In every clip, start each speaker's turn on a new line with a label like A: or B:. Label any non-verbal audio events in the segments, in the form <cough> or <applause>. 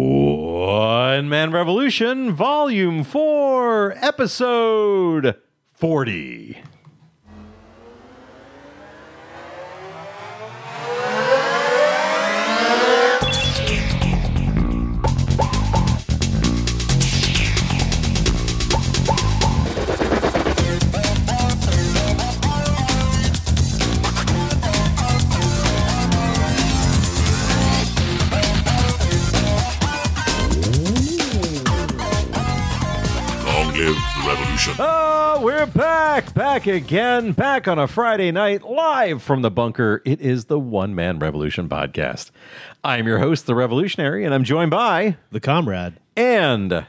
A: One Man Revolution, Volume 4, Episode 40.
B: Long live the revolution.
A: Oh, we're back, back again, back on a Friday night, live from the bunker. It is the One Man Revolution podcast. I'm your host, The Revolutionary, and I'm joined by
C: the comrade.
A: and,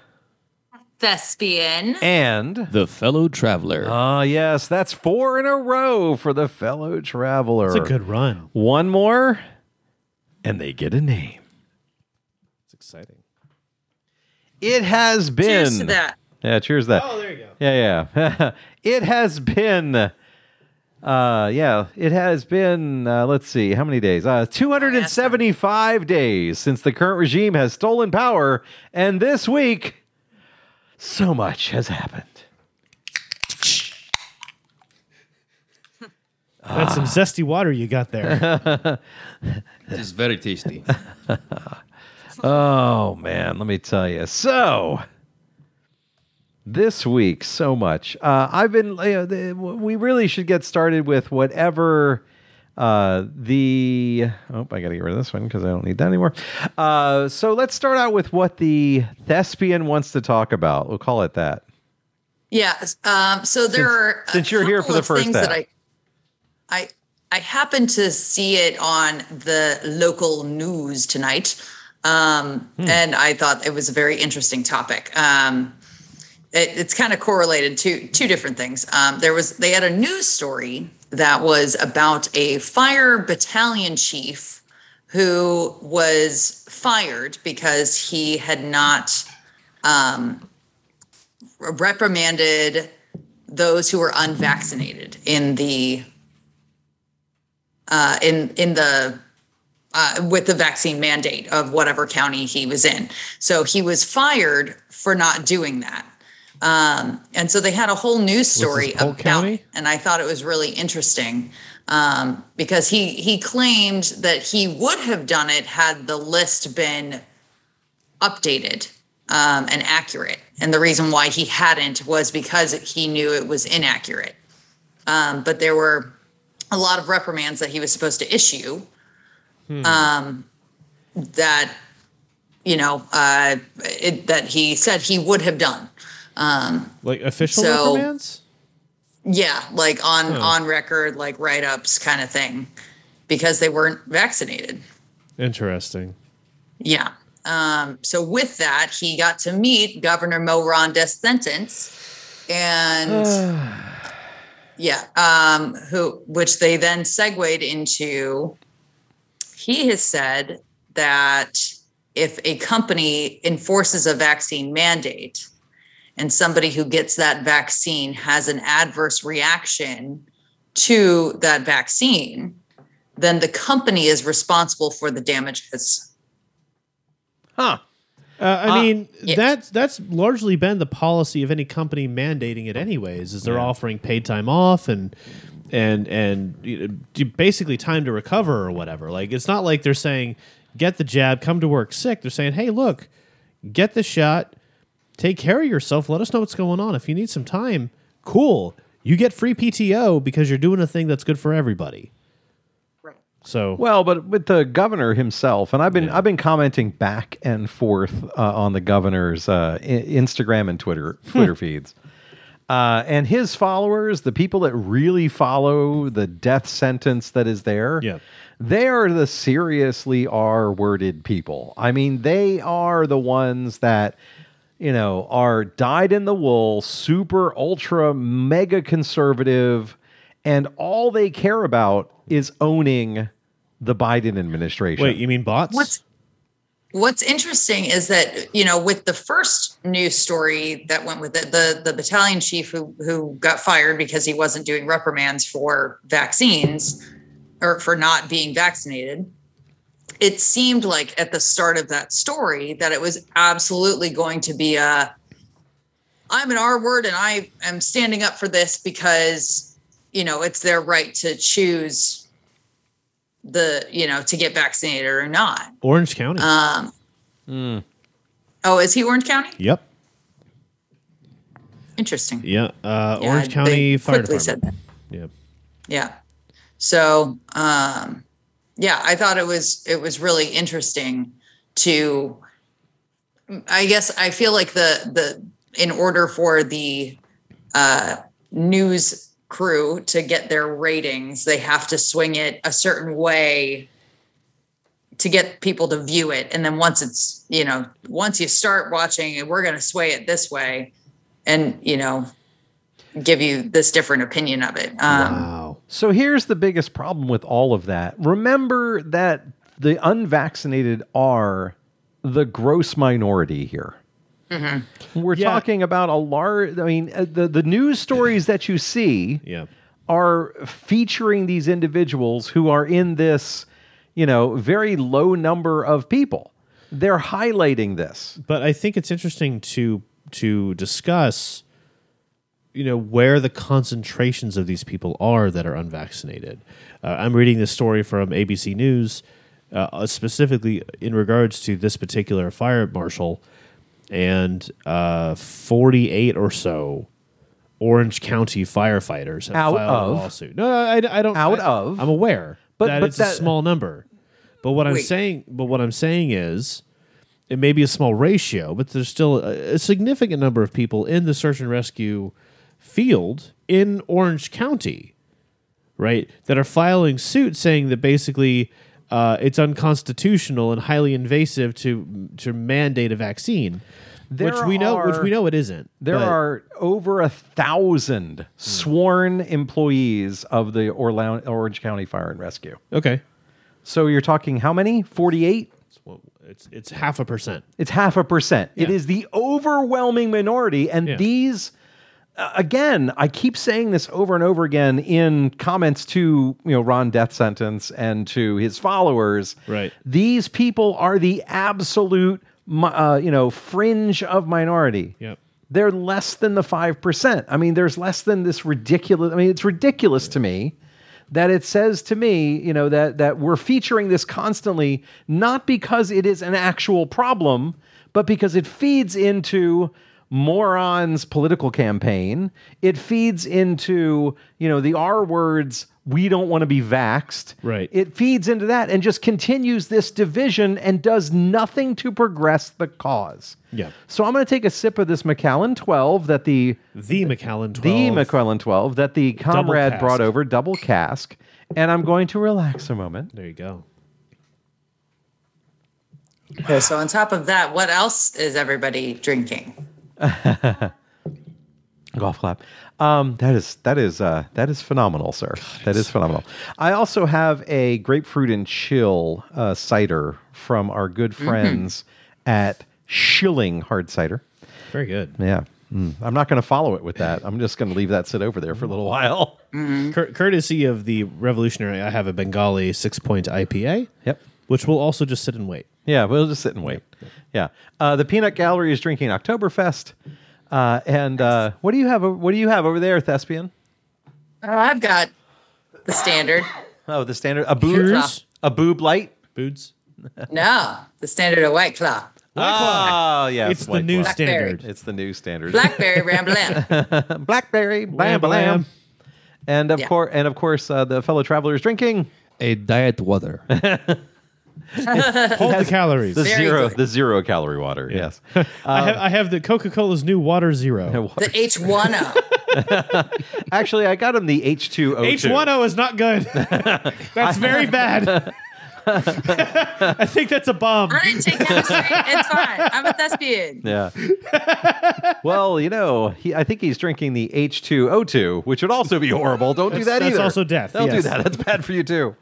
D: thespian.
A: and,
E: The fellow traveler.
A: ah, yes, that's four in a row for the fellow traveler.
C: It's a good run.
A: one more, and they get a name.
C: It's exciting.
A: It has been.
D: Cheers to that.
A: Yeah, cheers to that.
C: Oh, there you go.
A: Yeah, yeah. <laughs> it has been uh yeah, it has been uh, let's see how many days. Uh 275 days since the current regime has stolen power and this week so much has happened.
C: That's some zesty water you got there.
E: This is very tasty.
A: Oh man, let me tell you. So this week, so much. Uh, I've been. You know, the, we really should get started with whatever uh, the. Oh, I got to get rid of this one because I don't need that anymore. Uh, so let's start out with what the thespian wants to talk about. We'll call it that.
D: Yes. Um, so there are a
A: since you're here
D: couple
A: for the
D: of
A: first
D: things that I,
A: act.
D: I, I happened to see it on the local news tonight, um,
A: Hmm.
D: and I thought it was a very interesting topic. Um, it, it's kind of correlated to two different things. Um, there was they had a news story that was about a fire battalion chief who was fired because he had not um, reprimanded those who were unvaccinated in the uh, in in the uh, with the vaccine mandate of whatever county he was in. So he was fired for not doing that. Um, and so they had a whole news story
C: Polk
D: about,
C: County?
D: and I thought it was really interesting um, because he he claimed that he would have done it had the list been updated um, and accurate. And the reason why he hadn't was because he knew it was inaccurate. Um, but there were a lot of reprimands that he was supposed to issue um, that, you know, uh, it, that he said he would have done.
C: Like official
D: So-
C: reprimands?
D: Yeah, like on on record, like write ups kind of thing, because they weren't vaccinated.
C: Interesting.
D: Yeah. Um, so with that, he got to meet Governor Mo Ron DeSantis, and yeah, um, who which they then segued into. He has said that if a company enforces a vaccine mandate, and somebody who gets that vaccine has an adverse reaction to that vaccine, then the company is responsible for the damages.
C: Uh, I mean,
D: yeah.
C: that's that's largely been the policy of any company mandating it, anyways. Is they're offering paid time off and and and you know, d- basically time to recover or whatever. Like it's not like they're saying get the jab, come to work sick. They're saying, hey, look, get the shot, take care of yourself. Let us know what's going on. If you need some time, cool. You get free PTO because you're doing a thing that's good for everybody.
D: Right.
C: So
A: Well, but with the governor himself, and I've been I've been commenting back and forth uh, on the governor's uh, I- Instagram and Twitter Twitter feeds, uh, and his followers, the people that really follow the death sentence that is there,
C: Yeah.
A: they are the seriously R worded people. I mean, they are the ones that you know are dyed in the wool, super ultra mega conservative, and all they care about is owning the Biden administration.
C: wait, you mean bots?
D: What's What's interesting is that you know with the first news story that went with it, the the battalion chief who who got fired because he wasn't doing reprimands for vaccines or for not being vaccinated, it seemed like at the start of that story that it was absolutely going to be a I'm an R word and I am standing up for this because you know it's their right to choose the you know to get vaccinated or not.
C: Orange County.
D: Um,
C: Hmm.
D: Oh, is he Orange County?
C: yep.
D: Interesting.
C: Yeah. Uh,
D: Yeah,
C: Orange
D: they
C: County Fire
D: quickly
C: Department.
D: said that.
C: Yeah.
D: Yeah. So, um, yeah, I thought it was it was really interesting to. I guess I feel like the the in order for the uh, news crew to get their ratings, they have to swing it a certain way to get people to view it. And then once it's you know once you start watching, it, we're going to sway it this way, and you know give you this different opinion of it. Um,
C: Wow.
A: So here's the biggest problem with all of that. Remember that the unvaccinated are the gross minority here. We're
C: Mm-hmm. Yeah.
A: talking about a large. I mean, uh, the the news stories that you
C: <laughs>
A: see
C: Yeah.
A: are featuring these individuals who are in this, you know, very low number of people. They're highlighting this.
C: But I think it's interesting to to discuss you know where the concentrations of these people are that are unvaccinated. Uh, I'm reading this story from ABC News, uh, specifically in regards to this particular fire marshal, and uh, 48 or so Orange County firefighters have
A: Out
C: filed
A: of-
C: a lawsuit. No, I, I don't.
A: Out
C: I-
A: of-
C: I'm aware,
A: But-
C: but that
A: but
C: it's
A: that-
C: a small number. But what I'm
D: Wait.
C: saying, but what I'm saying is it may be a small ratio, but there's still a, a significant number of people in the search and rescue field in Orange County, right, that are filing suit saying that basically uh, it's unconstitutional and highly invasive to to mandate a vaccine, which
A: There
C: we know, which
A: are-
C: we know it isn't.
A: There
C: but- Hmm.
A: are over a thousand sworn employees of the Orla- Orange County Fire and Rescue.
C: okay.
A: So you're talking how many? 48?
C: It's, well, it's it's half a percent.
A: It's half a percent. It
C: Yeah.
A: is the overwhelming minority. And
C: Yeah.
A: these, uh, again, I keep saying this over and over again in comments to you know Ron Death Sentence and to his followers.
C: Right.
A: These people are the absolute, mi- uh, you know, fringe of minority.
C: Yep.
A: They're less than the five percent. I mean, there's less than this ridiculous. I mean, it's ridiculous to me that it says to me, you know, that that we're featuring this constantly, not because it is an actual problem, but because it feeds into morons' political campaign. It feeds into, you know, the R words. We don't want to be vaxxed.
C: Right.
A: It feeds into that and just continues this division and does nothing to progress the cause.
C: Yeah.
A: So I'm going to take a sip of this Macallan 12 that the
C: The McAllen twelve.
A: the Macallan 12 that the comrade
C: cask.
A: brought over, double cask, and I'm going to relax a moment.
C: There you go.
D: Okay, so on top of that, what else is everybody drinking?
A: Golf clap. Um, that is that is uh, that is phenomenal, sir. that is phenomenal. I also have a grapefruit and chill uh, cider from our good friends at Schilling Hard Cider.
C: Very good.
A: Yeah. Mm. I'm not going to follow it with that. I'm just going to leave that sit over there for a little while. <laughs>
C: Cur- courtesy of the revolutionary, I have a Bengali six point IPA.
A: Yep.
C: Which will also just sit and wait.
A: Yeah, we'll just sit and wait. Yeah. Uh, the Peanut Gallery is drinking Oktoberfest. Uh, and uh, what do you have? o- What do you have over there, Thespian?
D: Oh, I've got the standard.
A: Oh, the standard a boob,
D: Here's-
A: a boob light.
C: Boots.
D: No, the standard of White Claw.
A: Oh, yeah,
C: It's the
A: White
C: new
A: Claw.
C: standard.
A: It's the new standard.
D: Blackberry Ramblin'.
A: Blackberry, blam
C: Blam, blam.
A: blam. And of
D: Yeah.
A: course, and of course, uh, the fellow traveler is drinking
E: <laughs> A diet water.
C: Hold the calories.
A: the
D: Very
A: zero,
D: good.
A: the zero calorie water. Yes, <laughs>
C: I,
A: uh,
C: have, I have the Coca Cola's new Water Zero.
D: The H1O.
A: actually, I got him the H two O
C: H
A: two.
C: one O is not
A: <laughs>
C: good. that's very bad. <laughs> I think that's a bomb.
D: I didn't take chemistry. It's fine. I'm a thespian.
A: Yeah. well, you know, he, I think he's drinking the H2O2, which would also be horrible. Don't do that
C: That's- that's
A: either.
C: also death,
A: Don't
C: yes.
A: do that. That's bad for you too.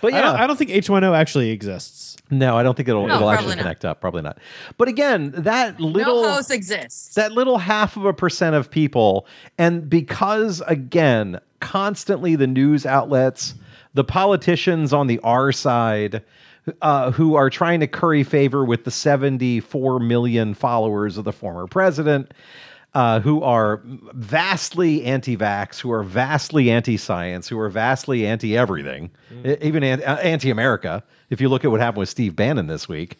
A: But yeah,
C: I, don't, I don't think H one O actually exists.
A: no, I don't think it'll, it'll
D: probably
A: actually
D: not.
A: connect up. Probably not. But again, that little
D: No hoes exist.
A: that little half of a percent of people and because again constantly the news outlets the politicians on the r side uh, who are trying to curry favor with the 74 million followers of the former president, uh, who are vastly anti vax, who are vastly anti science, who are vastly anti everything, even anti America. If you look at what happened with Steve Bannon this week,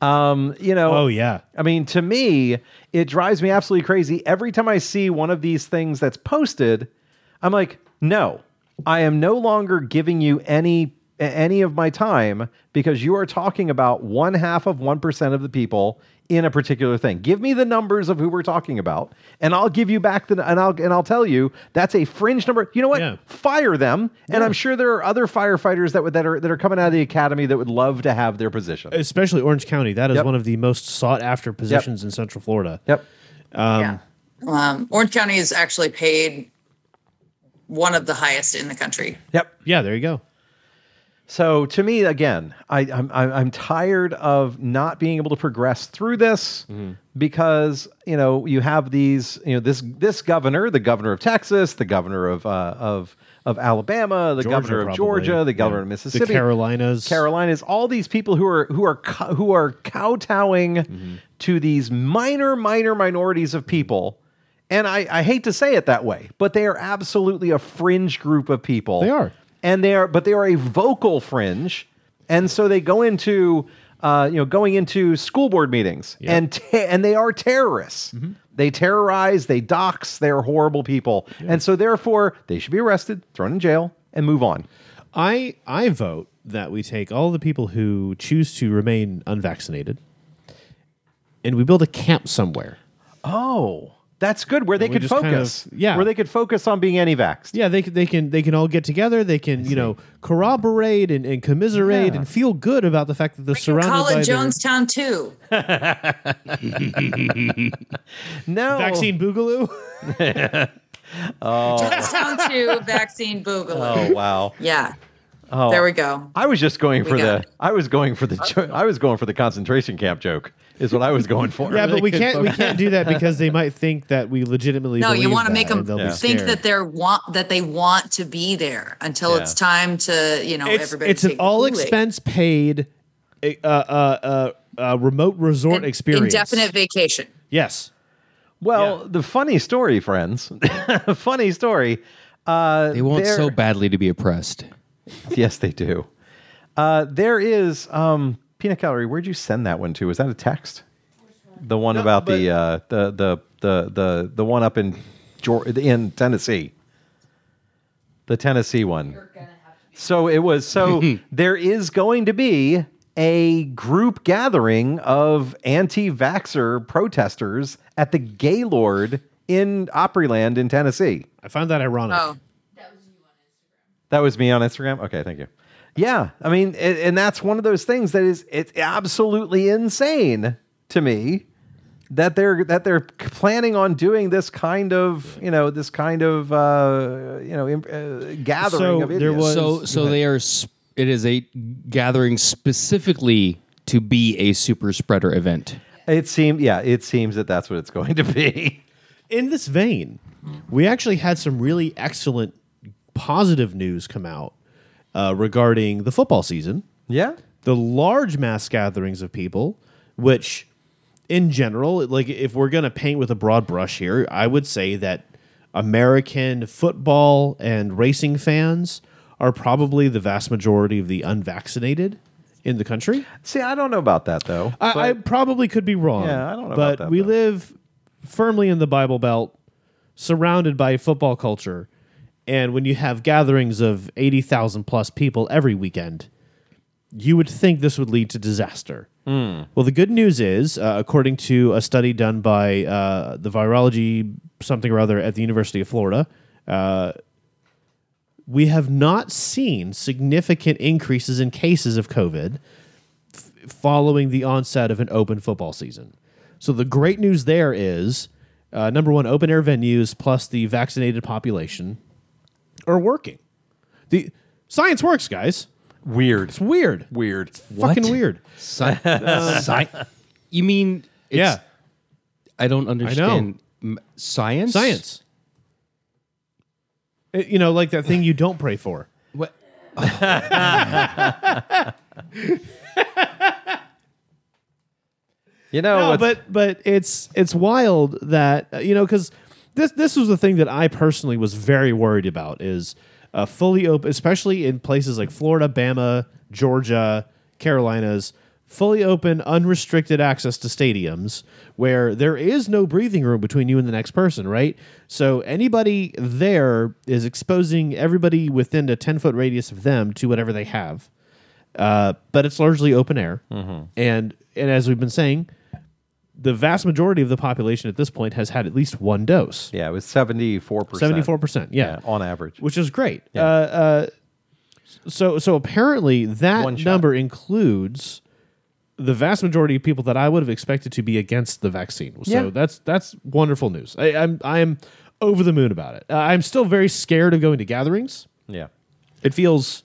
A: um, you know,
C: Oh yeah.
A: I mean, to me, it drives me absolutely crazy. Every time I see one of these things that's posted, I'm like, no, I am no longer giving you any any of my time because you are talking about one half of 1% of the people in a particular thing. Give me the numbers of who we're talking about and I'll give you back the and I'll and I'll tell you that's a fringe number. You know what?
C: Yeah.
A: Fire them. And I'm sure there are other firefighters that would that are that are coming out of the academy that would love to have their position.
C: Especially Orange County. That is
A: Yep.
C: one of the most sought after positions in Central Florida.
A: Yep.
D: yeah. Um, Orange County is actually paid one of the highest in the country.
A: Yep.
C: Yeah, there you go.
A: So to me, again, I, I'm, I'm I'm tired of not being able to progress through this
C: Mm-hmm.
A: because you know you have these you know this this governor, the governor of Texas, the governor of uh, of of Alabama, the governor of
C: probably.
A: Georgia, the governor
C: Yeah.
A: of Mississippi,
C: the Carolinas,
A: Carolinas, all these people who are who are co- who are kowtowing to these minor, minor minorities of people. And I, I hate to say it that way, but they are absolutely a fringe group of people.
C: They are.
A: and they are, but they are a vocal fringe, and so they go into, uh, you know, going into school board meetings, and te- and they are terrorists.
C: Mm-hmm.
A: They terrorize, they dox, they are horrible people, and so therefore they should be arrested, thrown in jail, and move on.
C: I I vote that we take all the people who choose to remain unvaccinated, and we build a camp somewhere.
A: Oh, that's good. Where they
C: we
A: could
C: just kind
A: focus,
C: of- yeah.
A: Where they could focus on being anti-vaxxed.
C: Yeah, they c- they can they can all get together. They can you know corroborate and, and commiserate
A: Yeah.
C: and feel good about the fact that they're surrounded
D: Call
C: by
D: it
C: their
D: Jonestown too.
A: No
C: vaccine <laughs> boogaloo. Oh.
D: Jonestown too. Vaccine boogaloo.
A: Oh wow.
D: Yeah.
C: Oh.
D: There we go.
A: I was just going for
D: got
A: the.
D: it.
A: I was going for the. Jo- I was going for the concentration camp joke. Is what I was going for.
C: yeah, but we
E: could
C: can't we can't do that because they might think that we legitimately
D: No, you
C: want to
D: make them think that
C: that.
D: they're want that they want to be there until
A: Yeah.
D: it's time to you know
C: It's
D: everybody.
C: it's an
D: take the
C: all
D: Kool-Aid.
C: expense paid, uh, uh, uh, uh, remote resort experience.
D: indefinite vacation.
C: Yes.
A: Well, the funny story, friends. <laughs> funny story. Uh,
E: They want
A: there-
E: so badly to be oppressed.
A: <laughs> yes, they do. Uh, there is um, peanut gallery. Where'd you send that one to? Was that a text? The one about the, uh, the the the the the one up in Geor- in Tennessee. The Tennessee one. So it was. So there is going to be a group gathering of anti-vaxxer protesters at the Gaylord in Opryland in Tennessee.
C: I found that ironic.
D: Oh,
A: That was me on Instagram. Okay, thank you. Yeah, I mean, a- and that's one of those things that is it's absolutely insane to me that they're that they're planning on doing this kind of you know this kind of uh, you know im- uh, gathering
C: So
A: of
C: there
A: idiots.
C: was-
E: So so they are. s it is a gathering specifically to be a super spreader event.
A: it seems yeah it seems that that's what it's going to be. <laughs>
C: In this vein, we actually had some really excellent positive news come out uh, regarding the football season,
A: yeah,
C: the large mass gatherings of people, which in general, like if we're going to paint with a broad brush here, I would say that American football and racing fans are probably the vast majority of the unvaccinated in the country.
A: see, I don't know about that though.
C: I, I probably could be wrong.
A: Yeah, I don't know
C: But
A: about that,
C: we
A: though.
C: live firmly in the Bible Belt, surrounded by football culture, and when you have gatherings of eighty thousand plus people every weekend, you would think this would lead to disaster.
A: Hmm.
C: Well, the good news is, uh, according to a study done by uh, the virology something or other at the University of Florida, uh, we have not seen significant increases in cases of COVID following the onset of an open football season. So the great news there is uh, number one, open air venues plus the vaccinated population are working. The science works, guys.
A: weird,
C: It's weird.
A: weird.
C: Fucking weird.
E: Sci- sci- you mean? It's,
C: yeah,
E: I don't understand. M- Science.
C: science. Uh, It- you know, like that thing you don't pray for.
E: What?
A: You know,
C: no,
A: what's-
C: but but it's it's wild that uh, you know because this this was the thing that I personally was very worried about is uh, fully open, especially in places like Florida, Bama, Georgia, Carolinas, fully open, unrestricted access to stadiums where there is no breathing room between you and the next person, right? So anybody there is exposing everybody within a ten foot radius of them to whatever they have. Uh, but it's largely open air,
A: Mm-hmm.
C: and and as we've been saying, the vast majority of the population at this point has had at least one dose.
A: yeah, it was 74%.
C: Seventy-four percent, yeah,
A: Yeah, on average.
C: which is great. Uh, uh, so, so apparently that
A: One shot.
C: number includes the vast majority of people that I would have expected to be against the vaccine. So
A: Yeah.
C: that's that's wonderful news. I, I'm I'm over the moon about it. Uh, I'm still very scared of going to gatherings.
A: Yeah.
C: It feels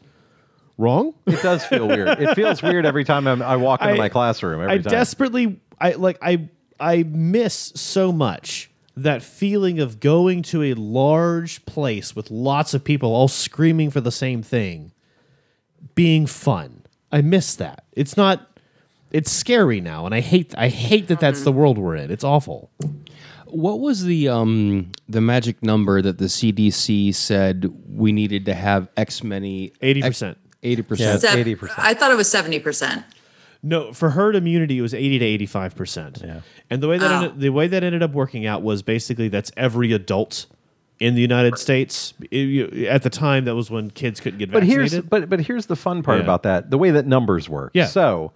C: wrong.
A: It does feel weird. It feels weird every time I'm, I walk into
C: I-
A: my classroom. Every
C: I
A: time.
C: desperately I like I I miss so much that feeling of going to a large place with lots of people all screaming for the same thing being fun. I miss that. It's not it's scary now and I hate I hate that that's the world we're in. It's awful.
E: What was the um the magic number that the CDC said we needed to have X many
C: 80%.
E: eighty percent?
A: Yeah.
D: Sev-
A: 80%.
D: I thought it was 70%.
C: No, for herd immunity, it was eighty to eighty-five percent. Yeah, and the way that ended, the way that ended up working out was basically that's every adult in the United States. It- you- at the time, that was when kids couldn't get
A: but
C: vaccinated.
A: here's but but here's the fun part
C: Yeah.
A: about that the way that numbers work
C: Yeah.
A: so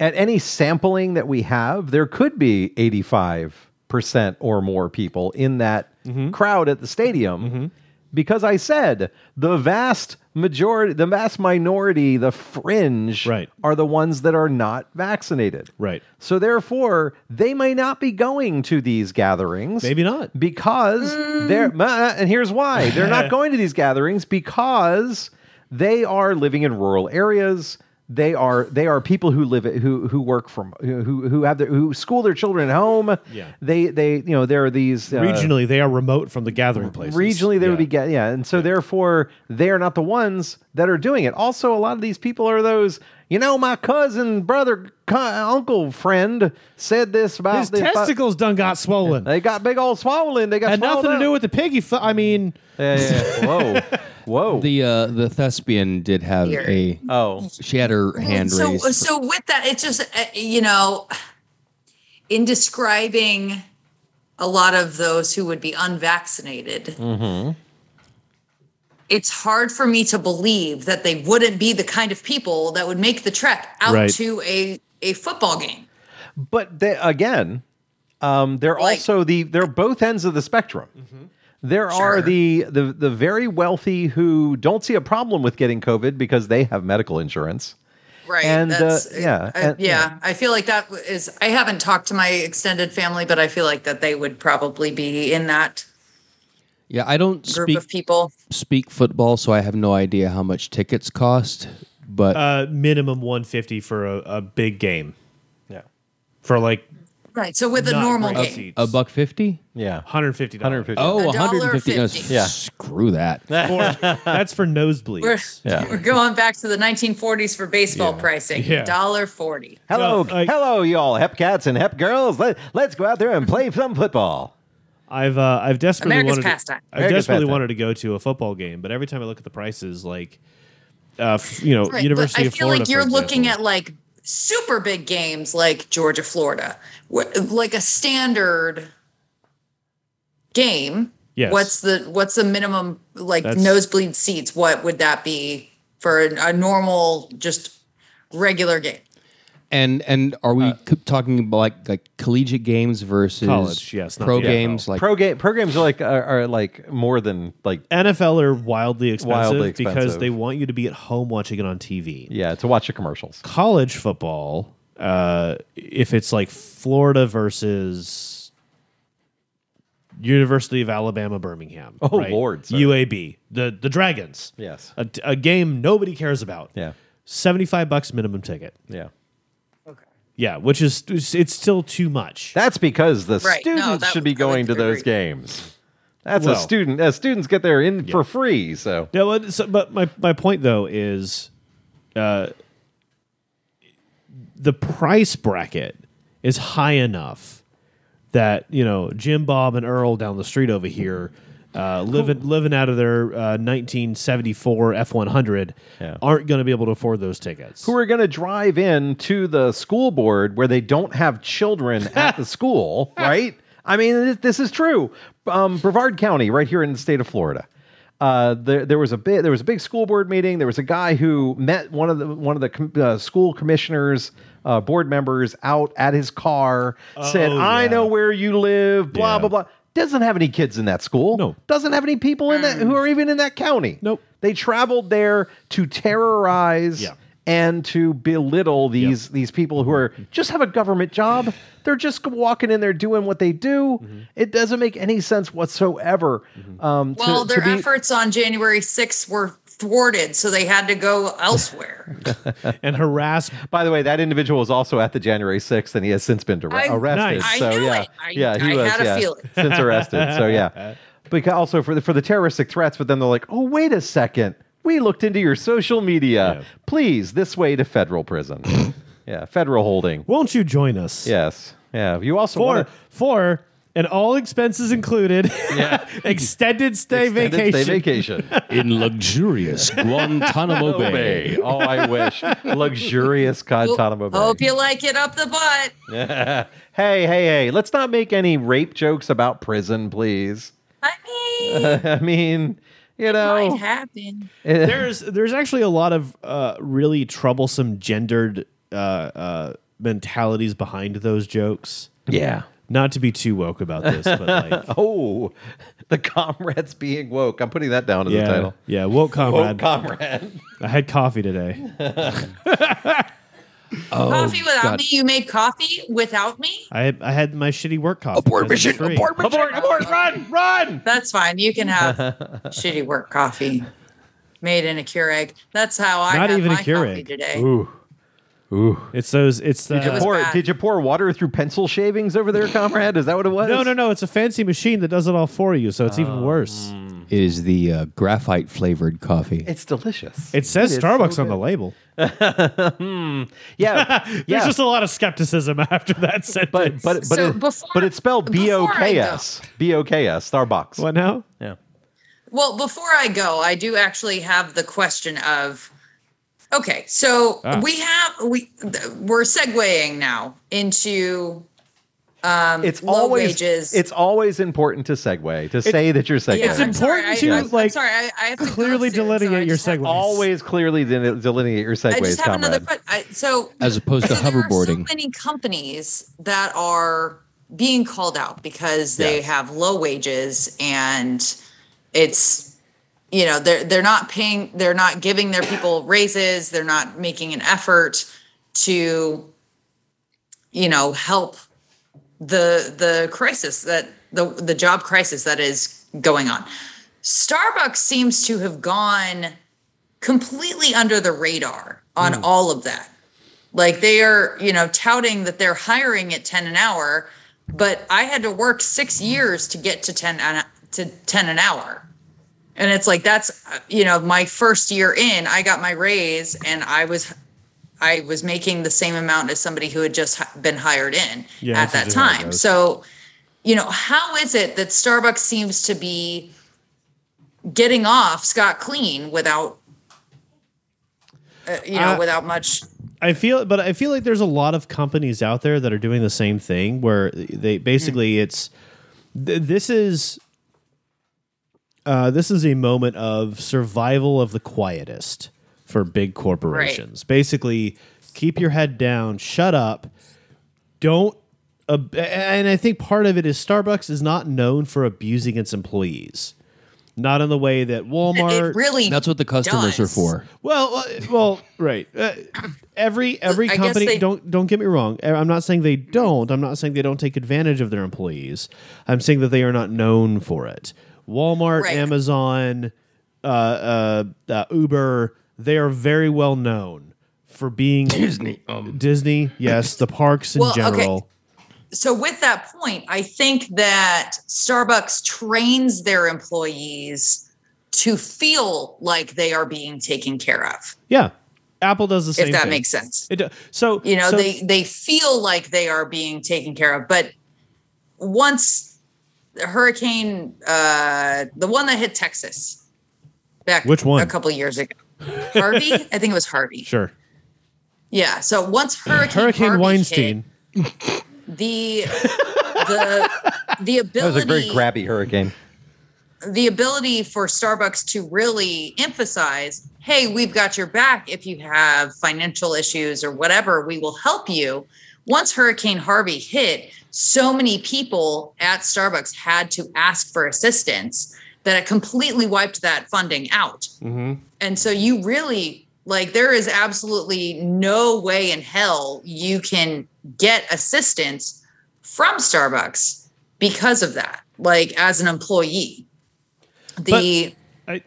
A: at any sampling that we have there could be 85% or more people in that crowd at the stadium because i said the vast majority the vast minority the fringe
C: Right.
A: are the ones that are not vaccinated
C: Right.
A: so therefore they may not be going to these gatherings
C: Maybe not.
A: because they're uh, and here's why they're
C: <laughs>
A: not going to these gatherings because they are living in rural areas they are they are people who live who who work from who who have their who school their children at home
C: Yeah.
A: they they you know there are these uh,
C: regionally, they are remote from the gathering places.
A: regionally they would be
C: Yeah.
A: get yeah and so therefore they're not the ones that are doing it also a lot of these people are those you know my cousin brother co- uncle friend said this about
C: His
A: this about-
C: testicles done got swollen.
A: they got big old swollen they got
C: Had
A: swallowed
C: nothing to
A: up."
C: do with the piggy. Fu- I mean,
A: Yeah, yeah. Whoa. Whoa.
E: The uh, the thespian did have
D: Here.
E: a
A: oh.
E: she had her hand
D: so,
E: raised.
D: So with that, it just uh, you know, in describing a lot of those who would be unvaccinated, it's hard for me to believe that they wouldn't be the kind of people that would make the trek out
C: Right.
D: to a a football game.
A: But they, again, um, they're
D: Like-
A: also the they're both ends of the spectrum. There are
D: Sure.
A: the, the the very wealthy who don't see a problem with getting COVID because they have medical insurance.
D: Right.
A: And, uh,
D: That's,
A: yeah,
D: I,
A: and-
D: yeah. I feel like that is. I haven't talked to my extended family, but I feel like that they would probably be in that
E: yeah, I don't
D: group
E: speak
D: of people.
E: speak football, so I have no idea how much tickets cost. But
C: uh, minimum one fifty for a, a big game.
A: Yeah.
C: For like
D: Right. So with a
C: not
D: normal
C: great
D: game.
C: seats.
E: a buck fifty?
A: Yeah.
C: Hundred fifty.
A: Hundred fifty.
E: Oh,
D: A
E: one hundred
D: dollar
E: and fifty. No,
D: fifty.
A: Yeah.
E: Screw that.
A: <laughs>
C: That's for
D: We're,
C: nosebleeds.
A: Yeah.
D: we're going back to the 1940s for baseball
C: Yeah.
D: pricing. Dollar forty.
A: Hello,
C: No, I-
A: hello, y'all, hep cats and hep girls. Let, let's go out there and play some football.
C: I've uh, I've desperately
D: America's
C: wanted to-
D: pastime.
C: I've
A: America's
C: desperately
A: pastime.
C: wanted to go to a football game, but every time I look at the prices, like uh, f- you know, University
D: I
C: of
D: feel
C: Florida.
D: like
C: for
D: you're
C: example.
D: looking at like super big games like Georgia Florida, wh- like a standard game.
C: Yes.
D: What's the what's the minimum like
C: That's-
D: nosebleed seats? What would that be for a, a normal just regular game?
E: And and are
C: Uh,
E: we c talking about like, like collegiate games versus
C: College, yes, not
E: pro
C: the NFL.
E: games like
A: Pro game programs are like are, are like more than like
C: NFL are wildly expensive,
A: Wildly
C: because
A: expensive.
C: they want you to be at home watching it on TV.
A: yeah to watch the commercials.
C: College football, uh, if it's like Florida versus University of Alabama Birmingham,
A: Oh,
C: right?
A: Lord, sir.
C: UAB, the the Dragons,
A: Yes.
C: a, a game nobody cares about,
A: Yeah.
C: seventy five bucks minimum ticket.
A: Yeah.
C: Yeah, which is it's still too much.
A: That's because the
D: Right. No,
A: students
D: that
A: should
D: would-
A: be
D: I would
A: going to those
D: agree.
A: games. That's
C: Well-
A: a student. Uh, students get there in for free. So
C: no, but- so, but my my point though is, uh, the price bracket is high enough that you know Jim Bob and Earl down the street over here uh, living living out of their uh, 1974 F100
A: Yeah.
C: aren't going to be able to afford those tickets.
A: who are going to drive in to the school board where they don't have children at
C: <laughs>
A: the school, right? I mean, this, this is true. Um, Brevard County, right here in the state of Florida. Uh, there, there was a bit. There was a big school board meeting. There was a guy who met one of the one of the com- uh, school commissioners, uh, board members, out at his car. said,
C: Oh,
A: "I
C: yeah.
A: know where you live." Blah
C: Yeah.
A: blah blah. Doesn't have any kids in that school.
C: No.
A: Doesn't have any people in that who are even in that county.
C: Nope.
A: They traveled there to terrorize
C: Yeah.
A: and to belittle these these people who are just have a government job. They're just walking in there doing what they do. It doesn't make any sense whatsoever. Um, to-
D: Well,
A: to
D: their
A: be-
D: efforts on January 6th were thwarted, so they had to go
C: <laughs>
D: elsewhere.
C: <laughs> and harass
A: By the way, that individual was also at the January sixth, and he has since been arre-
D: I-
A: arrested.
C: Nice.
D: I
A: So
D: knew
A: yeah,
D: it. I-
A: yeah, he
D: I
A: was
D: had a
A: yeah,
D: feeling.
A: since arrested. So
D: <laughs>
A: yeah, but also for the for the terroristic threats. But then they're like, oh wait a second, we looked into your social media.
C: Yeah.
A: Please, this way to federal prison.
D: <laughs>
A: yeah, federal holding.
C: Won't you join us?
A: Yes. Yeah. You also
C: For
A: wanna-
C: for an all expenses included <laughs> extended stay
A: extended
C: vacation.
A: stay vacation.
D: <laughs>
C: <laughs>
E: in luxurious Guantanamo Bay.
A: oh, I wish.
D: <laughs>
A: Luxurious Guantanamo Bay.
D: Hope you like it up the butt.
A: Hey, hey, hey. Let's not make any rape jokes about prison, please. <laughs>
D: I
C: <laughs>
D: mean,
A: I mean, you know.
D: might happen.
C: there's there's actually a lot of uh, really troublesome gendered uh, uh, mentalities behind those jokes.
A: Yeah.
C: Not to be too woke about this, but like
A: <laughs> Oh, the comrades being woke. I'm putting that down as the
C: yeah,
A: title.
C: yeah, woke
A: Woke
C: comrade.
A: comrade.
C: I had coffee today.
E: Oh,
C: Oh,
D: coffee without
E: God.
D: me? You made coffee without me?
C: I I had my shitty work coffee. because it's free.
A: abort, abort, run, run.
D: That's fine. You can have shitty work coffee made in a Keurig. That's how I
C: Not
D: had
C: even a
D: my coffee
C: Keurig.
D: today.
A: Ooh. Ooh.
C: It's those. It's the.
A: Did you,
D: was
A: pour,
D: bad.
A: did you pour water through pencil shavings over there, comrade? Is that what it was?
C: no, no, no! It's a fancy machine that does it all for you, so it's
A: Oh.
C: even worse.
E: It is the uh, graphite flavored coffee.
A: It's delicious.
C: It says
A: is so
C: Starbucks on
A: good.
C: the label.
A: Yeah,
C: <laughs> There's
A: yeah.
C: just a lot of skepticism <laughs> after that
A: but
C: sentence.
A: but but,
D: So
A: it-
D: before-
A: but it's spelled B
D: before
A: O
D: I
A: K
D: go-
A: S B O K S Starbucks.
C: what now?
A: Yeah.
D: Well, before I go, I do actually have the question of okay, so
C: Ah.
D: we have we th- we're segueing now into um
A: It's
D: low
A: always
D: wages.
A: it's always important to segue to say that you're segueing.
D: Yeah, I'm
C: it's
D: sorry,
C: important
D: I-
C: to,
D: I'm- I'm
C: like,
D: sorry, I, I have to go
C: clearly
D: soon, so I
C: delineate your
D: just have-
C: segues.
A: always clearly de- delineate your segues,
D: I just have another
A: comrade.
D: question. I, so
E: As opposed to
D: so there are so
E: hoverboarding.
D: many companies that are being called out because they
A: Yes.
D: have low wages and it's you know they're they're not paying they're not giving their people raises they're not making an effort to you know help the the crisis that the the job crisis that is going on starbucks seems to have gone completely under the radar on
C: Mm.
D: all of that like they are you know touting that they're hiring at 10 an hour but i had to work six years to get to 10 an, to 10 an hour and it's like that's uh, you know my first year in i got my raise and i was i was making the same amount as somebody who had just hi- been hired in
C: Yeah,
D: at
C: that's
D: that
C: usually how it
D: time
C: goes.
D: so you know how is it that starbucks seems to be getting off scot clean without uh, you know
C: Uh,
D: without much
C: I feel, but I feel like there's a lot of companies out there that are doing the same thing, where they basically it's th- this is uh, this is a moment of survival of the quietest for big corporations. Basically, keep your head down, shut up, don't. ab- and I think part of it is Starbucks is not known for abusing its employees, not in the way that Walmart
D: it really
E: That's what the customers are
D: does.
E: for.
C: well, uh, well, right. Uh, every every
D: I guess
C: company
D: they-
C: don't don't get me wrong. Uh, I'm not saying they don't. I'm not saying they don't take advantage of their employees. I'm saying that they are not known for it. Walmart,
D: Right.
C: Amazon, uh, uh, uh, Uber, they are very well known for being
E: <laughs> Disney. Um,
C: Disney. Yes, the parks in
D: Well, okay.
C: general.
D: so with that point i think that starbucks trains their employees to feel like they are being taken care of
C: Yeah, Apple does the same.
D: if that
C: thing.
D: makes sense.
C: It do- so
D: You know,
C: so-
D: they they feel like they are being taken care of, but once the hurricane, uh, the one that hit Texas, back
C: Which one?
D: a couple years ago, Harvey,
C: <laughs>
D: I think it was Harvey.
C: sure
D: Yeah. So once Hurricane
C: Hurricane
D: Harvey
C: Weinstein.
D: hit, the the the
A: <laughs> That was
D: ability
A: a very crappy hurricane.
D: the ability for Starbucks to really emphasize, hey, we've got your back if you have financial issues or whatever, we will help you. Once Hurricane Harvey hit, so many people at Starbucks had to ask for assistance that it completely wiped that funding out.
A: Mm-hmm.
D: And so you really like there is absolutely no way in hell you can get assistance from Starbucks because of that, like as an employee. The
C: I,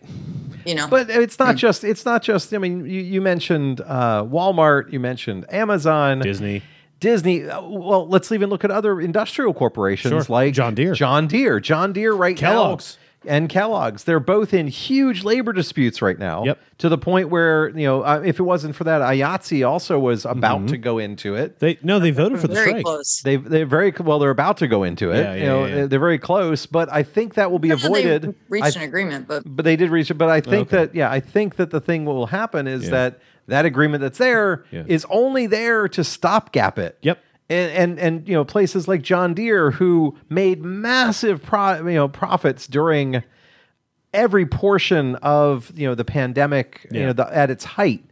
D: you know
A: But it's
C: Hmm.
A: not just. It's not just. I mean, you, you mentioned uh, Walmart. You mentioned Amazon.
C: Disney.
A: Disney. uh, Well, let's even look at other industrial corporations
C: Sure.
A: like
C: John Deere.
A: John Deere. John Deere right
C: Kellogg's.
A: now. And Kellogg's. They're both in huge labor disputes right now.
C: Yep.
A: To the point where you know, uh, if it wasn't for that, IATSE also was about
C: Mm-hmm.
A: to go into it.
C: They no, they voted for the
D: very
C: strike.
D: close.
A: They they very well. They're about to go into it.
C: Yeah,
A: you
C: yeah,
A: know,
C: yeah, yeah.
A: they're very close. But I think that will be
D: I know they
A: avoided. I
D: reached an agreement, but
A: but they did reach it. But I think that yeah, I think that the thing what will happen is that that agreement that's there is
C: Yeah.
A: only there to stopgap it.
C: Yep.
A: And, and and you know places like John Deere who made massive pro, you know profits during every portion of you know the pandemic you
C: Yeah.
A: know the, at its height.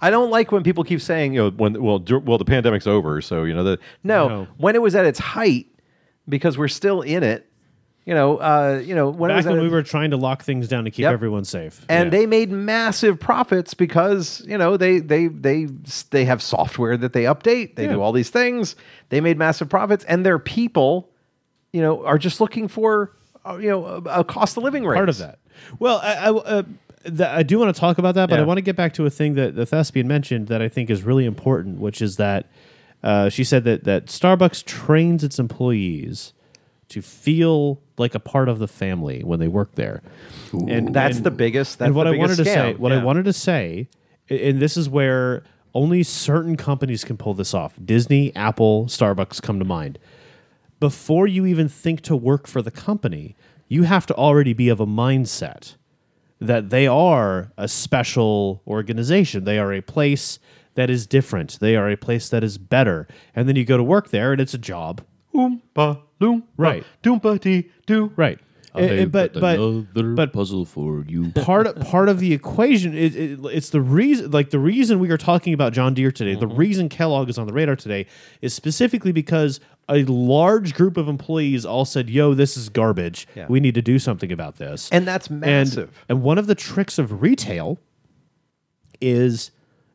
A: I don't like when people keep saying you know when well dur- well the pandemic's over so you know the no,
C: No.
A: when it was at its height because we're still in it you know uh you know when it
C: Back
A: was at
C: when we
A: its-
C: were trying to lock things down to keep
A: Yep.
C: everyone safe,
A: and
C: Yeah.
A: they made massive profits because you know they they they they have software that they update they
C: Yeah.
A: do all these things they made massive profits and their people you know are just looking for uh, you know a, a cost of living raise
C: part of that. Well, I, I, uh, th- I do want to talk about that, but
A: Yeah.
C: I want to get back to a thing that the thespian mentioned that I think is really important, which is that uh, she said that that Starbucks trains its employees to feel like a part of the family when they work there. and
A: that's
C: and-
A: the biggest that's
C: and what
A: the
C: I wanted
A: biggest
C: to say,
A: scam.
C: what I
A: Yeah.
C: wanted to say, a- and this is where only certain companies can pull this off. Disney, Apple, Starbucks come to mind. Before you even think to work for the company, you have to already be of a mindset that they are a special organization. They are a place that is different. They are a place that is better. And then you go to work there and it's a job.
A: Oompa, loompa,
C: Right.
A: doompa dee doo.
C: Right. And- and- but but but-
E: puzzle for
C: <laughs>
E: you.
C: part of, part of the equation is it, it's the reason like the reason we are talking about John Deere today the reason Kellogg is on the radar today is specifically because a large group of employees all said yo this is garbage
A: Yeah.
C: we need to do something about this
A: and that's massive
C: and, and one of the tricks of retail is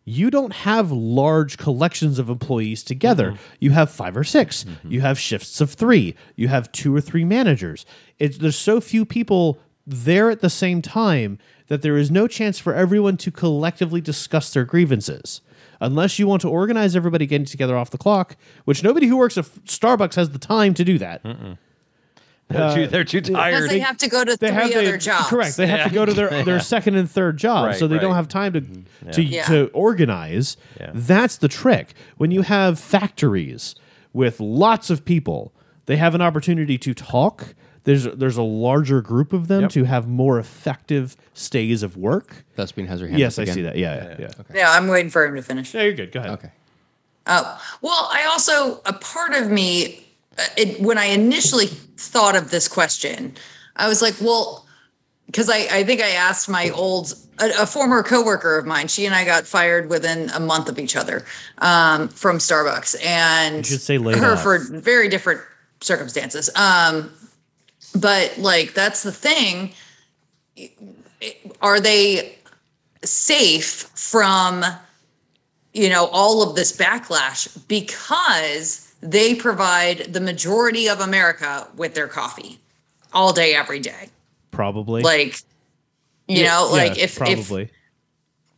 C: you don't have large collections of employees together.
A: Mm-hmm.
C: You have five or 6 You have shifts of three. You have two or three managers. It's, there's so few people there at the same time that there is no chance for everyone to collectively discuss their grievances. Unless you want to organize everybody getting together off the clock, which nobody who works at Starbucks has the time to do that. uh,
A: they're, too, they're too
D: because
A: tired
D: they have to go to three
C: their-
D: other jobs.
C: Correct. They have to go to their, their second and third job,
A: Right,
C: so they don't
A: right.
C: have time to to,
D: Yeah.
C: to organize.
A: Yeah.
C: That's the trick. When you have factories with lots of people, they have an opportunity to talk. There's there's a larger group of them
A: Yep.
C: to have more effective stays of work.
E: Thespian has her hand.
C: Yes,
E: up
C: I
E: again.
C: see that. Yeah, yeah, yeah. Okay.
D: Yeah, I'm waiting for him to finish.
C: you're good. Go ahead.
E: Okay.
D: Oh, well, I also, a part of me, uh, it, when I initially thought of this question, I was like, well, because I, I think I asked my old, a, a former coworker of mine, she and I got fired within a month of each other um, from Starbucks. And
C: You should say laid
D: her
C: off.
D: for very different circumstances. Um, but like, that's the thing. Are they safe from you know all of this backlash because they provide the majority of america with their coffee all day every day
C: Probably.
D: like you know
C: Yeah,
D: like if if
C: probably.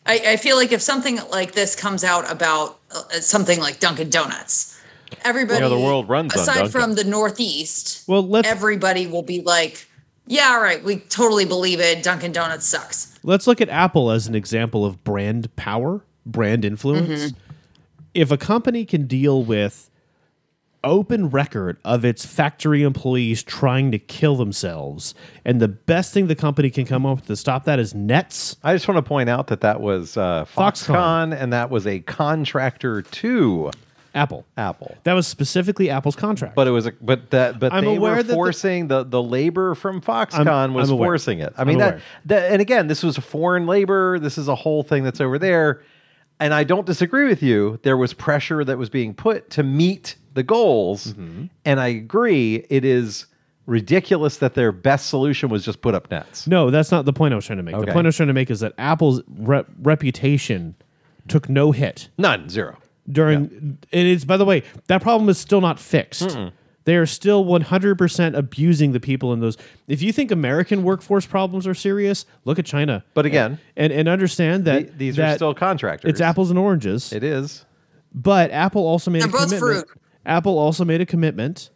D: I, I feel like if something like this comes out about uh, something like dunkin donuts everybody
A: the world runs on
D: aside
A: Dunkin'.
D: from the northeast
C: well, let's
D: everybody will be like yeah all right we totally believe it dunkin donuts sucks
C: Let's look at Apple as an example of brand power. brand influence.
A: Mm-hmm.
C: If a company can deal with open record of its factory employees trying to kill themselves, and the best thing the company can come up with to stop that is nets.
A: I just want to point out that that was uh, Foxconn,
C: Foxconn.
A: and that was a contractor to
C: Apple.
A: Apple.
C: That was specifically Apple's contract.
A: But it was, a, but that, but
C: I'm
A: they
C: aware
A: were
C: that the-
A: forcing the, the, labor from Foxconn
C: I'm-
A: was
C: I'm aware.
A: forcing it. I
C: I'm
A: mean that,
C: aware.
A: that, and again, this was foreign labor. This is a whole thing that's over there, and I don't disagree with you. There was pressure that was being put to meet the goals,
C: Mm-hmm.
A: and I agree. It is ridiculous that their best solution was just put up nets.
C: No, that's not the point I was trying to make.
A: Okay.
C: The point I was trying to make is that Apple's rep- reputation took no hit
A: None, zero.
C: during. And it's by the way, that problem is still not fixed. They are still 100% abusing the people in those. If you think American workforce problems are serious, look at China.
A: But again,
C: and and understand that
A: th- these are
C: that
A: still contractors.
C: it's apples and oranges.
A: It is.
C: But Apple also made
D: They're
C: a
D: both
C: commitment.
D: fruit.
C: Apple also made a commitment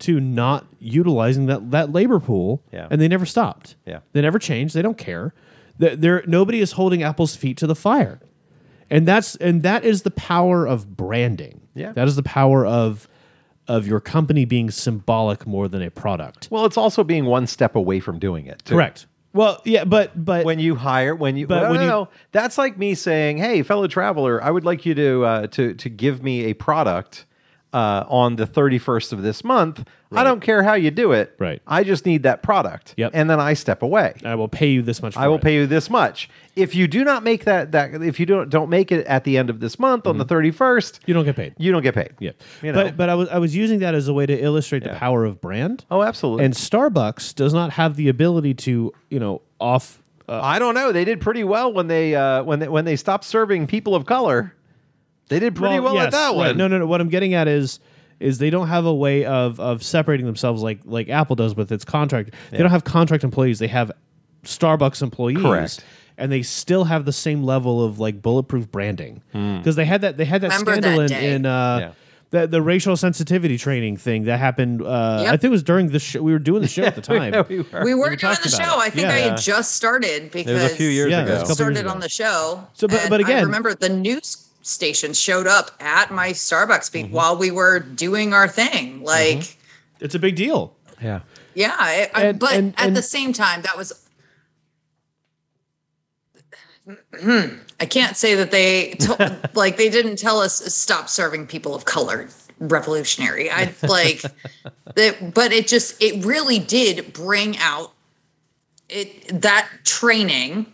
C: to not utilizing that, that labor pool,
A: Yeah.
C: and they never stopped.
A: Yeah.
C: they never changed. They don't care. There, there, nobody is holding Apple's feet to the fire, and that's and that is the power of branding.
A: Yeah.
C: that is the power of of your company being symbolic more than a product.
A: Well, it's also being one step away from doing it. too.
C: Correct. Well, yeah, but but
A: When you hire, when you,
C: But
A: well,
C: when
A: no,
C: you-
A: no, that's like me saying, "Hey, fellow traveler, I would like you to uh, to to give me a product uh, on the thirty first of this month. I don't care how you do it.
C: Right.
A: I just need that product.
C: Yep.
A: And then I step away.
C: I will pay you this much. For
A: I will
C: it.
A: pay you this much. If you do not make that that if you don't don't make it at the end of this month on the thirty first,
C: You don't get paid.
A: you don't get paid.
C: Mm-hmm. Yeah,
A: You know.
C: but but I was I was using that as a way to illustrate the power of brand.
A: Oh, absolutely.
C: and Starbucks does not have the ability to, you know, off. Uh,
A: I don't know. They did pretty well when they uh, when they, when they stopped serving people of color. They did pretty well, at
C: yes,
A: that
C: right.
A: one.
C: No, no, no. What I'm getting at is, is they don't have a way of of separating themselves like like Apple does with its contract. They don't have contract employees. They have Starbucks employees.
A: Correct.
C: And they still have the same level of like bulletproof branding because they had that they had that
D: Remember
C: scandal
D: that
C: in,
D: day.
C: in uh,
A: Hmm. Yeah.
C: the, the racial sensitivity training thing that happened. Uh,
D: Yep.
C: I think it was during the show. We were doing the show at the
A: <laughs>
C: time.
A: Yeah, we were.
D: We were doing
C: talked
D: the
C: about
D: show. I think I
C: Yeah.
D: had just started because
A: few years
C: Yeah,
A: ago.
C: it was a couple years
D: started
C: ago.
D: on the show.
C: So, but-
D: and
C: but
D: I
C: again-
D: remember the news station showed up at my Starbucks beat
C: Mm-hmm.
D: while we were doing our thing. Like,
C: It's a big deal.
A: Yeah.
D: yeah, I, I-
C: And-
D: but
C: and-
D: at
C: and-
D: the same time, that was. Hmm, I can't say that they to,
C: <laughs>
D: like they didn't tell us stop serving people of color revolutionary. I like that, but it just it really did bring out it that training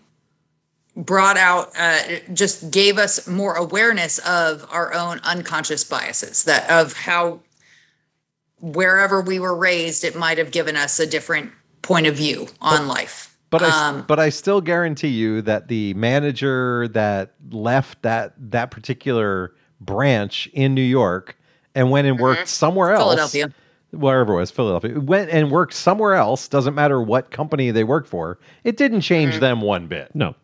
D: brought out uh, it just gave us more awareness of our own unconscious biases that of how wherever we were raised it might have given us a different point of view on life
A: But I,
D: Um,
A: but I still guarantee you that the manager that left that that particular branch in New York and went and worked somewhere else,
D: Mm-hmm. Philadelphia.
A: wherever it was, Philadelphia, went and worked somewhere else. Doesn't matter what company they worked for, it didn't change them one bit.
C: No,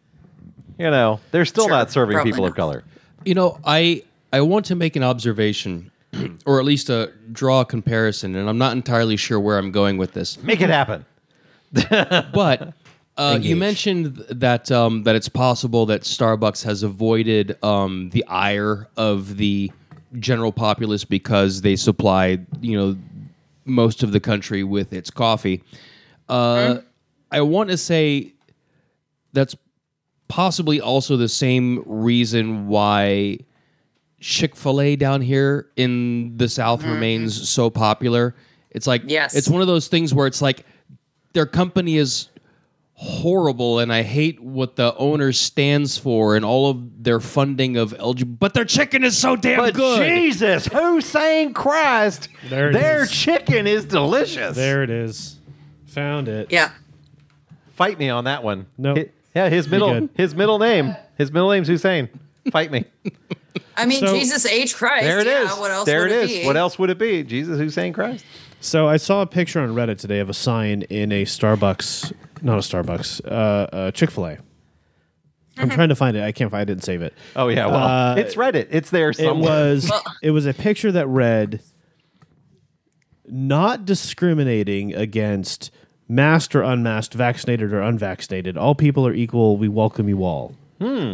A: You know, they're still
D: Mm-hmm. Sure,
A: not serving
D: probably
A: people of
D: not.
A: color.
E: You know, I I want to make an observation, <clears throat> or at least uh draw a comparison, and I'm not entirely sure where I'm going with this.
A: Make it happen.
E: But uh, you mentioned th- that um, that it's possible that Starbucks has avoided um, the ire of the general populace because they supply you know most of the country with its coffee. Uh, I want to say that's possibly also the same reason why Chick fil A down here in the South remains so popular. It's like,
D: Yes.
E: it's one of those things where it's like their company is horrible and I hate what the owner stands for and all of their funding of LG, but their chicken is so damn good.
A: Jesus, who sang Christ?
C: There it
A: Their
C: is.
A: chicken is delicious.
C: there it is. Found it.
D: yeah
A: Fight me on that one.
C: Nope.
A: Hi- yeah, his middle
C: good.
A: his middle name. His middle name's Hussein. Fight
D: <laughs>
A: me.
D: i mean
C: So-
D: jesus h christ
A: There it
D: yeah,
A: is.
D: what else
A: there
D: would
A: it
D: it
A: is.
D: be?
A: What else would it be? Jesus Hussein Christ.
C: So I saw a picture on Reddit today of a sign in a Starbucks, not a Starbucks, uh, uh, Chick Fil A. I'm trying to find it. I can't find. I didn't save it.
A: Oh yeah, well,
C: Uh,
A: it's Reddit. It's there
C: It
A: somewhere.
C: was it was a picture that read, "Not discriminating against masked or unmasked, vaccinated or unvaccinated. All people are equal. We welcome you all." I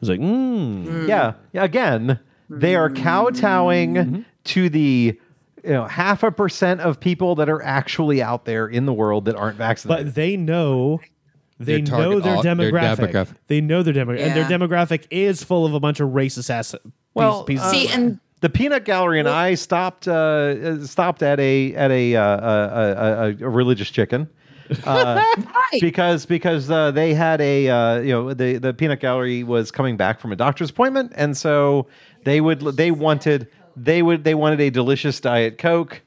C: was like, mm.
A: <laughs> Yeah. Again, they are kowtowing
C: Mm-hmm.
A: to the you know half a percent of people that are actually out there in the world that aren't vaccinated.
C: but they know. They
E: Their target
C: know their
E: au- their
C: demographic.
E: demographic.
C: They know their demographic, and their
D: Yeah.
C: demographic is full of a bunch of racist ass. piece-
A: Well,
C: pieces
A: uh,
C: of
D: See,
C: crap.
D: and
A: the peanut gallery and I stopped uh, uh, stopped at a at a uh, a, a, a, a religious chicken. Uh,
D: right.
A: because because uh, they had a uh, you know the the peanut gallery was coming back from a doctor's appointment and so they would they wanted they would they wanted a delicious diet coke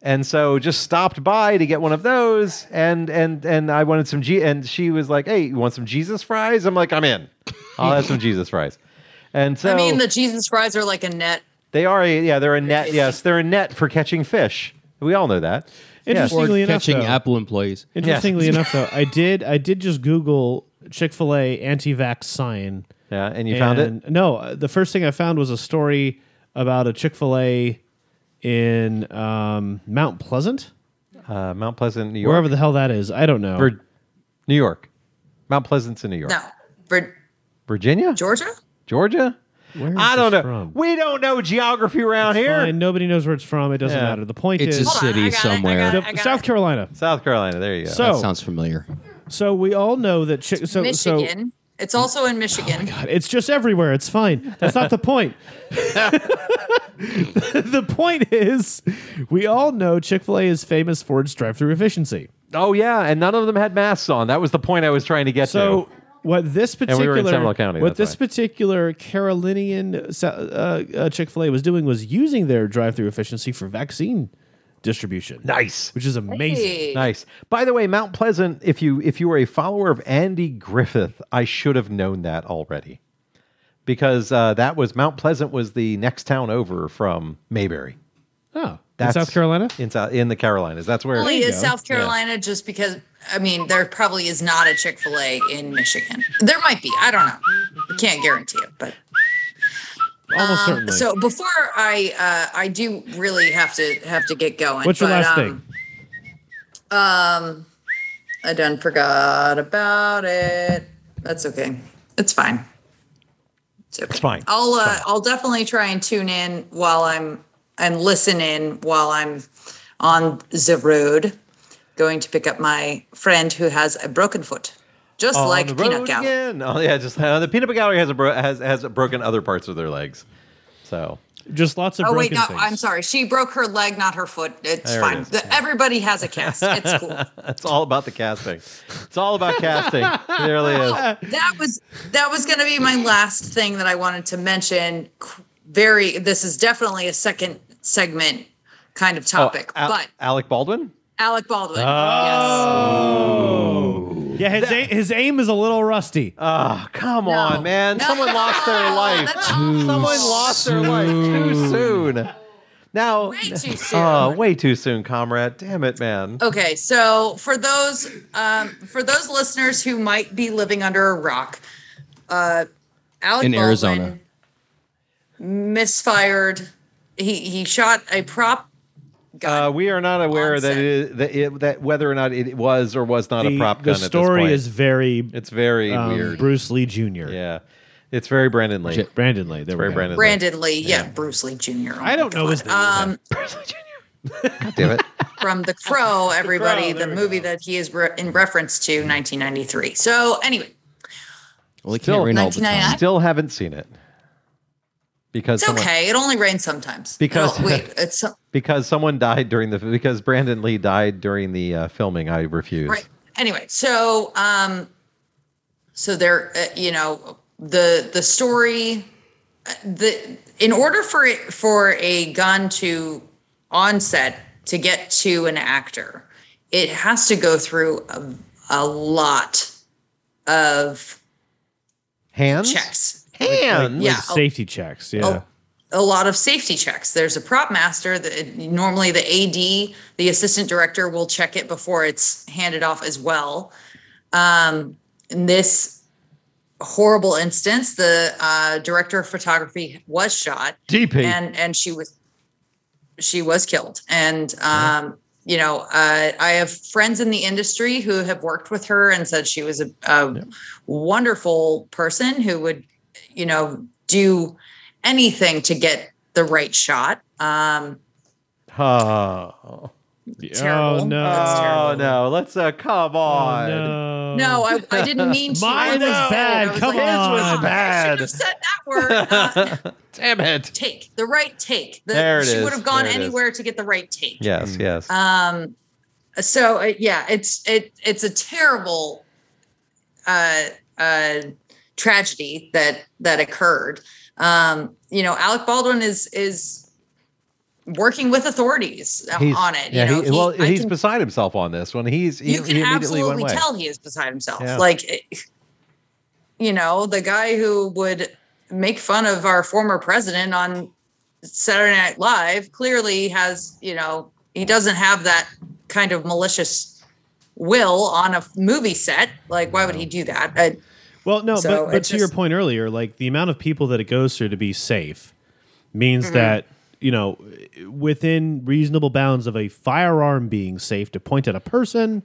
A: and so just stopped by to get one of those and and and I wanted some G and she was like hey you want some Jesus fries I'm like I'm in I'll have some Jesus fries and so
D: I mean, the Jesus fries are like a net.
A: they are a, yeah they're a net yes they're a net for catching fish we all know that Yes.
E: Or
C: Interestingly enough,
E: catching
C: though-
E: Apple employees.
C: Interestingly enough, though, I did I did just Google Chick Fil A anti-vax sign.
A: yeah and you found it
C: and- No, uh, the first thing I found was a story about a Chick Fil A in um, Mount Pleasant,
A: uh, Mount Pleasant New York
C: wherever the hell that is. I don't know.
A: Vir- New York. Mount Pleasant's in New York.
D: No, for
A: Virginia?
D: Georgia.
A: Georgia?
C: Where is
A: I don't know.
C: this from?
A: We don't know geography around here.
C: Fine, nobody knows where it's from. It doesn't
A: Yeah.
C: matter. The point
E: It's
C: is
E: a
D: Hold on, I
E: city
D: got it, I
E: somewhere.
D: got it.
C: the- South Carolina.
A: South Carolina. There you go.
C: So
E: Sounds familiar.
C: so we all know that Chick so so
D: Michigan. it's also in
A: Oh
D: Michigan.
C: God, It's just everywhere. It's fine. That's not the point.
D: <laughs>
C: <laughs> the point is, we all know Chick fil A is famous for its drive through efficiency.
A: oh yeah, and none of them had masks on. That was the point I was trying to get
C: So,
A: to.
C: what this
A: we
C: particular
A: were in Seminole County,
C: what
A: that's
C: this
A: why.
C: particular Carolinian uh, uh, Chick fil A was doing was using their drive through efficiency for vaccine distribution,
A: Nice.
C: which is amazing.
D: Hey.
A: Nice. By the way, Mount Pleasant, if you if you were a follower of Andy Griffith, I should have known that already. Because uh, that was Mount Pleasant was the next town over from Mayberry.
C: Oh,
A: That's
C: in South Carolina?
A: In, Sou- in the Carolinas. That's where
D: Probably is
C: go.
D: South Carolina just because I mean there probably is not a Chick Fil A in Michigan. There might be. I don't know. I can't guarantee it, but
C: Almost
D: um,
C: certainly.
D: so before I uh, I do really have to have to get going.
C: What's your
D: but,
C: last
D: um, Um, I done forgot about it. That's okay. It's fine. It's, okay.
A: fine.
D: I'll uh, I'll definitely try and tune in while I'm and listen in while I'm on the road, going to pick up my friend who has a broken foot, just
A: on
D: like
A: the
D: Peanut
A: road
D: Gallery.
A: again. Oh yeah, just uh, the peanut gallery has a bro- has has broken other parts of their legs. So
C: thing? Just lots of
D: Oh wait,
C: broken things.
D: no, I'm sorry. She broke her leg, not her foot. It's
A: There it
D: fine.
A: is.
D: The- everybody has a cast. It's
A: <laughs>
D: cool.
A: it's all about the casting. It's all about casting. It really is.
D: that was that was going to be my last thing that I wanted to mention. Qu- Very, this is definitely a second segment kind of topic,
A: Oh, Al-
D: but
A: Alec Baldwin.
D: Alec Baldwin.
A: Oh.
C: Yeah, his, aim, his aim is a little rusty.
A: Oh come on, man!
D: No.
A: Someone lost their life.
D: That's
A: Someone lost their life too soon. Now, <laughs>
D: yes. Way too soon. Oh,
A: oh, way too soon, comrade. Damn it, man.
D: Okay, so for those um, for those listeners who might be living under a rock, uh, Alec
E: In
D: Baldwin
E: Arizona.
D: misfired. He he shot a prop
A: Uh, we are not aware that
D: Onset.
A: it, is, that, it, that whether or not it was or was not a
C: The-
A: prop
C: the
A: gun.
C: story
A: at this point.
C: is very
A: it's very
C: um,
A: weird.
C: Bruce Lee Jr.
A: <laughs> Yeah, it's very Brandon Lee.
E: Shit.
C: Brandon Lee. There we
A: Very
C: go. <laughs>
A: Brandon. Lee.
D: Brandon Lee, yeah, Bruce Lee Jr. Oh
C: I don't
D: my
C: know his
D: God.
C: name.
D: Um,
A: Damn it.
D: from The Crow, everybody, the,
C: there we
D: movie that he is re- in reference to, 1993. So anyway,
E: Well, it
A: Still
E: can't rain all the time.
A: <laughs>
D: 1999.
A: Still haven't seen it because
D: it's
A: someone,
D: okay. It only rains sometimes.
A: Because-
D: Oh, wait, it's
A: because someone died during the because Brandon Lee died during the uh, filming. I refuse.
D: right. Anyway, so um, so there, uh, you know, the the story, uh, the in order for it, for a gun to onset to get to an actor, it has to go through a, a lot of
A: Hands.
D: checks.
A: Hands.
D: Yeah. Oh,
C: Safety checks. Yeah.
D: a, a lot of safety checks. There's a prop master that normally the AD, the assistant director, will check it before it's handed off as well. Um, in this horrible instance, the uh, director of photography was shot
A: DP.
D: and and she was she was killed and um you know, uh, I have friends in the industry who have worked with her and said she was a, a wonderful person who would, you know, do anything to get the right shot. Um,
A: Oh,
D: terrible.
C: Oh no! Oh,
D: That's
A: oh
D: terrible.
A: no! Let's uh, come on. <laughs> Oh.
C: no.
D: No, I, I didn't mean to.
C: Mine
D: I
C: was bad.
D: I
C: Come on.
D: "Oh,
C: His was
D: I
A: bad."
D: should have said that
A: <laughs>
D: word. Uh,
A: Damn it!
D: take the right take. The,
A: There it
D: she would
A: is.
D: have gone
A: There it is.
D: anywhere to get the right take.
A: Yes, yes.
D: Um, so uh, yeah, it's it it's a terrible uh, uh, tragedy that that occurred. Um, you know, Alec Baldwin is is working with authorities uh, on it.
A: Yeah,
D: you know,
A: he, well,
D: I
A: he's
D: can-
A: beside himself on this one. He's he,
D: you can
A: he immediately went
D: absolutely
A: away.
D: tell he is beside himself.
A: Yeah.
D: Like, eh, you know, the guy who would make fun of our former president on Saturday Night Live clearly has, you know, he doesn't have that kind of malicious will on a movie set. Like, why would he do that? I,
C: Well, no,
D: So
C: but, but
D: it's
C: to your
D: just-
C: point earlier, like the amount of people that it goes through to be safe
D: Mm-hmm.
C: means that you know within reasonable bounds of a firearm being safe to point at a person.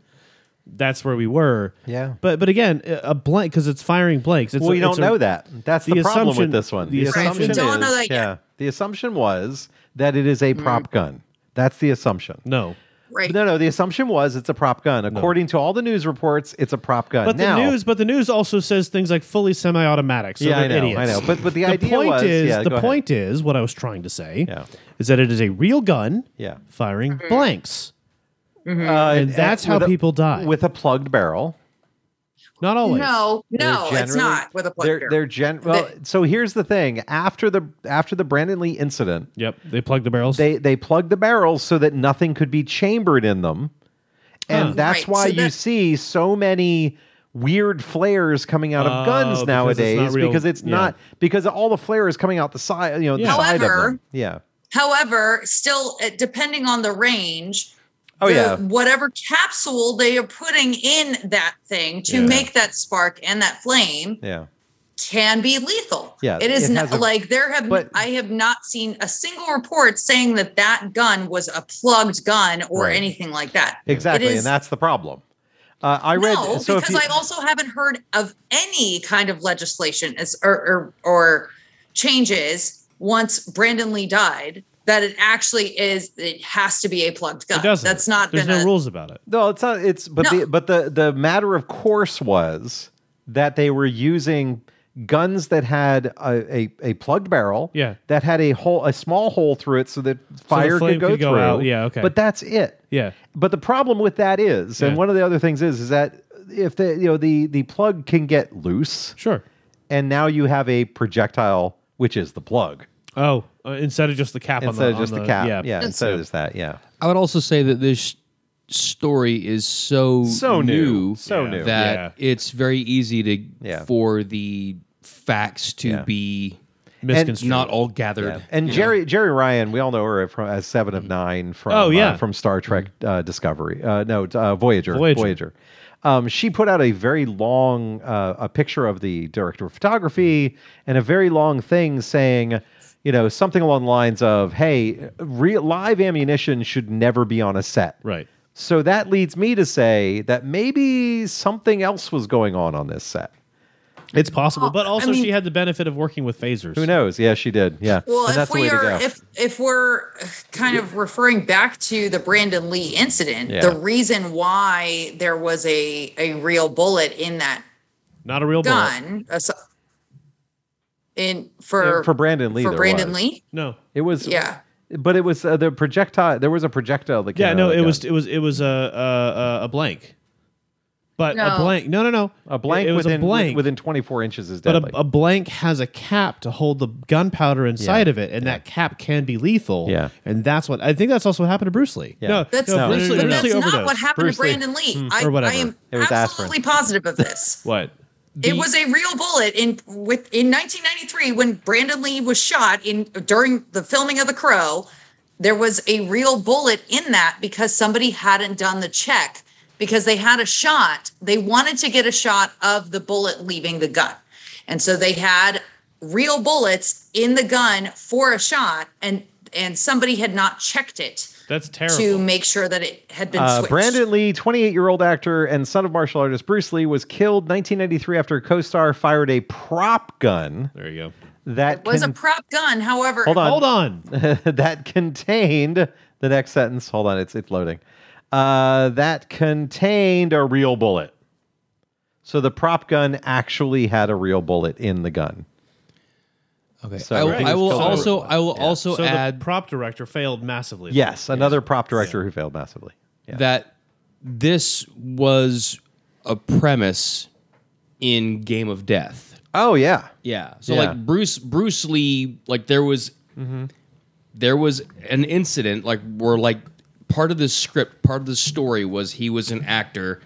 C: That's where we were.
A: Yeah.
C: But but again, a blank because it's firing blanks. It's
A: Well,
C: a-
A: you don't
C: it's a-
A: know that. That's the,
C: the
A: problem with
C: assumption-
A: this one.
C: the assumption
D: Right, we don't know that Mm-hmm. yet.
A: yeah. The assumption was that it is a prop gun. That's the assumption.
C: No.
D: right.
A: No, no. The assumption was it's a prop gun. According to all the news reports, it's a prop gun.
C: But
A: now,
C: the news, but the news also says things like fully semi-automatic. So
A: yeah, I
C: they're
A: know,
C: idiots.
A: I know. But but the, idea
C: point
A: was,
C: is
A: yeah, go
C: the
A: ahead.
C: point is what I was trying to say
A: Yeah.
C: is that it is a real gun
A: Yeah.
C: firing
D: Mm-hmm.
C: blanks.
A: Uh,
C: And that's how
A: with a-
C: people die.
A: with a plugged barrel.
C: Not always.
D: No,
A: They're
D: no, it's
A: generally-
D: not with a plug
A: They're
D: barrel.
A: they're gen. Well, so here's the thing. After the after the Brandon Lee incident,
C: Yep. They plug the barrels.
A: they they plugged the barrels so that nothing could be chambered in them and
C: Huh.
A: that's
D: Right,
A: why
D: so
A: you
D: that-
A: see so many weird flares coming out of
C: Oh, because
A: guns
C: it's
A: nowadays
C: not real-
A: because it's
C: yeah.
A: not because all the flare is coming out the side you know the
C: Yeah.
A: side of
D: However-
A: them yeah
D: However, still, uh, depending on the range,
A: Oh,
D: the-
A: yeah.
D: whatever capsule they are putting in that thing to
C: Yeah.
D: make that spark and that flame
A: yeah
D: can be lethal.
A: Yeah,
D: it is
A: it
D: not
A: has a-
D: like there have
A: but-
D: I have not seen a single report saying that that gun was a plugged gun or
A: Right.
D: anything like that.
A: exactly
D: is-
A: and that's the problem uh, i read
D: no,
A: so if
D: because
A: you-
D: I also haven't heard of any kind of legislation as or, or or changes once Brandon Lee died that it actually is it has to be a plugged gun.
C: it doesn't.
D: That's not
C: There's
D: gonna
C: no rules about it.
A: No, it's not. It's but
D: No.
A: the but the the matter of course was that they were using guns that had a a, a plugged barrel.
C: Yeah.
A: That had a hole a small hole through it so that fire
C: flame
A: could go
C: could go
A: through.
C: out. Yeah, okay.
A: But that's it.
C: Yeah.
A: But the problem with that is, and
C: Yeah.
A: one of the other things is, is that if the you know the the plug can get loose,
C: Sure.
A: and now you have a projectile which is the plug
C: Oh, uh, instead of just the cap
A: instead
C: on the
A: of just
C: on
A: the, cap. Yeah,
C: Yeah.
A: instead of just that. Yeah.
E: I would also say that this story is so
A: So new. So
C: Yeah.
A: new.
E: that it's very easy to
A: Yeah.
E: for the facts to
A: Yeah.
E: be
C: Misconstrued.
E: not all gathered.
A: Yeah. And Jerry Jerry Ryan, we all know her from as Seven of Nine from
C: Oh, yeah.
A: uh, from Star Trek
D: Mm-hmm.
A: uh, Discovery. Uh, no, uh, Voyager.
C: Voyager.
A: Um, she put out a very long uh, a picture of the director of photography
D: Mm-hmm.
A: and a very long thing saying, you know, something along the lines of, "Hey, re- live ammunition should never be on a set."
C: right.
A: So that leads me to say that maybe something else was going on on this set.
C: It's possible, but
D: I
C: also
D: mean-
C: she had the benefit of working with phasers.
A: Who knows? Yeah, she did. Yeah.
D: Well,
A: and
D: if
A: that's the
D: we
A: way to
D: are
A: go.
D: if if we're kind of referring back to the Brandon Lee incident,
A: Yeah.
D: the reason why there was a a real bullet in that
C: Not a real bullet.
D: gun uh, so- in for
A: for Brandon Lee,
D: for
A: there
D: Brandon
A: was.
D: Lee.
C: No.
A: It was
D: Yeah.
A: but it was uh, the projectile. There was a projectile that came.
C: Yeah,
A: out
C: no,
A: of the
C: it was
A: gun.
C: it was it was a a, a, a blank. But
D: No.
C: a blank. No, no, no.
A: a blank.
C: It was
A: within,
C: a blank
A: within 24 inches is
C: But
A: deadly.
C: a, a blank has a cap to hold the gunpowder inside of it, and that cap can be lethal.
A: Yeah.
C: and that's what I think. That's also what happened to Bruce Lee.
A: Yeah.
C: No,
D: That's
C: no,
A: Bruce
D: but
A: Lee-
C: Bruce Lee,
D: that's
C: Bruce Lee
D: not
C: overdosed.
D: what happened
A: Bruce
D: to
A: Lee.
D: Brandon Lee. I,
C: or whatever.
D: I am
A: It was
D: absolutely
A: aspirin.
D: positive of
C: <laughs>
D: this.
C: What?
D: it was a real bullet in with in 1993 when Brandon Lee was shot in during the filming of The Crow. There was a real bullet in that because somebody hadn't done the check because they had a shot. They wanted to get a shot of the bullet leaving the gun, and so they had real bullets in the gun for a shot, and and somebody had not checked it.
C: That's
D: to
C: terrible.
D: make sure that it had been
A: Uh,
D: switched.
A: Brandon Lee, 28 year old actor and son of martial artist Bruce Lee, was killed 1993 after a co star fired a prop gun
C: There you go.
A: that
D: was a
A: con-
D: prop gun. However,
A: Hold
C: Hold on.
A: <laughs> that contained the next sentence. Hold on, it's it's loading. Uh, that contained a real bullet. So the prop gun actually had a real bullet in the gun.
E: Okay.
A: So
E: I, will-
A: I think
E: I
A: it's
E: will
A: called
E: also
A: Overwatch.
E: I will also
C: So
E: add
C: the prop director failed massively.
A: Yes, another prop director who failed massively. Yeah.
E: that this was a premise in Game of Death.
A: Oh yeah.
E: Yeah. So
A: Yeah. Mm-hmm.
E: like Bruce Bruce Lee, like there was there was an incident like where like part of the script, part of the story was he was an actor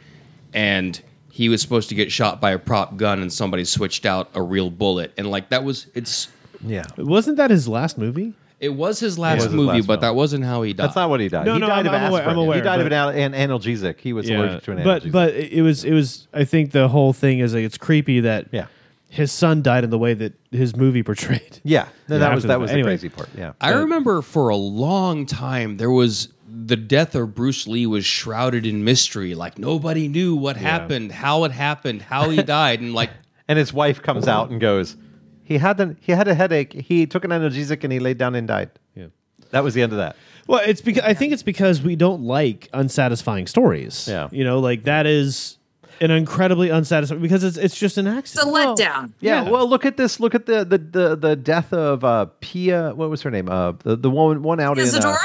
E: and he was supposed to get shot by a prop gun and somebody switched out a real bullet and like that was it's
A: Yeah.
C: Wasn't that his last movie?
E: it was his last
A: was his
E: movie,
A: last
E: but
A: film.
E: that wasn't how he died.
A: That's not what he died.
C: No,
A: he
C: no,
A: died
C: I'm-
A: of
C: I'm aware-
A: aspirin.
C: I'm aware,
A: he died of
C: but-
A: an, al- an analgesic. He was allergic to an analgesic.
C: but but it it was it was I think the whole thing is like it's creepy that
A: Yeah.
C: his son died in the way that his movie portrayed.
A: <laughs> yeah, no, that
C: after
A: was
C: the
A: that
C: fact.
A: was
C: Anyway.
A: the crazy part. Yeah.
E: I remember for a long time there was the death of Bruce Lee was shrouded in mystery. Like nobody knew what happened, how it happened, how he died, and like
A: and his wife comes out and goes, "He had an, he had a headache. He took an analgesic and he laid down and died."
C: Yeah.
A: That was the end of that.
C: Well, it's because I think it's because we don't like unsatisfying stories.
A: Yeah.
C: you know, like that is an incredibly unsatisfying because it's it's just an
D: it's a
C: accident.
D: letdown.
A: Yeah,
C: Yeah.
A: Well, look at this. Look at the the the, the death of uh, Pia. What was her name? Uh, the, the woman one out in uh,
D: Isadora?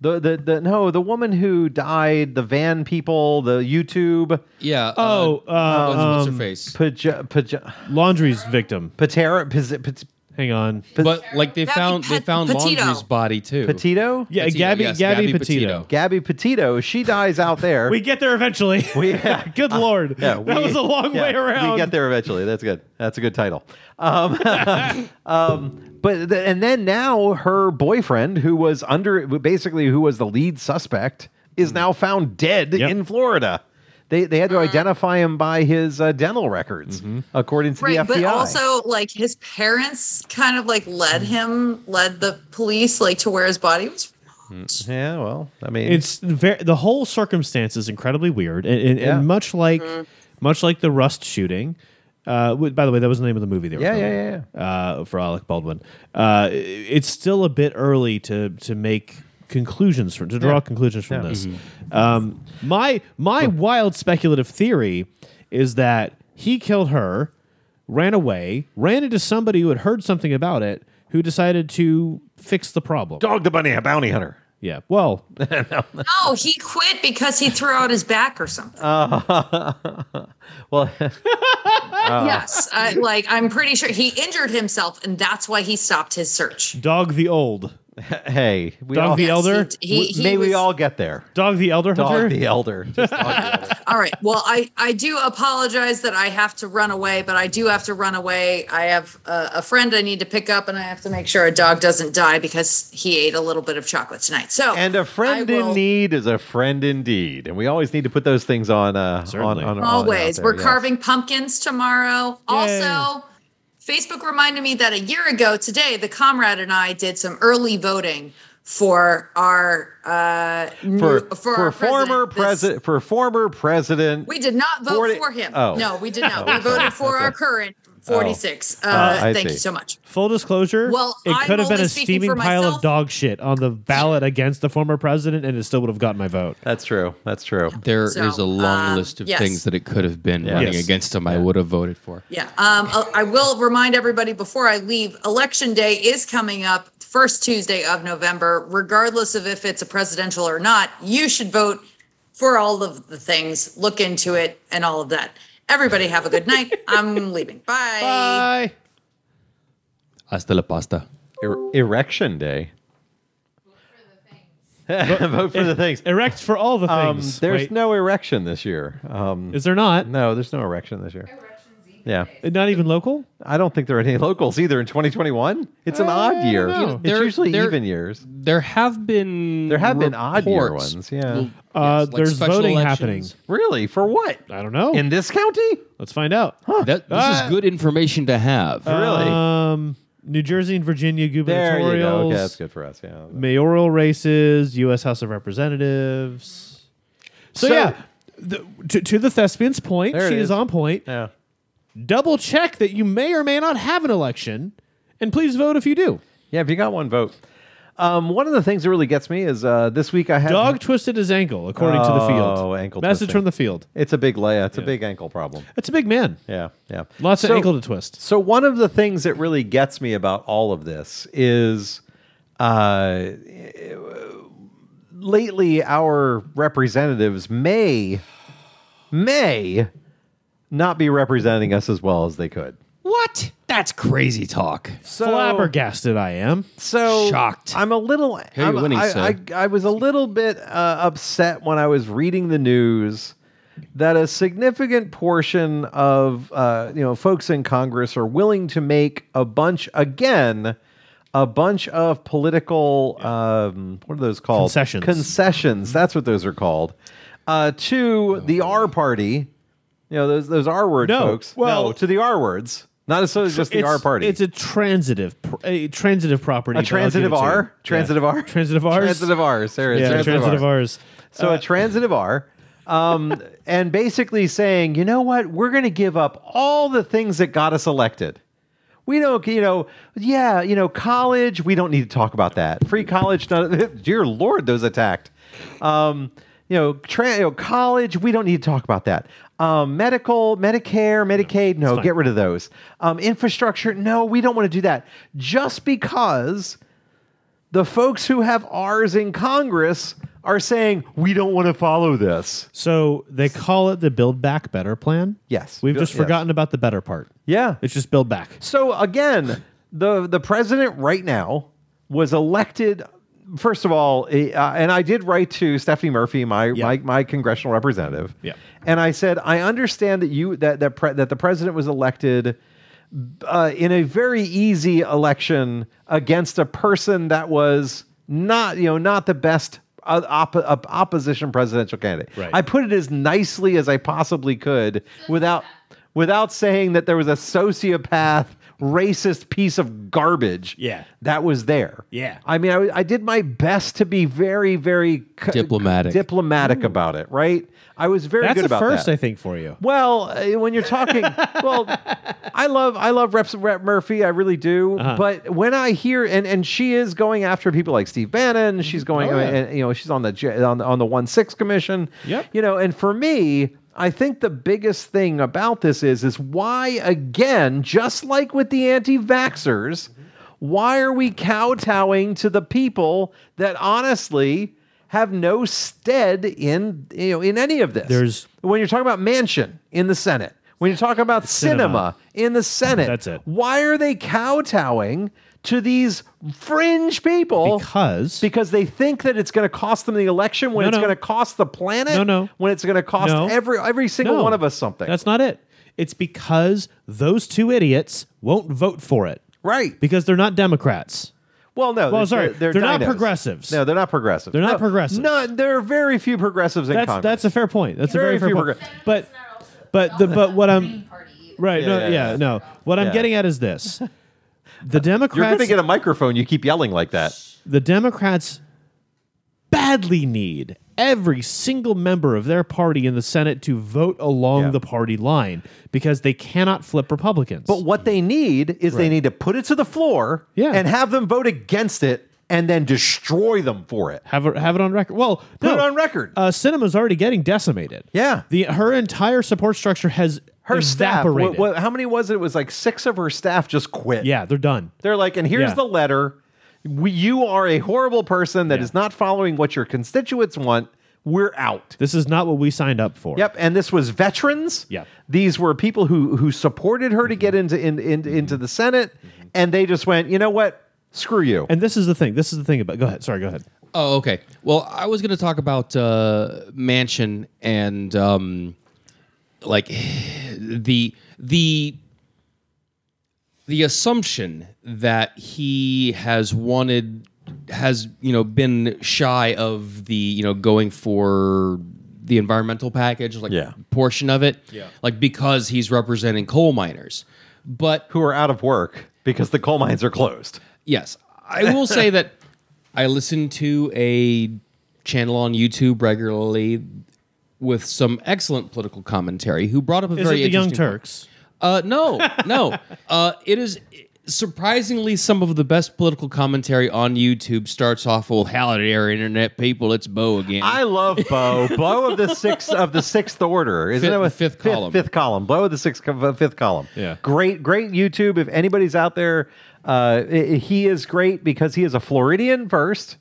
A: the, the the no the woman who died. The van people. The YouTube
E: yeah.
C: Oh,
E: uh,
C: uh,
E: what's, what's her
C: um,
E: face?
A: paja, paja,
C: laundry's victim.
A: patera, paz- pat,
C: Hang on.
E: But like they
D: Gabby
E: found they
D: Pet-
E: found
D: Petito.
E: Laundry's body too.
A: Petito.
C: Yeah,
E: Petito,
C: Gabby,
E: yes,
C: Gabby,
E: Gabby
C: Petito.
E: Petito.
A: Gabby Petito. She dies out there.
C: <laughs> We get there eventually. <laughs>
A: yeah.
C: Good lord.
A: Yeah,
C: that
A: we-
C: was a long
A: yeah,
C: way around.
A: We get there eventually. That's good. That's a good title. Um,
C: <laughs>
A: <laughs> um, but th- and then now her boyfriend, who was under basically who was the lead suspect, is now found dead
C: Hmm. Yep.
A: in Florida. They they
D: Uh-huh.
A: had to identify him by his uh, dental records,
C: Mm-hmm.
A: according to
D: Right,
A: the FBI.
D: but also like his parents kind of like
A: Mm.
D: led him, led the police like to where his body was.
A: yeah, well, I mean,
C: it's very the whole circumstance is incredibly weird and, and,
A: Yeah.
C: and much like much like the rust shooting uh, wh- by the way that was the name of the movie they were
A: yeah, yeah,
C: filming,
A: yeah, yeah.
C: Uh, for alec baldwin uh, i- it's still a bit early to to make conclusions from to draw
A: Yeah.
C: conclusions from
A: Yeah.
C: this um, my my wild speculative theory is that he killed her ran away ran into somebody who had heard something about it who decided to fix the problem
A: Dog the bunny, a bounty hunter.
C: yeah well <laughs>
D: No, he quit because he threw out his back or something.
A: Well, <laughs> Oh.
D: yes, I, like I'm pretty sure he injured himself, and that's why he stopped his search.
C: dog the old
A: hey, we
C: Dog
A: all,
C: the
D: Yes,
C: Elder?
D: he- he- he
A: may we
D: was-
A: all get there.
C: Dog the Elder Hunter?
A: Dog the elder. Just dog the elder.
D: All right. Well, I I do apologize that I have to run away, but I do have to run away. I have a, a friend I need to pick up, and I have to make sure a dog doesn't die because he ate a little bit of chocolate tonight. So
A: And a friend
D: I will-
A: in need is a friend indeed, and we always need to put those things on. Uh,
C: Certainly.
A: on, on, on out
D: Always.
A: there,
D: We're
A: yes.
D: carving pumpkins tomorrow. Also, Facebook reminded me that a year ago today, the comrade and I did some early voting for our uh, new-
A: for for
D: our
A: former
D: this-
A: president for former president.
D: We did not vote
A: Forty-
D: for him.
A: Oh.
D: No, we did
A: <laughs>
D: not. We voted for our current 46. Uh,
A: Oh. I
D: thank
A: see.
D: you so much.
C: Full disclosure,
D: Well,
C: it
D: I'm
C: could have been
D: only
C: a
D: speaking
C: steaming
D: for
C: pile of
D: myself.
C: dog shit on the ballot against the former president, and it still would have gotten my vote.
A: That's true. That's true.
E: There is
D: So,
E: a long
D: um,
E: list of
D: yes.
E: things that it could have been running
C: Yes.
E: against him. I would have voted for.
D: Yeah. Um, I- I will remind everybody before I leave, Election Day is coming up first Tuesday of November. Regardless of if it's a presidential or not, you should vote for all of the things, look into it, and all of that. Everybody have a good night. I'm leaving. Bye.
C: Bye.
E: Hasta la pasta.
A: Er- erection day. <laughs> Vote for the things.
C: Erect for all the
A: Um,
C: things.
A: there's
C: Wait,
A: no erection this year. Um,
C: Is there not?
A: no, there's no erection this year. Yeah,
C: Not even local?
A: I don't think there are any <laughs> locals either in 2021. It's an odd year.
C: know.
A: It's
E: There-
A: usually
E: there-
A: even years.
E: There have been
A: There have been odd year
E: reports-
A: ones, yeah.
E: Well,
C: Uh,
E: yes, like
C: there's
E: special
C: voting
E: elections.
A: Really, for what?
C: happening. I don't know.
A: In this county?
C: Let's find out.
E: That, this
C: Ah.
A: Uh,
E: is good information to have.
A: Really?
C: Um, New Jersey and Virginia
A: There
C: gubernatorials,
A: you go. Okay, that's good for us. Yeah.
C: mayoral races, U.S. House of Representatives. So,
A: So-
C: yeah, the, to, to the thespian's point,
A: There it
C: she is.
A: is.
C: on point.
A: Yeah.
C: Double check that you may or may not have an election, and please vote if you do.
A: Yeah. If you got one vote. Um, one of the things that really gets me is uh, this week I had
C: Dog twisted his ankle, according to the field.
A: Oh, ankle
C: Message
A: twisting.
C: from the field.
A: It's a big lay. It's a big ankle problem.
C: That's a big man.
A: Yeah. Yeah.
C: Lots of
A: So-
C: ankle to twist.
A: So one of the things that really gets me about all of this is uh, lately our representatives may may not be representing us as well as they could.
E: What? That's crazy talk.
A: So
C: Flabbergasted I am.
A: so
E: Shocked.
A: I'm a little.
E: you're
A: I'm-
E: winning,
A: I,
E: sir.
A: I, I was a little bit uh, upset when I was reading the news that a significant portion of uh, you know folks in Congress are willing to make a bunch again, a bunch of political um, what are those called
C: Concessions.
A: Concessions. That's what those are called. Uh, to the R party, you know those those R word
C: No.
A: folks.
C: Well-
A: no, to the R words, not necessarily just the
C: it's,
A: R party.
C: It's a transitive, pr- a transitive
A: A
C: property. but I'll give
A: transitive
C: it to you.
A: R?
C: Yeah.
A: Transitive R?
C: Transitive Rs?
A: Transitive Rs. There it is.
C: Yeah, transitive
A: R.
C: R's.
A: So a transitive R. Um, <laughs> and basically saying, you know what? We're going to give up all the things that got us elected. We don't, you know, yeah, you know, college, we don't need to talk about that. Free college, none, <laughs> dear Lord, those attacked. Um, you know, tra- you know, college, we don't need to talk about that. Um, medical, Medicare, Medicaid, no, get rid of those. Um, infrastructure, no, we don't want to do that. Just because the folks who have R's in Congress are saying, we don't want to follow this.
C: So they call it the Build Back Better plan.
A: Yes.
C: We've
A: Bu-
C: just
A: yes.
C: forgotten about the better part.
A: Yeah.
C: It's just Build Back.
A: So again, the the president right now was elected. First of all, eh, uh, and I did write to Stephanie Murphy, my my, my congressional representative,
C: Yeah.
A: and I said I understand that you that that pre- that the president was elected uh, in a very easy election against a person that was not you know not the best uh, op- op- opposition presidential candidate.
C: Right.
A: I put it as nicely as I possibly could without without saying that there was a sociopath racist piece of garbage
C: Yeah.
A: that was there
C: Yeah.
A: i mean i, I did my best to be very very c-
E: Diplomatic.
A: diplomatic about it right i was very
C: That's
A: good
C: a
A: about
C: first,
A: that.
C: I think, for you.
A: Well, uh, when you're
C: <laughs>
A: talking, well, I love I love Reps, Rep Murphy, I really do.
C: Uh-huh.
A: But when I hear and and she is going after people like Steve Bannon, she's going,
C: Oh, yeah.
A: and, you know, she's on the J- on the, on the one six commission.
C: Yep.
A: You know, and for me. I think the biggest thing about this is is why again, just like with the anti-vaxxers,
C: Mm-hmm.
A: why are we kowtowing to the people that honestly have no stead in you know in any of this?
C: There's-
A: when you're talking about mansion in the Senate, when you're talking about cinema,
C: Cinema.
A: in the Senate,
C: That's it.
A: Why are they kowtowing to these fringe people?
C: Because
A: Because they think that it's going to cost them the election when
C: No,
A: it's
C: no.
A: going to cost the planet.
C: No, no.
A: When it's going to cost
C: No.
A: every every single
C: No.
A: one of us something.
C: That's not it. It's because those two idiots won't vote for it
A: right.
C: because they're not Democrats.
A: Well, no.
C: Well, sorry, they're not
A: dinos.
C: progressives.
A: No, they're not progressives.
C: They're not
A: No,
C: progressives.
A: No, there are very few progressives in
C: That's
A: Congress.
C: that's a fair point. That's
A: Very
C: a very
A: few
C: fair
A: were
C: point.
A: good.
C: But but the but what I'm right no
A: Yeah,
C: yeah,
A: yeah, yeah.
C: no what I'm
A: Yeah.
C: getting at is
A: <laughs>
C: this: the
A: You're going to
C: Democrats
A: get a microphone. You keep yelling like that.
C: the Democrats badly need every single member of their party in the Senate to vote along
A: Yeah.
C: the party line because they cannot flip Republicans.
A: But what they need is they need to put it to the floor
C: Yeah.
A: and have them vote against it and then destroy them for it.
C: have it, have it on record. Well,
A: Put
C: no,
A: it on record.
C: Uh, cinema's already getting decimated.
A: Yeah.
C: the her entire support structure has
A: her staff,
C: evaporated.
A: what- what- how many was it? It was like six of her staff just quit.
C: Yeah, they're done.
A: They're like, and here's
C: Yeah.
A: the letter. We, you are a horrible person that is not following what your constituents want. We're out.
C: This is not what we signed up for.
A: Yep, and this was veterans.
C: Yep. Mm-hmm.
A: these were people who who supported her to get into in, in, into the Senate, and they just went, you know what? Screw you.
C: And this is the thing. This is the thing about. Go ahead. Sorry. Go ahead.
E: Oh, okay. Well, I was going to talk about uh, Mansion and um, like the the the assumption that he has wanted has you know been shy of the you know going for the environmental package like
A: Yeah.
E: portion of it yeah. like because he's representing coal miners but
A: who are out of work. because the coal mines are closed.
E: Yes, I will say that I listen to a channel on YouTube regularly with some excellent political commentary who brought up a
C: Is it
E: very
C: the Young
E: interesting point.
C: Turks?
E: Uh, no,
C: <laughs>
E: no. uh, it is surprisingly some of the best political commentary on YouTube starts off with "How there, internet people? It's Bo again."
A: I love Bo. Blow of the sixth of the sixth order. Isn't
E: Fifth-
A: it a
E: fifth column.
A: Fifth column. Blow of the sixth co- uh, fifth column.
C: Yeah.
A: Great, great YouTube. If anybody's out there, uh, i- i- he is great because he is a Floridian first,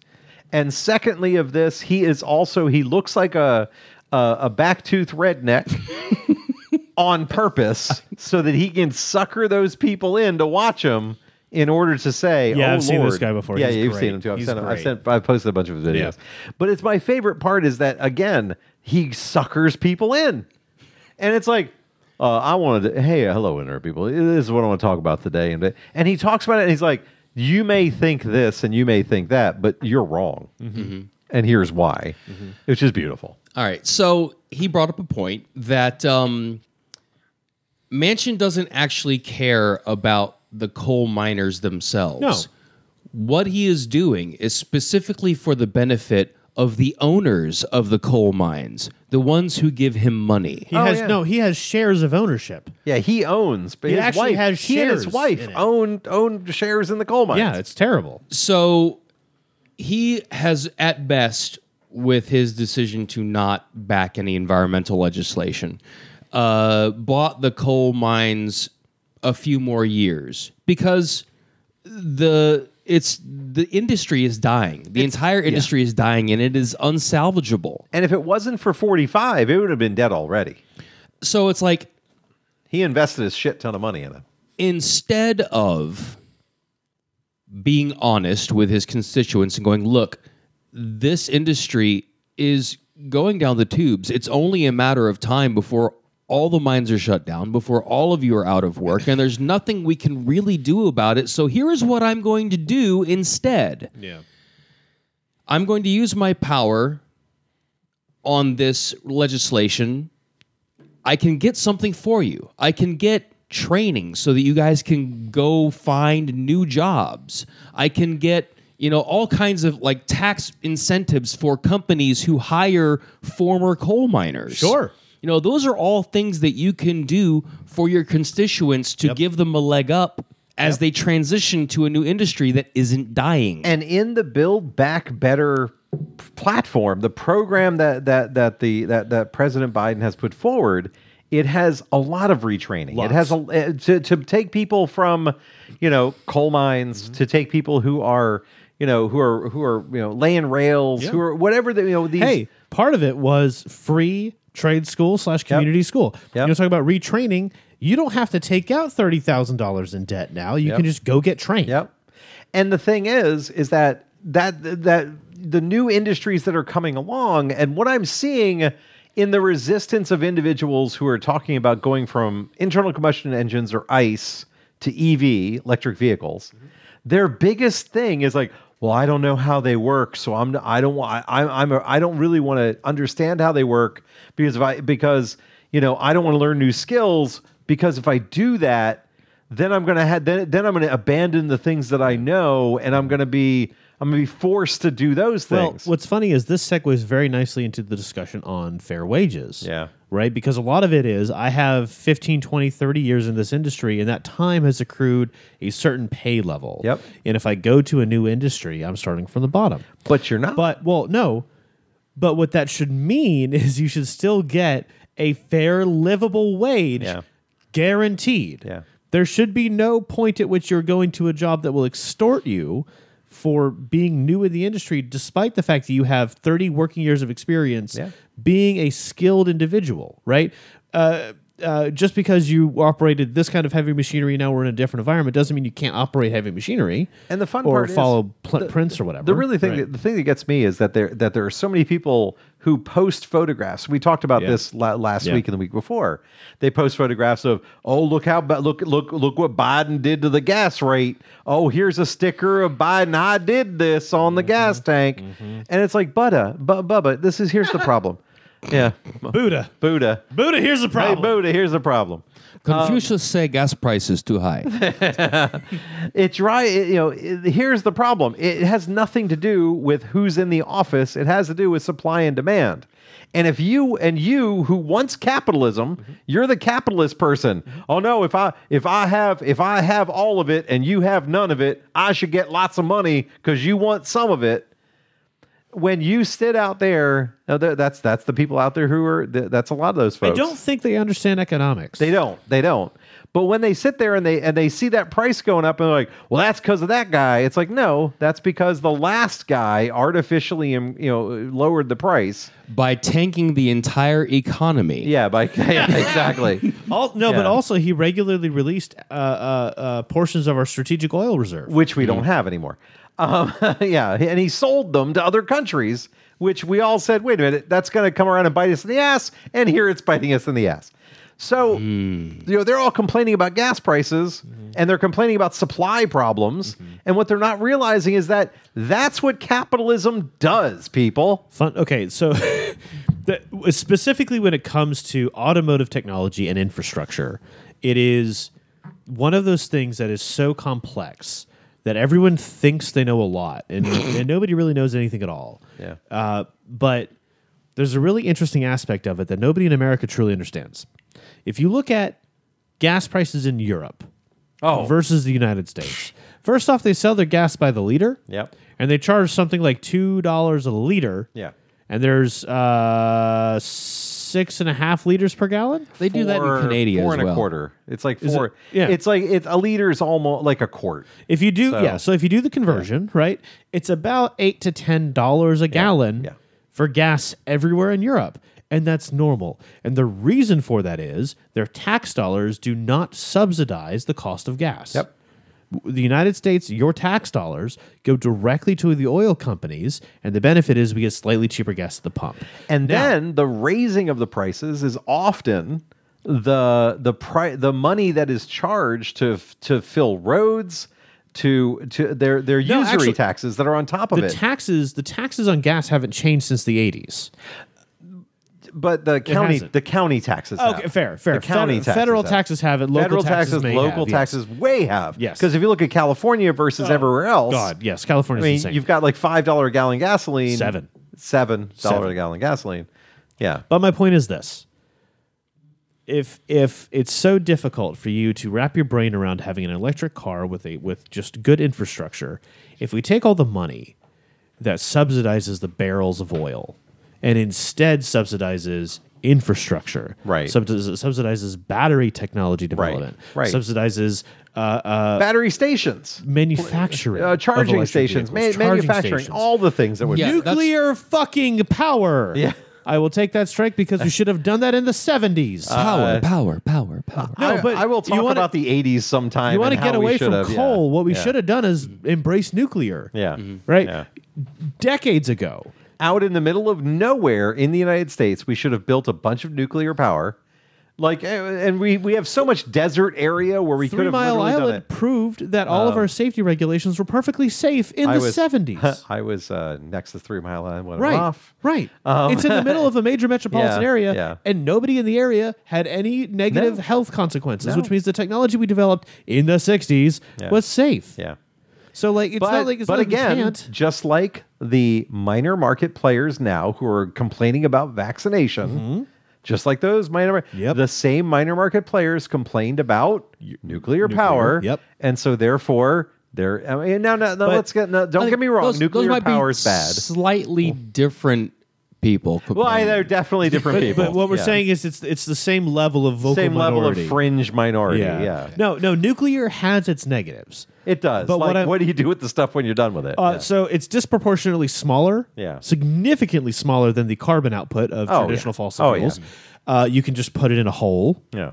A: and secondly of this, he is also he looks like a a, a backtooth
C: <laughs>
A: redneck. on purpose so that he can sucker those people in to watch him in order to say,
C: Yeah,
A: oh,
C: I've seen this
A: Lord.
C: guy before.
A: Yeah,
C: He's
A: yeah, you've
C: great.
A: seen him too. I've,
C: He's
A: sent him, I've
C: great.
A: sent, I've posted a bunch of his videos. But it's my favorite part is that again he suckers people in, and it's like. Uh, I wanted to, hey, hello, internet people. This is what I want to talk about today. And, and he talks about it and he's like, you may think this and you may think that, but you're wrong. Mm-hmm. And here's why. It's just beautiful.
E: All right. So he brought up a point that um, Mansion doesn't actually care about the coal miners themselves.
C: No.
E: What he is doing is specifically for the benefit of the owners of the coal mines, the ones who give him money.
C: He
A: Oh,
C: has
A: yeah.
C: no. He has shares of ownership.
A: Yeah, he owns, but
C: He
A: his
C: actually
A: wife,
C: has
A: he and his
C: shares
A: wife
C: in it.
A: own own shares in the coal mines.
C: Yeah, it's terrible.
E: So he has, at best, with his decision to not back any environmental legislation, uh, bought the coal mines a few more years because the it's the industry is dying. The entire industry is dying, and it is unsalvageable.
A: and if it wasn't for forty five, it would have been dead already.
E: So it's like
A: He invested a shit ton of money in it.
E: instead of being honest with his constituents and going, look, this industry is going down the tubes. It's only a matter of time before all the mines are shut down, before all of you are out of work, and there's nothing we can really do about it. So here is what I'm going to do instead.
C: Yeah.
E: I'm going to use my power on this legislation. I can get something for you. I can get training so that you guys can go find new jobs. I can get, you know, all kinds of like tax incentives for companies who hire former coal miners.
C: Sure.
E: You know, those are all things that you can do for your constituents to give them a leg up as they transition to a new industry that isn't dying.
A: And in the Build Back Better platform, the program that that that the that that President Biden has put forward, it has a lot of retraining. It has a eh, to to take people from, you know, coal mines to take people who are, you know, who are who are, you know, laying rails, who are whatever the you know these
C: Hey, part of it was free trade school slash community school. You know, talk about retraining. You don't have to take out thirty thousand dollars in debt now. You can just go get trained.
A: Yep. And the thing is, is that that that the new industries that are coming along, and what I'm seeing in the resistance of individuals who are talking about going from internal combustion engines or ICE to EV, electric vehicles, their biggest thing is like, well, I don't know how they work, so I'm I don't want I, I'm a, I don't really want to understand how they work because if I because you know I don't want to learn new skills because if I do that then I'm gonna ha- then then I'm gonna abandon the things that I know, and I'm gonna be I'm gonna be forced to do those
C: Well,
A: things.
C: what's funny is this segues very nicely into the discussion on fair wages.
A: Yeah.
C: Right? Because a lot of it is I have 15, 20, 30 years in this industry, and that time has accrued a certain pay level.
A: Yep.
C: And if I go to a new industry, I'm starting from the bottom.
A: but you're not.
C: But, well, no. But what that should mean is you should still get a fair, livable wage
A: Yeah.
C: guaranteed.
A: Yeah.
C: There should be no point at which you're going to a job that will extort you for being new in the industry, despite the fact that you have 30 working years of experience
A: Yeah.
C: being a skilled individual, right? Uh, uh, just because you operated this kind of heavy machinery, now we're in a different environment, doesn't mean you can't operate heavy machinery.
A: And the fun
C: or
A: part is
C: follow pl- prints or whatever.
A: the really thing
C: Right.
A: that, the thing that gets me is that there that there are so many people who post photographs. We talked about
C: Yeah.
A: this la- last
C: Yeah.
A: week and the week before. They post photographs of oh look how Bi- look look look what Biden did to the gas rate. Oh here's a sticker of Biden. I Mm-hmm. <laughs> did this on the gas tank, and it's like Butta, bu- Bubba. This is here's the problem. Yeah.
C: Buddha.
A: Buddha.
C: Buddha, here's the
A: Hey,
C: problem.
A: Buddha, here's the problem.
E: Confucius say gas price is too high.
A: <laughs> It's right. it- you know, it- here's the problem. It has nothing to do with who's in the office. It has to do with supply and demand. And if you and you who wants capitalism,
C: Mm-hmm.
A: you're the capitalist person. Oh no, if I if I have if I have all of it and you have none of it, I should get lots of money because you want some of it. When you sit out there, now th- that's that's the people out there who are th- that's a lot of those
C: I
A: folks.
C: don't think they understand economics.
A: They don't. They don't. But when they sit there and they and they see that price going up and they're like, "Well, that's because of that guy." It's like, "No, that's because the last guy artificially, um, you know, lowered the price."
E: By tanking the entire economy.
A: Yeah, by <laughs> yeah, <laughs> exactly.
C: Al- no, but
A: Yeah.
C: also he regularly released uh, uh, uh, portions of our strategic oil reserve.
A: Which we don't have anymore. Um, <laughs> yeah, and he sold them to other countries, which we all said, "Wait a minute, that's going to come around and bite us in the ass." And here it's biting us in the ass. So, you know, they're all complaining about gas prices and they're complaining about supply problems. And what they're not realizing is that that's what capitalism does, people.
C: Fun. Okay, so <laughs> that, specifically when it comes to automotive technology and infrastructure, it is one of those things that is so complex that everyone thinks they know a lot, and, and nobody really knows anything at all.
A: Yeah.
C: Uh, but there's a really interesting aspect of it that nobody in America truly understands. If you look at gas prices in Europe
A: Oh.
C: versus the United States, first off, they sell their gas by the liter.
A: Yep.
C: And they charge something like $2 a liter.
A: Yeah.
C: And there's uh, six and a half liters per gallon.
E: They do that in Canada
A: four
E: as
A: and
E: well.
A: a quarter. It's like four.
C: it- yeah.
A: It's like it's a liter is almost like a quart.
C: If you do,
A: So-
C: yeah. So if you do the conversion, right, it's about eight to ten dollars a gallon
A: yeah.
C: for gas everywhere in Europe, and that's normal. And the reason for that is their tax dollars do not subsidize the cost of gas.
A: Yep.
C: The United States, your tax dollars go directly to the oil companies, and the benefit is we get slightly cheaper gas at the pump.
A: And then the raising of the prices is often the the pri- the money that is charged to f- to fill roads to to their their
C: No,
A: usury
C: actually-
A: taxes that are on top of
C: The
A: it.
C: taxes, the taxes on gas haven't changed since the eighties.
A: but the county
C: hasn't.
A: the county taxes.
C: Okay,
A: have.
C: fair, fair.
A: The county
C: Fed-
A: taxes
C: federal
A: have.
C: taxes have it. Local
A: federal
C: taxes,
A: taxes,
C: may
A: local
C: have, yes.
A: taxes way have.
C: Yes. Oh,
A: Because if you look at California versus everywhere else,
C: God, yes,
A: I
C: California's
A: mean,
C: insane.
A: you've got like five dollar a gallon gasoline,
C: Seven.
A: seven dollar
C: Seven.
A: a gallon gasoline. Yeah,
C: But my point is this: if if it's so difficult for you to wrap your brain around having an electric car with a with just good infrastructure, if we take all the money that subsidizes the barrels of oil and instead subsidizes infrastructure,
A: Right.
C: Subsidizes, subsidizes battery technology development,
A: right.
C: Subsidizes uh,
A: battery stations.
C: manufacturing,
A: Uh,
C: of
A: charging
C: electric
A: stations, ma-
C: vehicles, charging
A: manufacturing,
C: stations.
A: all the things that would
E: Yeah. that's-
C: nuclear fucking power.
A: Yeah.
C: I will take that strike because we should have done that in the
A: Uh,
C: 70s.
E: Power, power, power, power.
C: No,
A: I,
C: but
A: I will
C: you
A: talk
C: wanna-
A: about the 80s sometime.
C: you want to
A: and how
C: get
A: we
C: away
A: should
C: from
A: have- yeah,
C: coal. What we
A: yeah,
C: should have done is embrace nuclear,
A: Yeah.
C: right?
A: Yeah.
C: Decades ago.
A: Out in the middle of nowhere in the United States, we should have built a bunch of nuclear power. Like, eh, and we, we have so much desert area where we could
C: Three
A: have
C: Mile
A: literally done
C: Island
A: it. Um,
C: proved that all of our safety regulations were perfectly safe in
A: I
C: the
A: was, <laughs>
C: 70s.
A: I was uh, next to Three Mile Island when it
C: <laughs> Right,
A: went off.
C: right. it's in the middle of a major metropolitan
A: Um, <laughs> Yeah,
C: area,
A: yeah.
C: and nobody in the area had any negative
A: No.
C: health consequences,
A: No.
C: which means the technology we developed in the 60s
A: Yeah.
C: was safe.
A: Yeah.
C: So, like, it's
A: But,
C: not like it's
A: but
C: not like we
A: again,
C: can't.
A: just like the minor market players now who are complaining about vaccination, just like those minor,
C: Mm-hmm. Yep.
A: the same minor market players complained about nuclear, power.
C: yep.
A: And so therefore, they're, I mean, no, no, no,
C: But-
A: let's get, no, don't
E: I
A: get
E: think
A: me wrong.
E: those- those
A: nuclear
E: might be
A: power is bad.
E: Slightly different people.
A: Well, I-
E: complaining.
A: they're definitely different people.
C: But what we're
A: Yeah.
C: saying is it's it's the same level of vocal
A: same level
C: minority.
A: of fringe minority. Yeah.
C: No, no, nuclear has its negatives.
A: It does. But
C: But what
A: like,
C: I-
A: what, do you do with the stuff when you're done with it?
C: Uh,
A: Yeah.
C: So it's disproportionately smaller,
A: Yeah.
C: significantly smaller than the carbon output of
A: Oh,
C: traditional
A: yeah.
C: fossil
A: Oh, yeah.
C: fuels. Uh, you can just put it in a hole.
A: yeah.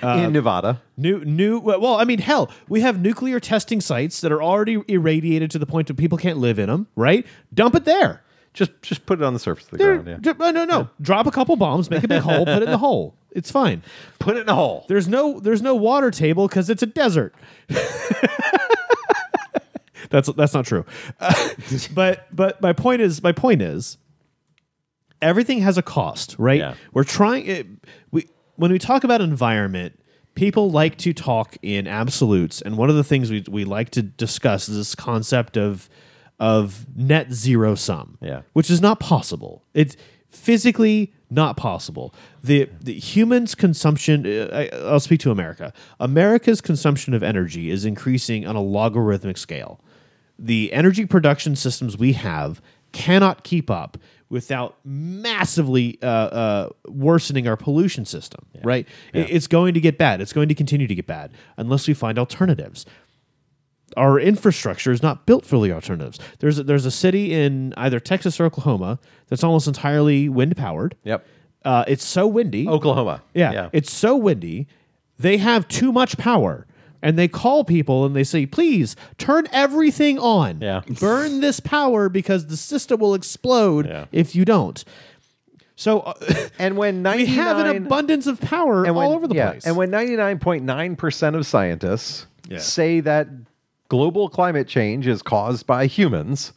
C: uh,
A: In Nevada.
C: New, new. Well, I mean, hell, we have nuclear testing sites that are already irradiated to the point that people can't live in them. Right? Dump it there.
A: Just, just put it on the surface of the
C: There-
A: ground. Yeah.
C: ju- No, no, no. Drop a couple bombs, make a big hole, put it in the hole. It's fine.
A: Put it in a hole.
C: There's no there's no water table because it's a desert. <laughs> <laughs> that's that's not true. Uh, but but my point is my point is everything has a cost, right?
A: Yeah.
C: We're trying it, we when we talk about environment, people like to talk in absolutes, and one of the things we we like to discuss is this concept of of net zero sum,
A: Yeah.
C: which is not possible. It's physically not possible. The, the humans' consumption, uh, I, I'll speak to America. America's consumption of energy is increasing on a logarithmic scale. The energy production systems we have cannot keep up without massively uh, uh, worsening our pollution system, right? I- It's going to get bad. It's going to continue to get bad unless we find alternatives our infrastructure is not built for the alternatives. There's a, there's a city in either Texas or Oklahoma that's almost entirely wind powered.
A: Yep.
C: Uh, it's so windy.
A: Oklahoma.
C: Yeah, It's so windy. They have too much power. And they call people and they say, please turn everything on.
A: Yeah.
C: Burn this power because the system will explode
A: Yeah.
C: if you don't. So uh, <laughs>
A: and when
C: we
A: 99
C: have an abundance of power
A: and when-
C: all over the
A: yeah,
C: place.
A: And when 99.9% of scientists
C: Yeah.
A: say that global climate change is caused by humans,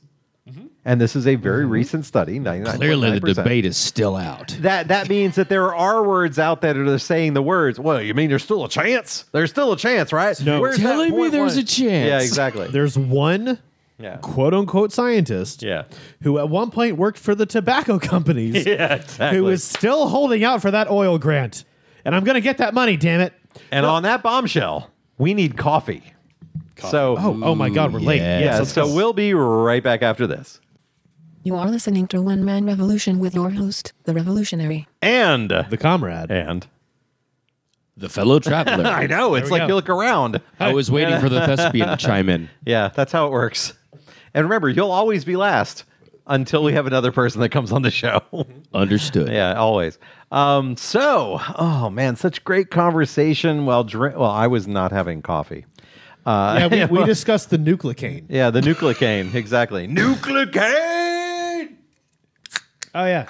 A: and this is a very
C: Mm-hmm.
A: recent study, 99.9%.
E: Mm-hmm. Clearly, the debate is still out.
A: That, that means that there are words out there that are saying the words. Well, you mean there's still a chance? There's still a chance, right?
C: No.
A: Where's that
E: Telling me
A: point
E: there's
A: one?
E: a chance.
A: Yeah, exactly.
C: There's one
A: yeah.
C: quote unquote scientist
A: Yeah.
C: who at one point worked for the tobacco companies
A: Yeah, exactly.
C: who is still holding out for that oil grant. And I'm going to get that money, damn it.
A: and on that bombshell, we need coffee. So,
C: Oh, oh my God, we're late.
E: yeah.
C: Yes,
A: yeah,
C: let's
A: so
C: go.
A: we'll be right back after this.
F: You are listening to One Man Revolution with your host, The Revolutionary.
A: And
C: the comrade.
A: and
E: The fellow
A: <laughs>
E: traveler.
A: I know. It's
C: we
A: like
C: go.
A: you look around.
E: I was waiting for the thespian to chime in.
A: Yeah, that's how it works. And remember, you'll always be last until we have another person that comes on the show. <laughs>
E: Understood.
A: yeah, always. Um, so, oh man, such great conversation while drink. Well, I was not having coffee.
C: Yeah, we, we discussed the nucleocane.
A: Yeah, the
C: <laughs>
A: nucleocane, exactly. Nucleocane.
C: Oh, yeah.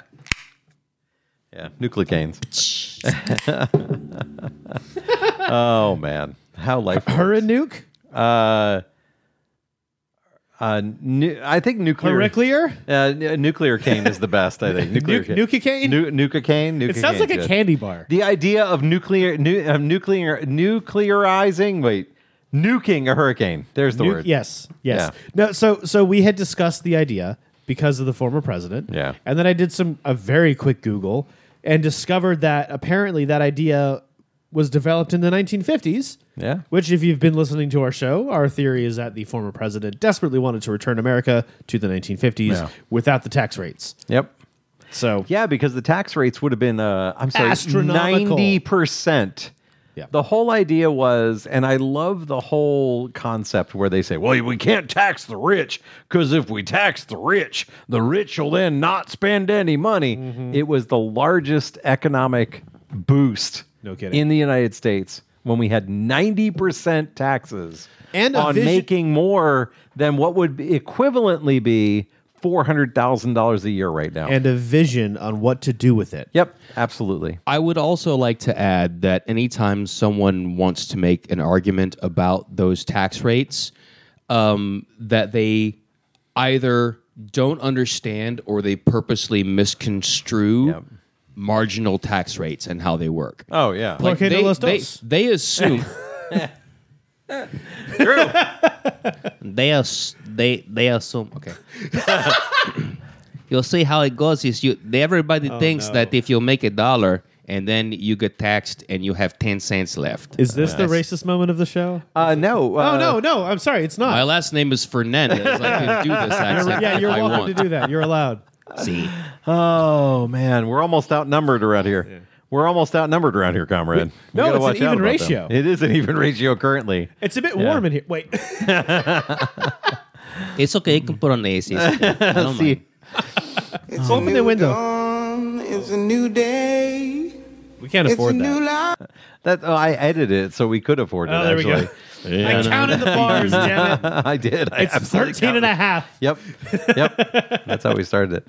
A: Yeah, nucleocanes. <laughs> oh man, how life.
C: Her and nuke?
A: Uh, nu- I think nuclear.
C: Nuclear?
A: Uh, n- nuclear cane is the best, I think. Nuclear
C: <laughs> Nu-
A: cane.
C: Nuka-cane?
A: Nu- Nuka cane. Nuka
C: It sounds like a candy bar.
A: The idea of nuclear, nu- um, nuclear, nuclearizing. Wait, nuking a hurricane. There's the
C: Nu-
A: word.
C: Yes,
A: Yeah.
C: yes. No, so so we had discussed the idea because of the former president.
A: Yeah.
C: and then I did some a very quick Google and discovered that apparently that idea was developed in the 1950s.
A: Yeah.
C: Which, if you've been listening to our show, our theory is that the former president desperately wanted to return America to the 1950s
A: Yeah.
C: without the tax rates.
A: Yep.
C: So
A: Yeah, because the tax rates would have been. Uh, I'm sorry,
C: Astronomical.
A: ninety percent.
C: Yeah.
A: The whole idea was, and I love the whole concept where they say, well, we can't tax the rich because if we tax the rich, the rich will then not spend any money.
C: Mm-hmm.
A: It was the largest economic boost
C: No kidding.
A: in the United States when we had 90% taxes
C: And a
A: on
C: vision-
A: making more than what would be- equivalently be $400,000 a year right now.
C: and a vision on what to do with it.
A: Yep, absolutely.
E: I would also like to add that anytime someone wants to make an argument about those tax rates, um, that they either don't understand or they purposely misconstrue
A: Yep.
E: marginal tax rates and how they work.
A: Oh yeah.
E: Like,
C: Porque no
E: they,
C: los
E: they,
C: dos.
E: they assume
A: True.
G: they are s- they they assume okay <laughs> you'll see how it goes is you they, everybody
C: Oh,
G: thinks that if you make a dollar and then you get taxed and you have 10 cents left
C: Is this the racist moment of the show?
A: <laughs> Uh, no. Uh,
C: <laughs> oh no, no, I'm sorry, it's
E: my
C: not.
E: last name is Fernandez. I can do this accent
C: yeah, <laughs>
E: if
C: you're
E: I
C: welcome
E: want.
C: to do that. You're allowed.
G: see
A: Oh man, we're almost outnumbered around here. We're almost outnumbered around here, comrade. We
C: No,
A: gotta
C: it's an
A: watch out
C: even
A: about
C: ratio.
A: them. It is an even ratio currently.
C: It's a bit warm in here. Wait.
G: it's okay you can put on the AC it's
C: <laughs>
G: okay. I don't mind.
A: See,
H: It's a
C: Open the
H: new
C: window.
H: dawn, It's a new day.
C: We can't
H: It's a
C: afford
H: new
C: that.
H: life.
A: that oh, I edited it so we could afford it.
C: Oh, there we go.
A: actually. <laughs>
C: I counted the bars, damn it.
A: I did. I
C: It's
A: absolutely
C: 13 and
A: counted.
C: a half.
A: Yep.
C: <laughs>
A: Yep. That's how we started it.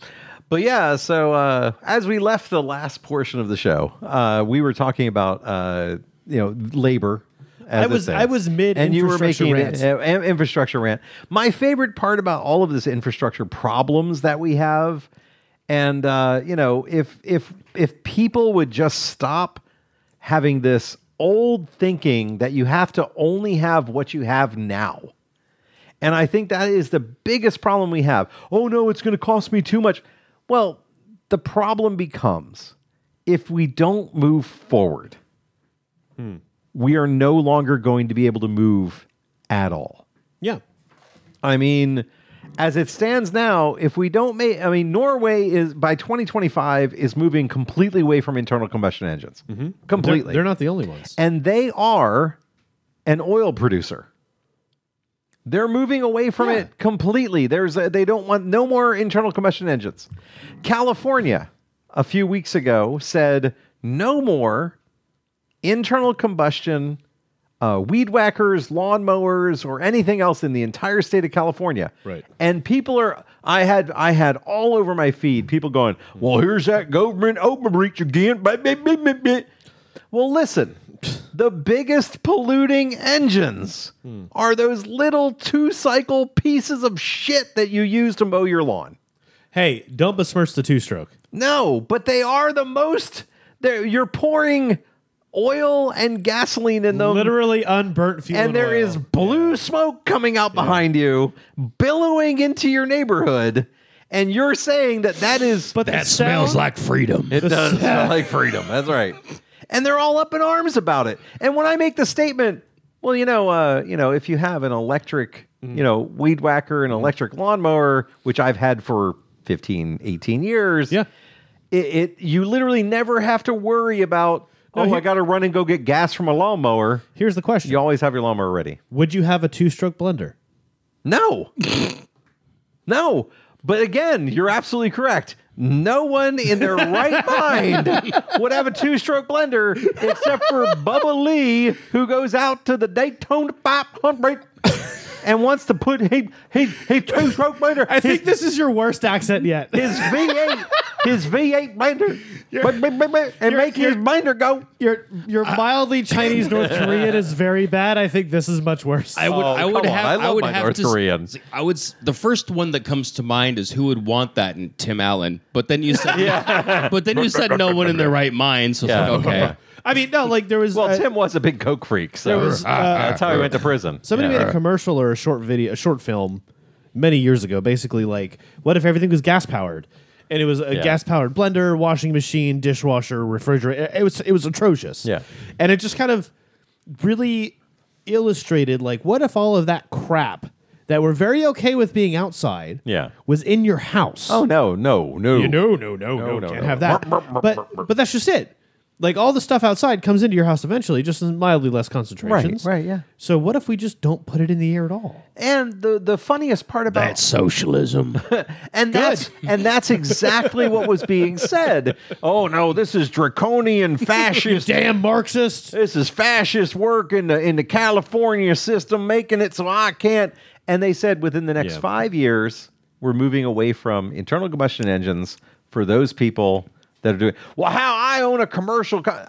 A: But yeah, so uh, as we left the last portion of the show, uh, we were talking about uh, you know labor. as a
C: I was-
A: thing.
C: I was mid
A: and you were
C: infrastructure
A: making
C: rants.
A: uh, in- infrastructure rant. My favorite part about all of this infrastructure problems that we have And uh, you know, if if if people would just stop having this old thinking that you have to only have what you have now. And I think that is the biggest problem we have. Oh no, it's going to cost me too much. Well, the problem becomes if we don't move forward, we are no longer going to be able to move at all.
C: Yeah.
A: I mean, as it stands now, if we don't make, I mean, Norway is by 2025 is moving completely away from internal combustion engines,
C: Mm-hmm. They're,
A: completely,
C: they're not the only ones.
A: and they are an oil producer. They're moving away from it completely. There's a, they don't want no more internal combustion engines. California a few weeks ago said no more internal combustion uh, weed whackers, lawnmowers, or anything else in the entire state of California.
C: Right.
A: And people are I had I had all over my feed people going, well, here's that government overreach again. Blah, blah, blah, blah, blah." Well, listen, the biggest polluting engines are those little two cycle pieces of shit that you use to mow your lawn.
C: hey, don't besmirch the two stroke.
A: No, but they are the most. They're, you're pouring oil and gasoline in
C: Um,
A: them
C: Literally unburnt fuel.
A: and there
C: oil.
A: is blue smoke coming out behind you, billowing into your neighborhood, and you're saying that that is <laughs>
C: But that smells
A: it
C: like
A: does smell like freedom. That's right. And they're all up in arms about it. And when I make the statement, well, you know, uh, you know, if you have an electric,
C: Mm.
A: you know, weed whacker, an electric lawnmower, which I've had for 15, 18 years,
C: Yeah.
A: it, it you literally never have to worry about.
C: No,
A: oh,
C: he-
A: I got to run and go get gas from a lawnmower.
C: Here's the question:
A: You always have your lawnmower ready.
C: Would you have a two stroke blender?
A: <laughs> No. no. But again, you're absolutely correct. No one in their <laughs> right mind would have a two stroke blender except for Bubba Lee, who goes out to the Daytona 500 <laughs> and wants to put he, he, he two stroke blender.
C: I think this is your worst accent yet. <laughs>
A: his V8, his V8 blender, but- but- but- but- and make his blender go.
C: your your mildly
A: <laughs>
C: Chinese North Korean is very bad. I think this is much worse.
E: I would.
A: Oh,
E: I would
A: come on.
E: have.
A: I love
E: would
A: my
E: have
A: North
E: to s-
A: Korean.
E: see, I would. s- The first one that comes to mind is who would want that in Tim Allen. But then
A: <laughs>
E: you said. <laughs> But then you said no one in their right mind. So it's
A: Yeah.
E: like, okay.
C: I mean, no, like there was
A: Well,
C: uh,
A: Tim was a big coke freak, so
C: there was, uh,
A: that's how he went to prison.
C: somebody
A: Yeah.
C: made a commercial or a short video, a short film, many years ago. Basically, like, what if everything was gas powered? And it was a
A: Yeah.
C: gas powered blender, washing machine, dishwasher, refrigerator. It was it was atrocious.
A: Yeah.
C: and it just kind of really illustrated like, what if all of that crap that we're very okay with being outside,
A: Yeah.
C: was in your house?
A: Oh no, no, no!
C: Yeah, no, no, no, no,
A: no,
C: can't
A: no.
C: have that. but but that's just it. Like all the stuff outside comes into your house eventually, just in mildly less concentrations.
A: right, yeah.
C: So what if we just don't put it in the air at all?
A: And the the funniest part about
G: socialism.
A: <laughs> and that's and that's exactly what was being said. Oh no, this is <laughs> draconian fascist.
C: Damn Marxist.
A: This is fascist work in the in the California system, making it so I can't. And they said within the next
C: Yeah.
A: five years, we're moving away from internal combustion engines for those people that are doing. Well, how I own a commercial. Co-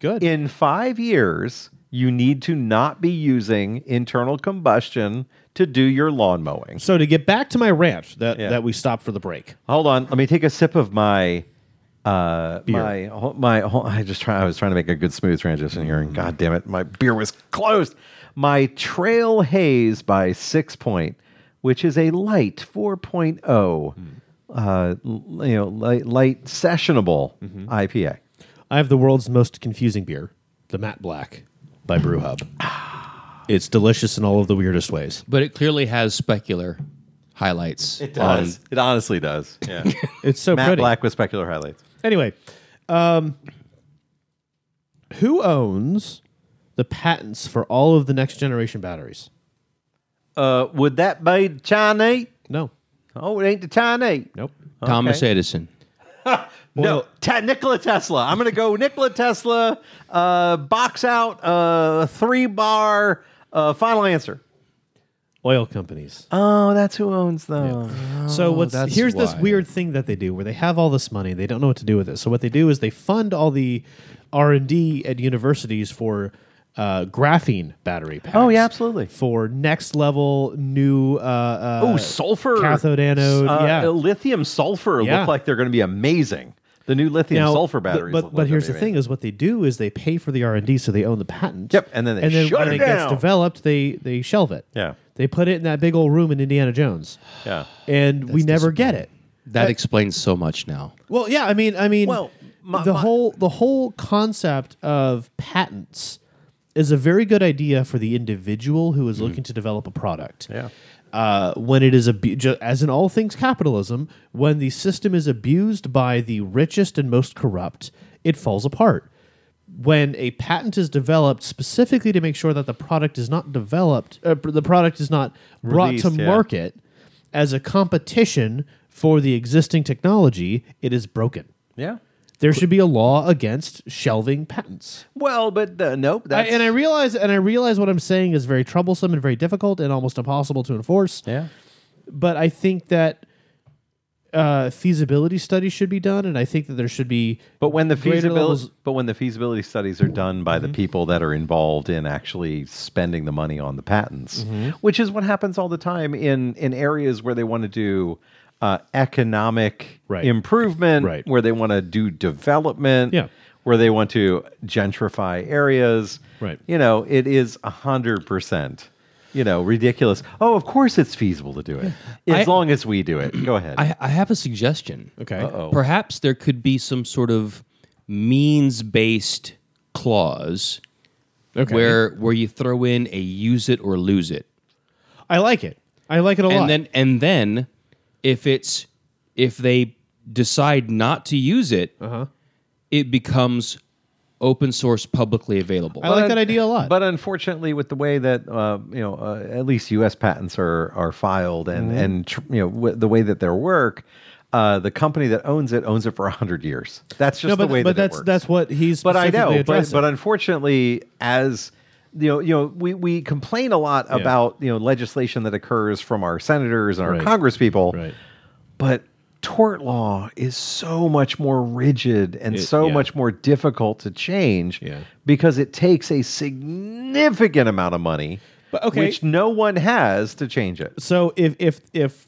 C: Good.
A: in five years, you need to not be using internal combustion to do your lawn mowing.
C: so to get back to my rant that,
A: Yeah.
C: that we stopped for the break.
A: Hold on, let me take a sip of my uh my my I just try I was trying to make a good smooth transition here and god damn it, my beer was closed. My Trail Haze by 6 Point, which is a light 4.0 uh l- you know, light, light sessionable IPA.
C: I have the world's most confusing beer, the Matt Black
A: <sighs>
C: by Brewhub. it's delicious in all of the weirdest ways.
E: But it clearly has specular highlights. It
A: it honestly does. Yeah.
C: It's
A: <laughs>
C: so
A: Matt
C: pretty.
A: Black with specular highlights.
C: Anyway, um, who owns the patents for all of the next generation batteries?
A: Uh would that be the Chinese?
C: No.
A: Oh, it ain't the Chinese.
C: Nope.
E: Thomas Edison.
A: No, te- Nikola Tesla. I'm going to go <laughs> Nikola Tesla, uh, box out, uh, three bar, uh, final answer.
C: Oil companies.
A: Oh, that's who owns them. Oh,
C: so what's
E: that's
C: here's this
E: why.
C: weird thing that they do where they have all this money, they don't know what to do with it. So what they do is they fund all the R and D at universities for uh, graphene battery packs.
A: Oh, yeah, absolutely.
C: For next level new. Uh, uh,
A: oh, sulfur
C: cathode anode.
A: uh,
C: yeah,
A: lithium sulfur
C: Yeah.
A: look like they're going to be amazing. The new lithium
C: Now,
A: sulfur
C: but-
A: batteries.
C: But,
A: look
C: but,
A: like they're
C: here's the
A: amazing.
C: thing: is what they do is they pay for the R and D, so they own the patent.
A: Yep, and then they
C: and then
A: shut
C: when
A: it down.
C: gets developed, they they shelve it.
A: Yeah.
C: they put it in that big old room in Indiana Jones,
A: Yeah.
C: and we never get it.
E: That explains so much now.
C: Well, yeah, I mean, I mean,
A: Well, my-
C: the
A: my-
C: whole the whole concept of patents is a very good idea for the individual who is looking to develop a product.
A: Yeah.
C: Uh, when it is abu- ju- as in all things capitalism, when the system is abused by the richest and most corrupt, it falls apart. When a patent is developed specifically to make sure that the product is not developed, uh, pr- the product is not brought to
A: Released, yeah.
C: market as a competition for the existing technology, it is broken.
A: Yeah.
C: There should be a law against shelving patents.
A: Well, but the, nope.
C: I,
A: That's,
C: and I realize, and I realize what I'm saying is very troublesome and very difficult and almost impossible to enforce.
A: yeah.
C: But I think that uh, feasibility studies should be done, and I think that there should be.
A: But when the
C: greater
A: feasibility,
C: levels- Mm-hmm.
A: but when the feasibility studies are done by the people that are involved in actually spending the money on the patents,
C: Mm-hmm.
A: which is what happens all the time in in areas where they want to do uh, economic
C: Right.
A: improvement,
C: Right.
A: where they want to do development,
C: Yeah.
A: where they want to gentrify areas,
C: Right.
A: You know, it is a hundred percent. You know, ridiculous. Oh, of course it's feasible to do it. As
E: I-
A: long as we do it. Go ahead.
E: I, I have a suggestion.
C: Okay.
E: Perhaps there could be some sort of means based clause
C: Okay.
E: where where you throw in a use it or lose it.
C: I like it. I like it a lot.
E: And then and then if it's if they decide not to use it,
A: Uh-huh.
E: it becomes open source publicly available.
C: I like that idea a lot.
A: But unfortunately, with the way that uh, you know, uh, at least U.S. patents are are filed,
C: Mm-hmm.
A: and and tr- you know w- the way that their work, uh, the company that owns it owns it for hundred years. That's just
C: no, but,
A: the way
C: but
A: that
C: that's
A: it works.
C: that's what he's.
A: but I know, but,
C: addressing.
A: but unfortunately, as you know, you know, we, we complain a lot about you know legislation that occurs from our senators and our
C: Right.
A: congresspeople,
C: right.
A: but tort law is so much more rigid and
C: It-
A: so
C: yeah.
A: much more difficult to change
C: Yeah.
A: because it takes a significant amount of money
C: But okay.
A: which no one has to change it
C: so if if if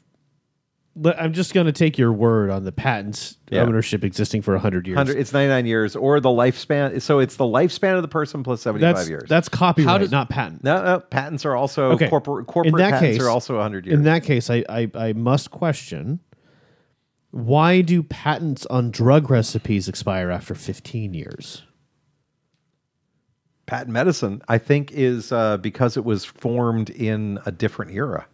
C: but I'm just going to take your word on the patents
A: Yeah.
C: ownership existing for 100 years.
A: 100 it's 99 years or the lifespan so it's the lifespan of the person plus 75
C: that's
A: years
C: that's copyright,
E: does-
C: not patent.
A: no, no patents are also
C: Okay.
A: corporate
C: In
A: corporate
C: that
A: patents
C: case-
A: are also 100 years
C: In that case, I, I, I must question why do patents on drug recipes expire after 15 years?
A: patent medicine i think is uh, because it was formed in a different era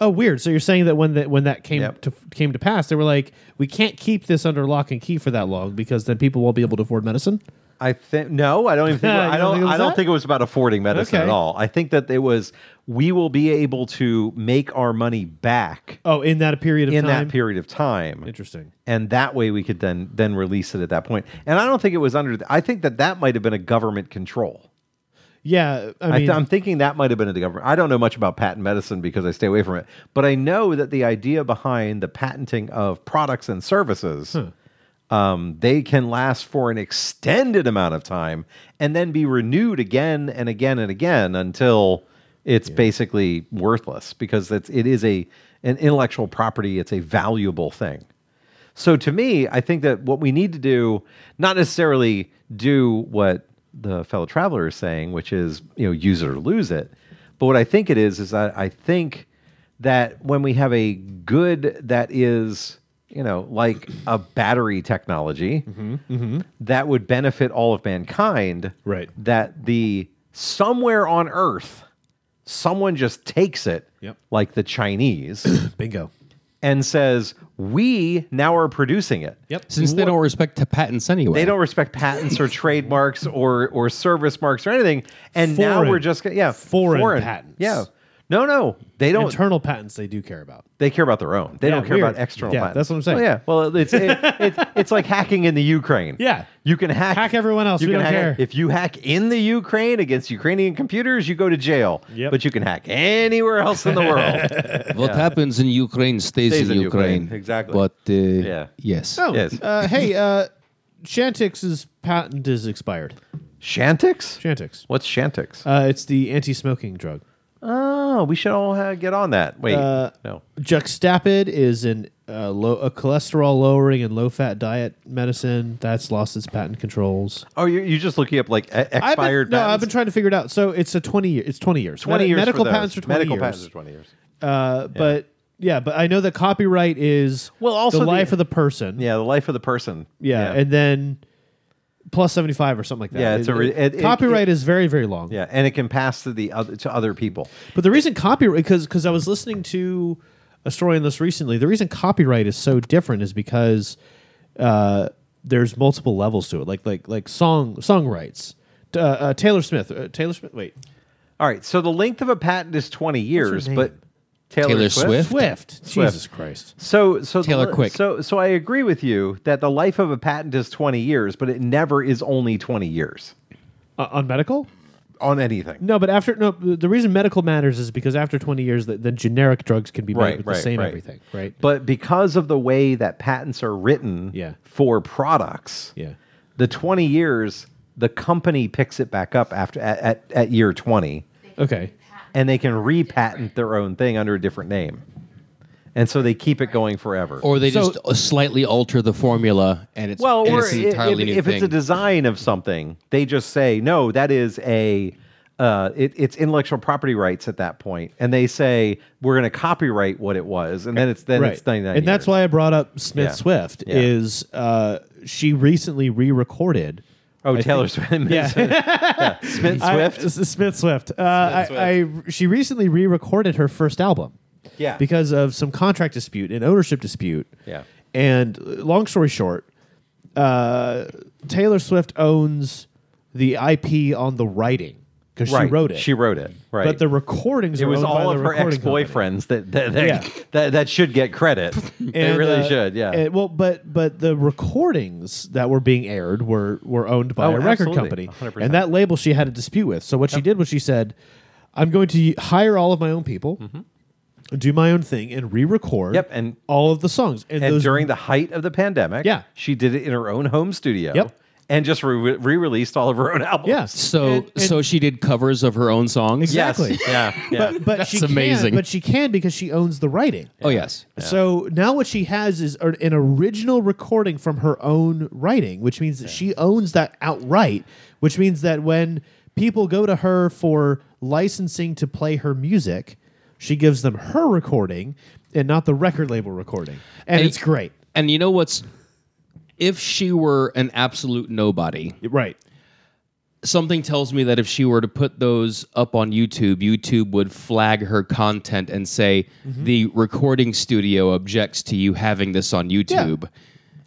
C: Oh, weird. So you're saying that when that when that came
A: Yep.
C: to came to pass, they were like, we can't keep this under lock and key for that long because then people won't be able to afford medicine.
A: I think no, I don't even think
C: <laughs> You
A: I don't
C: don't think it was
A: I don't
C: that?
A: think it was about affording medicine at
C: Okay.
A: all. I think that it was we will be able to make our money back
C: Oh, in that period of
A: in
C: time.
A: that period of time.
C: Interesting.
A: And that way we could then then release it at that point. And I don't think it was under I think that that might have been a government control.
C: Yeah, I
A: I
C: mean,
A: th- I'm thinking that might have been in the government. I don't know much about patent medicine because I stay away from it, but I know that the idea behind the patenting of products and services, um, they can last for an extended amount of time and then be renewed again and again and again until it's basically worthless because it's, it is a an intellectual property. It's a valuable thing. So to me, I think that what we need to do, not necessarily do what the fellow traveler is saying, which is you know use it or lose it, but what I think it is is that I think that when we have a good that is you know like a battery technology
C: Mm-hmm,
A: that would benefit all of mankind,
C: Right.
A: That the somewhere on Earth, someone just takes it,
C: Yep.
A: like the Chinese,
C: bingo.
A: and says we now are producing it.
C: Yep.
E: Since they don't respect to patents anyway.
A: They don't respect patents or trademarks or or service marks or anything. And now
C: Foreign-
A: we're just gonna- yeah
C: foreign patents.
A: Yeah, no, no, they don't.
C: Internal patents they do care about.
A: they care about their own. They
C: Yeah,
A: don't care
C: weird.
A: about external.
C: Yeah,
A: patents.
C: that's what I'm saying.
A: Well, yeah, well, it's it, it's it's like hacking in the Ukraine.
C: Yeah.
A: you can hack
C: Hack everyone else.
A: You
C: We
A: can
C: don't
A: hack-
C: care.
A: If you hack in the Ukraine against Ukrainian computers, you go to jail.
C: Yep.
A: but you can hack anywhere else in the world.
C: <laughs>
E: What happens in Ukraine stays,
A: Stays
E: in,
A: in
E: Ukraine.
A: Ukraine, exactly.
E: But uh,
A: Yeah.
E: yes.
C: Oh,
A: Yes.
C: uh, hey, uh, Shantix's patent is expired.
A: Shantix?
C: Chantix.
A: What's Shantix?
C: Uh, it's the anti-smoking drug.
A: oh, we should all uh, get on that. Wait,
C: Uh,
A: no.
C: Juxtapid is an, uh, low, a cholesterol lowering and low fat diet medicine that's lost its patent controls.
A: Oh, you're, you're just looking up like e-
C: I've been,
A: expired.
C: no, I've been
A: patents?
C: trying to figure it out. So it's a twenty year. It's twenty years.
A: twenty
C: Medi-
A: years.
C: Medical
A: for those.
C: patents are twenty
A: medical
C: years.
A: patents are twenty years.
C: Uh, But yeah, but I know that copyright is
A: Well, also
C: the
A: the-
C: life of the person.
A: Yeah, the life of the person.
C: yeah, and then plus seventy five or something like that.
A: Yeah, it's a re- it- it-
C: copyright is very very long.
A: yeah, and it can pass to the other to other people.
C: But the reason copyright, because because I was listening to a story on this recently, the reason copyright is so different is because uh, there's multiple levels to it, like like like song song rights. Uh, uh, Taylor Smith, uh, Taylor Smith, wait,
A: All right, so the length of a patent is twenty years,
C: name?
A: but Taylor,
E: Taylor Swift?
C: Swift, Jesus Christ,
A: So, so the
E: Taylor
A: li-
E: Quick.
A: So, so I agree with you that the life of a patent is twenty years, but it never is only twenty years
C: uh, on medical.
A: on anything.
C: No, but after no, the reason medical matters is because after 20 years, the, the generic drugs can be made
A: Right,
C: with
A: right,
C: the same
A: right.
C: everything, right?
A: But because of the way that patents are written
C: Yeah.
A: for products,
C: yeah,
A: the 20 years the company picks it back up after at, at, at year 20
C: okay,
A: and they can repatent their own thing under a different name and so they keep it going forever
E: Or they
C: So-
E: just uh, slightly alter the formula and it's,
A: well
E: and
A: or
E: it's an
A: i-
E: entirely
A: if,
E: new
A: if
E: thing.
A: it's a design of something they just say no that is a uh, it, it's intellectual property rights at that point, and they say we're going to copyright what it was, and then it's then
C: right,
A: it's ninety nine.
C: and that's why I brought up Smith
A: Yeah.
C: Swift.
A: Yeah.
C: Is uh, she recently re-recorded?
A: oh
C: I
A: Taylor
C: think-
A: Swift, <laughs>
C: Yeah.
A: Smith
C: I-
A: Swift,
C: S- Smith Swift. Uh, I, I she recently re-recorded her first album.
A: Yeah.
C: Because of some contract dispute and ownership dispute.
A: Yeah.
C: And uh, long story short, uh, Taylor Swift owns the IP on the writing because she
A: Right.
C: wrote it.
A: She wrote it, right?
C: But the recordings.
A: It
C: are
A: was
C: owned by
A: all
C: the
A: of her
C: recording company.
A: ex-boyfriends that that that,
C: Yeah.
A: that that should get
C: <laughs>
A: credit. they
C: And,
A: really
C: uh,
A: should, yeah.
C: and- well, but but the recordings that were being aired were were owned by
A: Oh,
C: a record
A: absolutely.
C: company,
A: 100%.
C: and that label she had a dispute with. So what she did was she said, "I'm going to hire all of my own people, do my own thing, and re-record
A: Mm-hmm. Yep, and-
C: all of the songs." And,
A: and
C: those,
A: during the height of the pandemic,
C: Yeah.
A: she did it in her own home studio.
C: Yep.
A: And just re- re-released all of her own albums.
C: yeah,
E: so
C: And- and-
E: so she did covers of her own songs.
A: Yes.
C: exactly.
A: <laughs> Yeah. yeah.
C: <laughs> But, but
E: That's
C: she can-
E: amazing.
C: but she can because she owns the writing.
E: Oh yes.
C: So now what she has is a- an original recording from her own writing, which means that she owns that outright, which means that when people go to her for licensing to play her music, she gives them her recording and not the record label recording. And,
E: And-
C: it's great.
E: And you know what's if she were an absolute nobody,
C: Right.
E: something tells me that if she were to put those up on YouTube, YouTube would flag her content and say
C: Mm-hmm.
E: the recording studio objects to you having this on YouTube.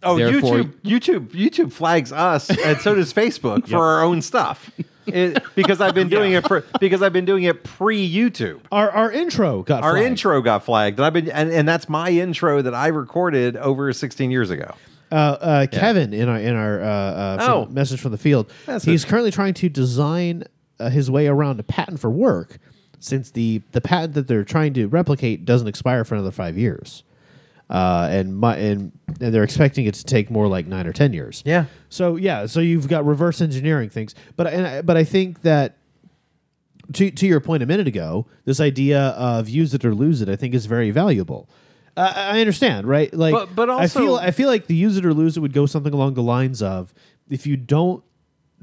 A: oh,
E: Therefore-
A: YouTube, YouTube, YouTube flags us, and so does Facebook
C: <laughs>
A: for our own stuff. It- because I've been doing it for because I've been doing it pre YouTube.
C: Our, our intro got
A: Our
C: flagged.
A: intro got flagged, and I've been and, and that's my intro that I recorded over 16 years ago.
C: uh, uh, Kevin in our in our uh, uh, from-
A: Oh.
C: message from the field.
A: That's
C: he's
A: it.
C: currently trying to design uh, his way around a patent for work, since the the patent that they're trying to replicate doesn't expire for another five years, uh, and my and and they're expecting it to take more like nine or ten years.
A: Yeah.
C: So yeah, so you've got reverse engineering things, but and I, but I think that. To, to your point a minute ago, this idea of use it or lose it, I think, is very valuable. Uh, I I understand, right? Like,
A: But- but also-
C: I feel I feel like the use it or lose it would go something along the lines of if you don't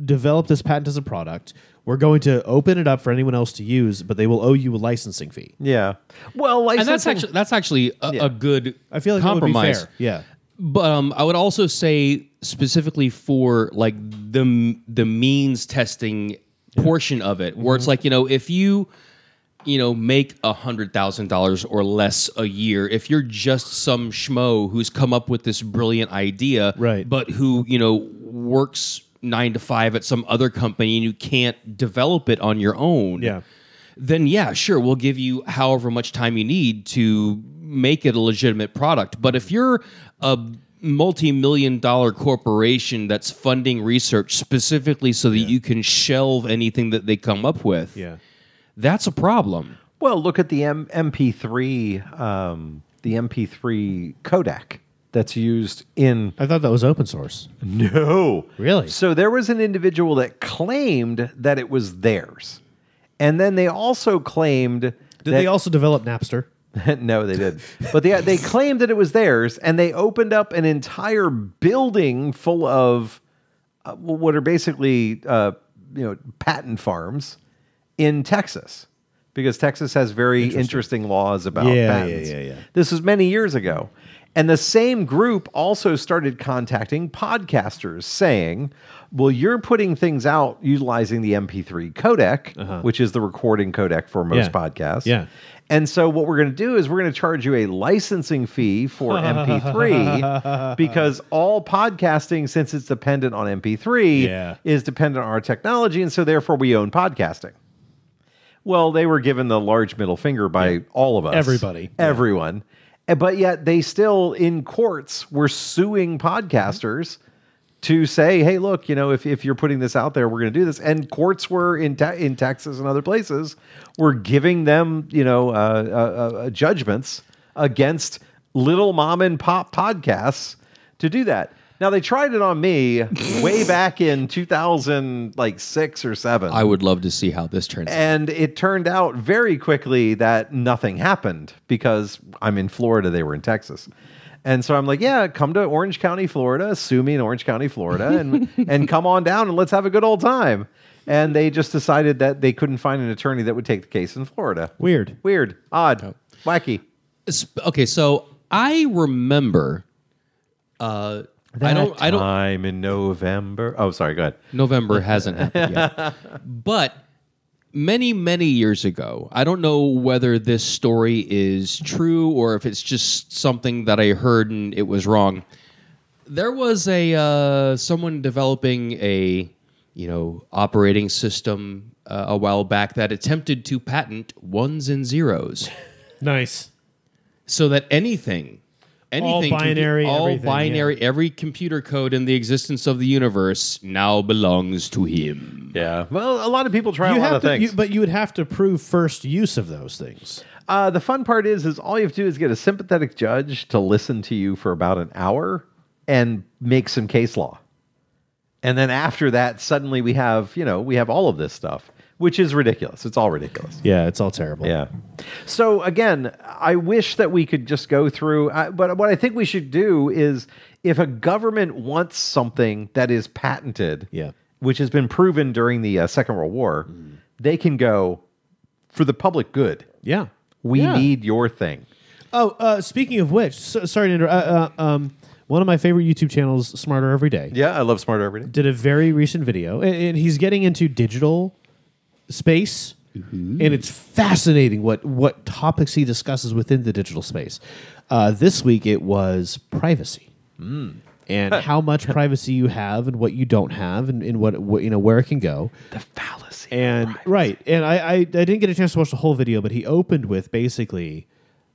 C: develop this patent as a product, we're going to open it up for anyone else to use, but they will owe you a licensing fee.
A: Yeah. Well,
E: And that's
A: licensing-
E: actually that's actually a, a good
C: I feel like
E: compromise.
C: It would be fair. Yeah.
E: But um, I would also say specifically for like the the means testing portion of it, where it's like you know if you you know make a hundred thousand dollars or less a year, if you're just some schmo who's come up with this brilliant idea,
C: Right.
E: But who you know works nine to five at some other company and you can't develop it on your own,
C: Yeah.
E: then yeah, sure, we'll give you however much time you need to make it a legitimate product. But if you're a multi-million dollar corporation that's funding research specifically so that you can shelve anything that they come up with,
C: Yeah.
E: that's a problem.
A: Well, look at the M- MP3, um, the MP3 codec. that's used in
C: I thought that was open source.
A: no
C: Really?
A: So there was an individual that claimed that it was theirs, and then they also claimed that,
C: Did they also develop Napster?
A: <laughs> no, they did. But they they claimed that it was theirs, and they opened up an entire building full of uh, what are basically uh, you know patent farms in Texas, because Texas has very interesting, laws about
C: Yeah, yeah,
A: patents.
C: yeah, yeah.
A: This was many years ago. And the same group also started contacting podcasters saying, Well, you're putting things out utilizing the MP3 codec, which is the recording codec for most
C: Uh-huh. Yeah.
A: podcasts.
C: Yeah.
A: And so what we're going to do is we're going to charge you a licensing fee
C: <laughs>
A: for MP3 because all podcasting, since it's dependent on MP3,
C: Yeah.
A: is dependent on our technology. And so therefore we own podcasting. Well, they were given the large middle finger by all of us.
C: Everybody.
A: Everyone. And- But yet they still in courts were suing podcasters to say, hey, look, you know, if, if you're putting this out there, we're going to do this. And courts were in, te- in Texas and other places were giving them, you know, uh, uh, uh, judgments against little mom and pop podcasts to do that. Now they tried it on me way back in 2000, like six or seven.
E: I would love to see how this turns out.
A: And it turned out very quickly that nothing happened because I'm in Florida, they were in Texas. And so I'm like, yeah, come to Orange County, Florida, sue me in Orange County, Florida,
C: <laughs>
A: and and come on down and let's have a good old time. And they just decided that they couldn't find an attorney that would take the case in Florida.
C: Weird.
A: Weird, odd, wacky.
E: Sp- Okay, so I remember. Uh, I don't. I don't.
A: Time in November. Oh, sorry. Go ahead.
E: November hasn't happened yet.
C: <laughs>
E: But many, many years ago, I don't know whether this story is true or if it's just something that I heard and it was wrong. There was a uh, someone developing a you know operating system uh, a while back that attempted to patent ones and zeros
C: Nice.
E: so that anything,
C: All
E: anything, can be-
C: binary,
E: all
C: everything,
E: binary, every computer code in the existence of the universe now belongs to him.
A: Yeah. Well, a lot of people try a
C: You
A: lot
C: have
A: of
C: to,
A: things.
C: you, but you would have to prove first use of those things.
A: Uh, the fun part is, is all you have to do is get a sympathetic judge to listen to you for about an hour and make some case law, and then after that, suddenly we have, you know, we have all of this stuff, which is ridiculous. It's all ridiculous.
C: Yeah, it's all terrible.
A: Yeah. So again, I wish that we could just go through, I, but what I think we should do is, if a government wants something that is patented,
C: Yeah.
A: which has been proven during the uh, Second World War, they can go for the public good.
C: Yeah.
A: We
C: Yeah.
A: need your thing.
C: Oh, uh, speaking of which, so, sorry to interrupt. Uh, uh, um, one of my favorite YouTube channels, Smarter Every Day,
A: Yeah, I love Smarter Every Day.
C: did a very recent video, and, and he's getting into digital space, and it's fascinating what what topics he discusses within the digital space. Uh, this week it was privacy. And how much privacy you have, and what you don't have, and, and what, what you know where it can go.
A: Fallacy.
C: and right and I, I i didn't get a chance to watch the whole video but he opened with basically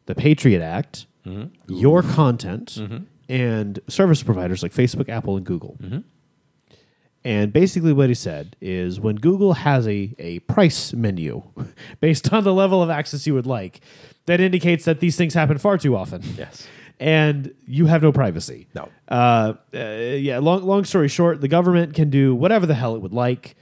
C: the patriot act your content and service providers like facebook apple and google and basically what he said is when google has a, a price menu <laughs> based on the level of access you would like that indicates that these things happen far too often
A: Yes.
C: and you have no privacy
A: No.
C: uh, uh, yeah, long long story short, the government can do whatever the hell it would like.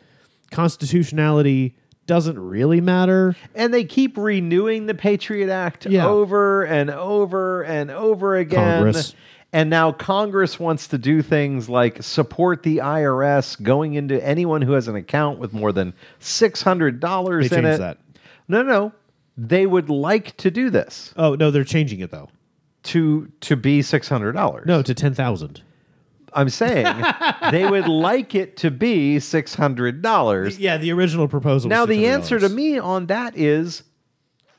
C: Constitutionality doesn't really matter.
A: And they keep renewing the Patriot Act
C: Yeah.
A: over and over and over again.
C: Congress.
A: And now Congress wants to do things like support the IRS going into anyone who has an account with more than $600
C: They
A: in
C: changed
A: it.
C: that.
A: No, no. They would like to do this
C: Oh no, they're changing it though.
A: to to be $600.
C: No, to ten thousand.
A: I'm saying they would like it to be
C: <laughs>
A: $600.
C: Yeah, the original proposal.
A: Now,
C: was
A: the
C: $600.
A: answer to me on that is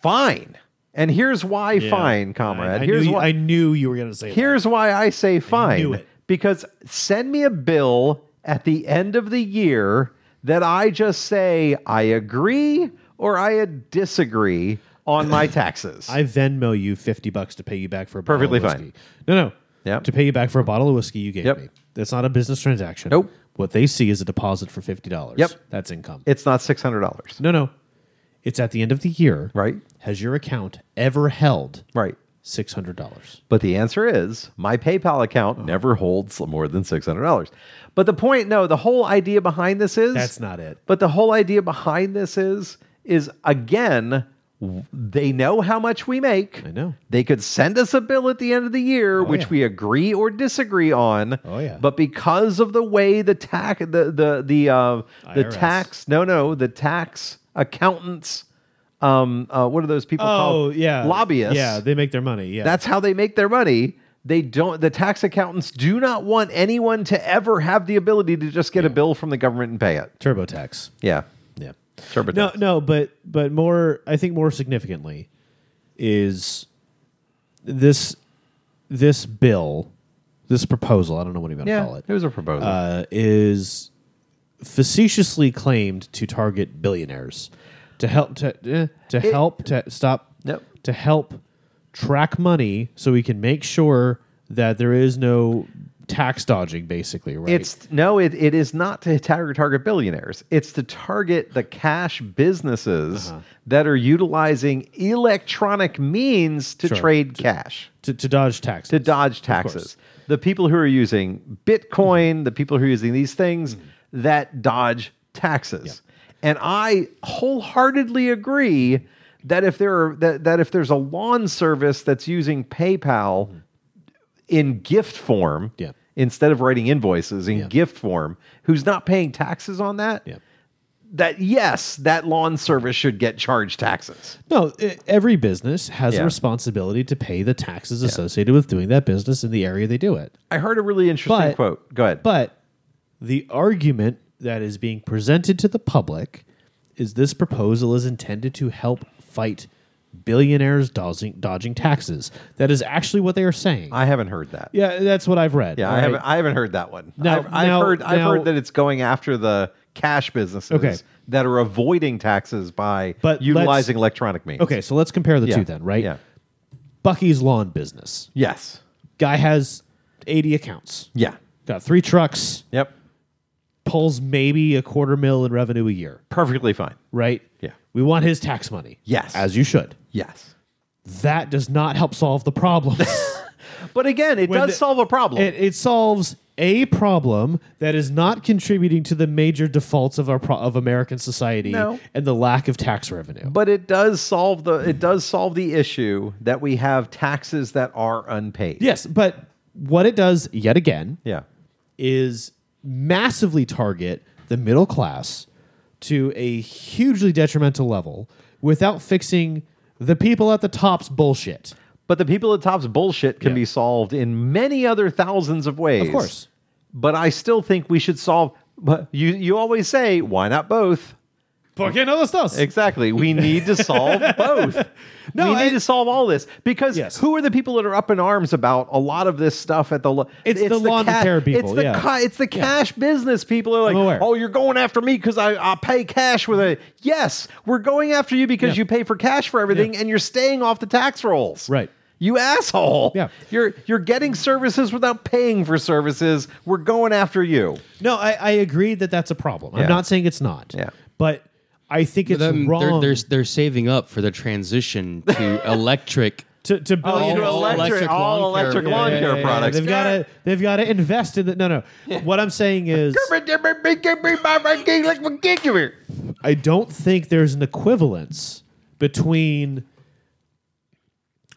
A: fine. And here's why fine, comrade.
C: I, I
A: here's
C: knew,
A: why
C: I knew you were going to say.
A: here's why I say fine.
C: knew it.
A: Because send me a bill at the end of the year that I just say I agree or I disagree on
C: <coughs>
A: my taxes.
C: that. I Venmo you fifty bucks to pay you back for a bottle
A: Perfectly
C: of
A: fine.
C: whiskey. No, no.
A: Yep.
C: To pay you back for a bottle of whiskey you gave
A: Yep.
C: me. That's not a business transaction.
A: Nope.
C: What they see is a deposit for fifty dollars.
A: Yep.
C: That's income.
A: it's not six hundred dollars.
C: no, no. It's at the end of the year.
A: Right?
C: Has your account ever held
A: Right.
C: six hundred dollars.
A: But the answer is my PayPal
C: Oh.
A: account never holds more than $600. But the point, no, the whole idea behind this is
C: That's not it.
A: But the whole idea behind this is is again w- they know how much we make.
C: I know. Oh,
A: They could send us a bill at the end of the year which
C: yeah.
A: we agree or disagree on.
C: Oh, yeah.
A: But because of the way the tax the the the uh, the
C: IRS.
A: tax no no, the tax accountants um uh, what are those people
C: Oh
A: called?
C: yeah,
A: Lobbyists.
C: Yeah, they make their money. Yeah,
A: That's how they make their money. They don't. The tax accountants do not want anyone to ever have the ability to just get a bill from the government and pay it.
C: TurboTax.
A: Yeah,
C: Yeah.
A: TurboTax.
C: No, no, but but more. I think more significantly is this this bill, this proposal. I don't know what you want to
A: yeah,
C: call it.
A: was a proposal.
C: uh, is facetiously claimed to target billionaires to help to eh, to help to stop
A: Nope.
C: to help track money so we can make sure that there is no tax dodging basically right
A: it's no, it, it is not to target target billionaires. It's to target the cash businesses that are utilizing electronic means to trade cash.
C: to, to dodge taxes
A: to dodge taxes. The people who are using Bitcoin, the people who are using these things that dodge taxes. And I wholeheartedly agree that if there are, that, that if there's a lawn service that's using PayPal in gift form,
C: Yeah.
A: instead of writing invoices in
C: Yeah.
A: gift form, who's not paying taxes on that,
C: Yeah.
A: that yes, that lawn service should get charged taxes.
C: No, e- every business has
A: Yeah.
C: a responsibility to pay the taxes associated with doing that business in the area they do it.
A: I heard a really interesting
C: But-
A: quote. Go ahead.
C: But the argument that is being presented to the public is this proposal is intended to help fight billionaires dodging, dodging taxes. That is actually what they are saying.
A: I haven't heard that.
C: yeah, that's what I've read.
A: Yeah,
C: all
A: I
C: right?
A: haven't. I haven't heard that one.
C: Now-
A: I've, I've
C: now-
A: heard. I've
C: now-
A: heard that it's going after the cash businesses
C: Okay.
A: that are avoiding taxes by
C: But
A: utilizing
C: let's-
A: electronic means.
C: Okay, so let's compare the
A: Yeah.
C: two then, right?
A: Yeah.
C: Bucky's lawn business.
A: Yes.
C: Guy has 80 accounts,
A: Yeah.
C: got three trucks,
A: Yep.
C: pulls maybe a quarter mil in revenue a year.
A: Perfectly fine.
C: right?
A: Yeah.
C: We want his tax money.
A: Yes.
C: As you should.
A: Yes.
C: That does not help solve
A: <laughs>
C: the problem.
A: But again, it
C: When
A: does
C: the-
A: solve a problem.
C: it, it solves a problem that is not contributing to the major defaults of our pro- of American society
A: No.
C: and the lack of tax revenue.
A: but it does solve the. It does solve the issue that we have taxes that are unpaid.
C: yes, but what it does yet again
A: Yeah.
C: is massively target the middle class to a hugely detrimental level without fixing the people at the top's bullshit.
A: But the people at top's bullshit can
C: Yeah.
A: be solved in many other thousands of ways.
C: Of course.
A: But I still think we should solve. But you, you always say, why not both?
C: ¿Por qué no los dos?
A: Exactly.
C: <laughs>
A: We need to solve both.
C: No,
A: we need
C: I-
A: to solve all this because
C: Yes.
A: who are the people that are up in arms about a lot of this stuff at the lo-
C: It's the lawn repair people,
A: It's the
C: yeah.
A: ca- it's the cash business people are like,
C: I'm aware.
A: oh, you're going after me because I, I pay cash with a yes. We're going after you because
C: Yeah.
A: you pay for cash for everything and you're staying off the tax rolls.
C: Right.
A: You asshole.
C: Yeah.
A: You're you're getting services without paying for services. We're going after you.
C: No, I, I agree that that's a problem.
A: Yeah.
C: I'm not saying it's not.
A: Yeah.
C: But I think it's
E: Them- they're-
C: wrong
E: They're, they're, saving up for the transition
C: <laughs>
E: to electric.
C: to, to build
A: Oh,
E: to
A: all
E: electric-
A: electric, all
E: lawn care.
A: electric
E: Yeah,
A: lawn
E: yeah,
A: care
E: yeah, yeah.
A: products.
C: They've got to they've got to invest in the no no. What
A: <laughs>
C: I'm saying is I don't think there's an equivalence between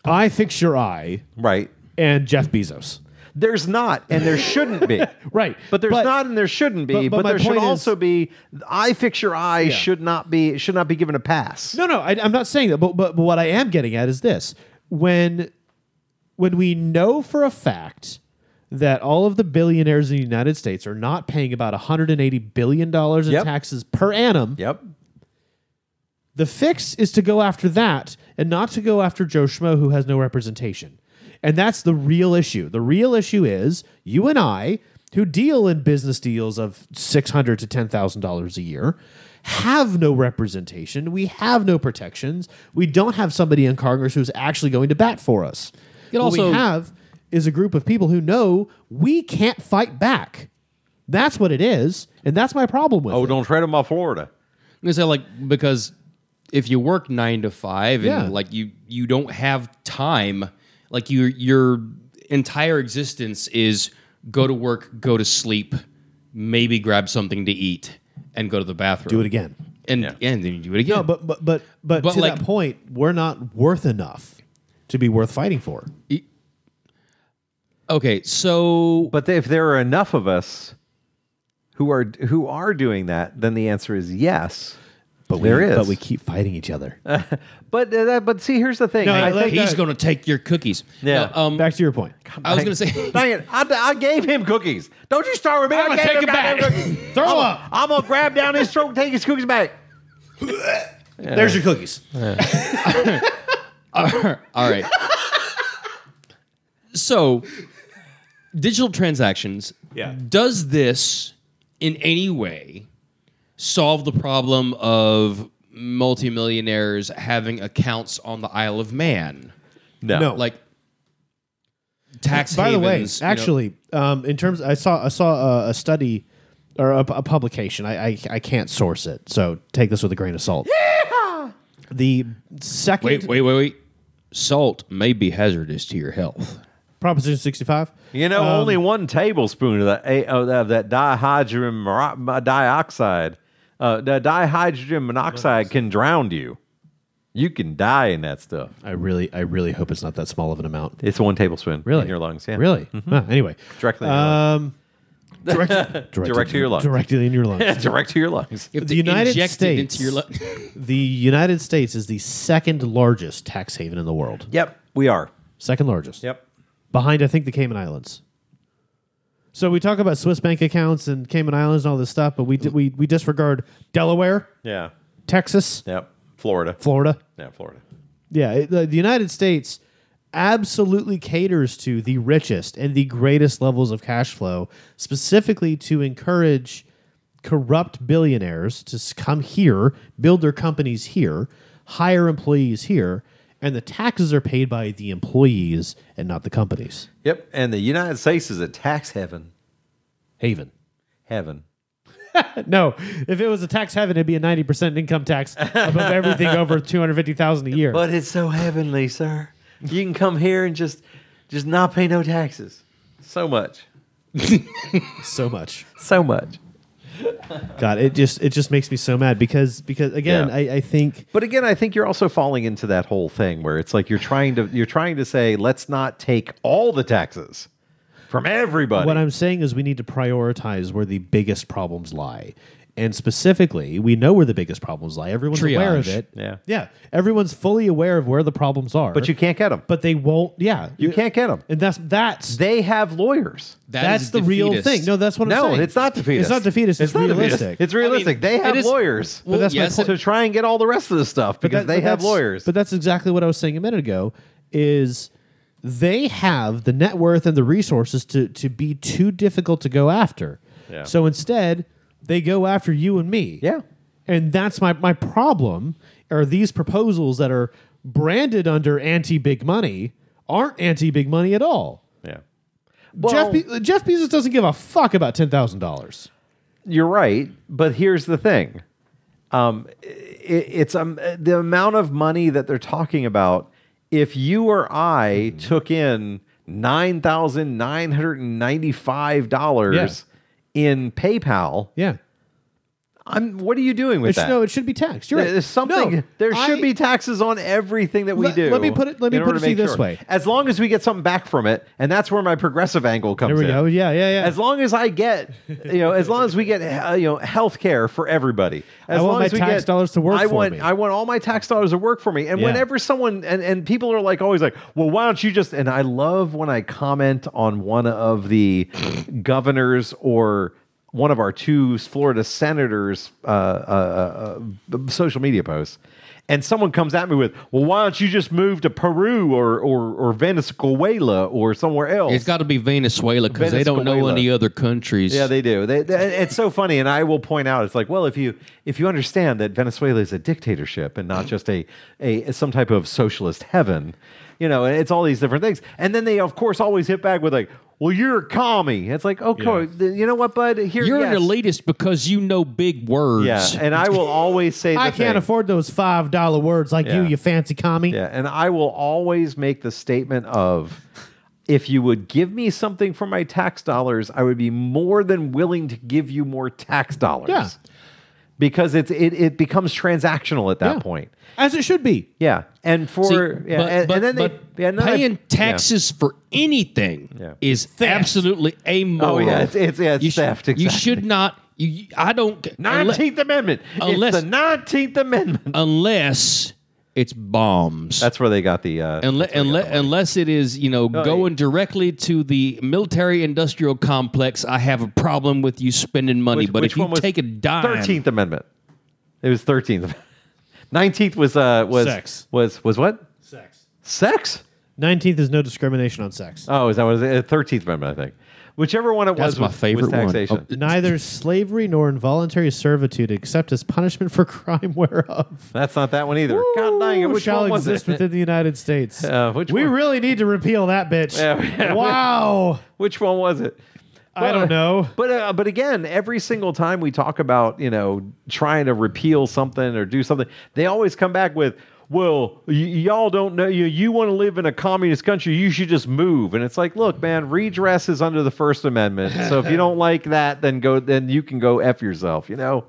C: I fix your eye
A: Right.
C: and Jeff Bezos.
A: There's not, and there shouldn't be.
C: Right.
A: But there's not, and there shouldn't be. But,
C: but- but my
A: there should
C: point is-
A: also be. I fix your eye should not be should not be given a pass.
C: No, no, I, I'm not saying that. But, but but what I am getting at is this: when when we know for a fact that all of the billionaires in the United States are not paying about 180 billion dollars in
A: Yep.
C: taxes per annum,
A: Yep.
C: the fix is to go after that and not to go after Joe Schmo who has no representation. And that's the real issue. The real issue is you and I who deal in business deals of 600 to $10,000 a year have no representation. We have no protections. We don't have somebody in Congress who's actually going to bat for us.
E: It
C: what
E: also-
C: we have is a group of people who know we can't fight back. That's what it is, and that's my problem
E: Oh,
C: with it.
A: don't tread on my Florida.
E: I'm gonna say like because if you work nine to five and
C: Yeah.
E: like you you don't have time like your your entire existence is go to work, go to sleep, maybe grab something to eat, and go to the bathroom.
C: Do it again.
E: and and then you do it again.
C: No, but but but but,
E: But
C: to
E: like-
C: that point, we're not worth enough to be worth fighting for.
E: okay, so
A: But if there are enough of us who are who are doing that, then the answer is yes. But there
C: we,
A: is.
C: but we keep fighting each other.
A: But uh, that- but see, here's the thing.
C: No,
A: I
C: like
A: think
E: he's
C: that-
E: going to take your cookies.
A: Yeah.
E: No, um,
C: Back to your point.
E: I was going to
A: <laughs>
E: say.
A: Diane, I, I gave him cookies. Don't you start with me.
E: gonna
A: I gave
E: take
A: him
E: it back.
A: goddamn cookies.
C: <laughs> Throw up.
A: I'm gonna grab down his throat and take his cookies back.
C: There's your cookies.
E: All right. so, digital transactions.
C: Yeah.
E: Does this in any way solve the problem of multimillionaires having accounts on the Isle of Man?
C: No.
E: Like tax
C: By
E: havens.
C: the
E: you
C: way,
E: know-
C: actually, um, in terms, I saw I saw a, a study or a, a publication. I, I I can't source it, so take this with a grain of salt. The second
E: wait, wait, wait, wait. Salt may be hazardous to your health.
C: Proposition sixty five.
A: You know, only
C: Um,
A: one tablespoon of that eh, of that- of that dihydrogen moro- mo- dioxide, uh, the dihydrogen monoxide can drown you. You can die in that stuff.
C: I really I really hope it's not that small of an amount.
A: It's one tablespoon
C: Really,
A: in your lungs. Yeah,
C: Really. Huh, anyway,
A: Directly in your
C: Um, direct,
A: Direct to your lungs.
C: Directly in your lungs.
A: direct to your lungs.
E: You have
C: The
E: to
C: United
E: inject it into your
C: States-
E: lu-
C: the United States is the second largest tax haven in the world.
A: Yep, we are.
C: Second largest.
A: Yep.
C: behind I think the Cayman Islands. So we talk about Swiss bank accounts and Cayman Islands and all this stuff, but we di- we we disregard Delaware,
A: Yeah.
C: Texas,
A: Yep. Florida.
C: Florida.
A: Yeah, Florida.
C: Yeah, it- the, the United States absolutely caters to the richest and the greatest levels of cash flow, specifically to encourage corrupt billionaires to s- come here, build their companies here, hire employees here, and the taxes are paid by the employees and not the companies.
A: Yep. And the United States is a tax heaven.
C: Haven.
A: Heaven.
C: Uh, No, if it was a tax heaven, it'd be a ninety percent income tax above everything over two hundred fifty thousand a year.
A: But it's so heavenly, sir. You can come here and just just not pay no taxes. So much.
C: so much,
A: So much.
C: God, it just it just makes me so mad because because again,
A: Yeah.
C: I, I think
A: But again, I think you're also falling into that whole thing where it's like you're trying to you're trying to say let's not take all the taxes from everybody.
C: what I'm saying is we need to prioritize where the biggest problems lie, and specifically, we know where the biggest problems lie. Everyone's aware of
E: Triage.
C: it.
A: Yeah.
C: yeah, everyone's fully aware of where the problems are.
A: but you can't get them.
C: but they won't. Yeah,
A: You can't get them.
C: and that's that's
A: They have lawyers.
E: That
C: that's
E: is
C: the real
E: defeatist.
C: thing. No, that's what I'm
A: no,
C: saying.
A: it's not defeatist.
C: It's not defeatist. It's,
A: not defeatist.
C: realistic.
A: It's realistic. they have
E: it is-
A: lawyers.
E: Well,
C: that's my
E: yes,
C: point.
A: to try and get all the rest of the stuff
C: But
A: because
C: that-
A: they
C: but
A: have
C: that's-
A: lawyers.
C: But that's exactly what I was saying a minute ago. Is they have the net worth and the resources to to be too difficult to go after.
A: Yeah.
C: So instead, they go after you and me.
A: Yeah.
C: And that's my my problem. Are these proposals that are branded under anti big money aren't anti big money at all?
A: yeah.
C: Jeff Be- Jeff Bezos doesn't give a fuck about ten thousand dollars.
A: you're right, but here's the thing: um, i it's um, the amount of money that they're talking about. If you or
C: Mm-hmm.
A: I took in nine thousand nine hundred and ninety-five dollars in PayPal,
C: Yeah.
A: I'm. What are you doing with
C: It should,
A: that?
C: no, it should be taxed. You're right.
A: There's something.
C: No,
A: there
C: I-
A: should be taxes on everything that we
C: Let-
A: do.
C: let me put it- let me
A: in order
C: put it
A: to
C: to you
A: make
C: this way.
A: As long as we get something back from it, and that's where my progressive angle comes
C: There we
A: in.
C: go. Yeah, yeah, yeah.
A: As long as I get, you know, as long as we get, uh, you know, health care for everybody. As
C: I want
A: long
C: my
A: as we
C: tax
A: get,
C: dollars to work
A: I
C: for
A: want,
C: me.
A: I want all my tax dollars to work for me. And
C: Yeah.
A: whenever someone and, and people are like always like, well, why don't you just? And I love when I comment on one of the <coughs> governors or one of our two Florida senators' uh, uh, uh, uh, social media posts. And someone comes at me with, "Well, why don't you just move to Peru or or, or Venezuela or somewhere else?"
E: It's got to be Venezuela because they don't know
A: Venezuela.
E: any other countries.
A: Yeah, they do. They, they- it's so funny, and I will point out, it's like, well, if you if you understand that Venezuela is a dictatorship and not just a a some type of socialist heaven, you know, and it's all these different things, and then they of course always hit back with like, well, you're a commie. It's like, okay, th- you know what, bud? Here,
E: You're an
A: yes.
E: elitist because you know big words.
A: Yeah, and I will always say the
C: I can't
A: thing.
C: afford those five dollar words like you,
A: Yeah.
C: you fancy commie.
A: Yeah, and I will always make the statement of if you would give me something for my tax dollars, I would be more than willing to give you more tax dollars.
C: Yeah.
A: Because it's it, it becomes transactional at that
C: Yeah.
A: point.
C: As it should be.
A: Yeah. And for
E: See,
A: yeah,
E: but-
A: and,
E: but-
A: and then they
E: but
A: yeah, and then I-
E: paying
A: yeah.
E: taxes for anything
A: Yeah.
E: is absolutely amoral.
A: Oh yeah, it's, it's yeah, it's
E: you, should-
A: theft.
E: you
A: exactly.
E: should not. You, you- I don't. unle-
A: Nineteenth Amendment.
E: unless-
A: it's the Nineteenth Amendment.
E: unless it's bombs.
A: That's where they got the. Uh,
E: Unless, unless, unless it is, you know, going
A: yeah.
E: directly to the military industrial complex, I have a problem with you spending money. but if you take a dime,
A: Thirteenth Amendment. It was Thirteenth. <laughs> Nineteenth was uh was
C: Sex.
A: was was what
C: Sex.
A: sex?
C: Nineteenth is no discrimination on sex.
A: Oh, is that what it is? Thirteenth Amendment? I think. Whichever one it
E: that's
A: was.
E: my
A: was-
E: favorite
A: was taxation.
E: one. Oh,
A: <laughs>
C: Neither slavery nor involuntary servitude, except as punishment for <laughs> crime whereof,
A: That's not that one either. God dang it! Which
C: shall
A: one was
C: exist
A: it?
C: within the United States.
A: Uh, which
C: we
A: one?
C: really need to repeal that bitch.
A: <laughs> Yeah.
C: wow.
A: <laughs> Which one was it?
C: I don't know.
A: But uh, but again, every single time we talk about you know trying to repeal something or do something, they always come back with, "Well, y- y'all don't know you. You want to live in a communist country? You should just move." And it's like, look, man, redress is under the First Amendment. so
C: <laughs>
A: if you don't like that, then go. Then you can go f yourself. You know.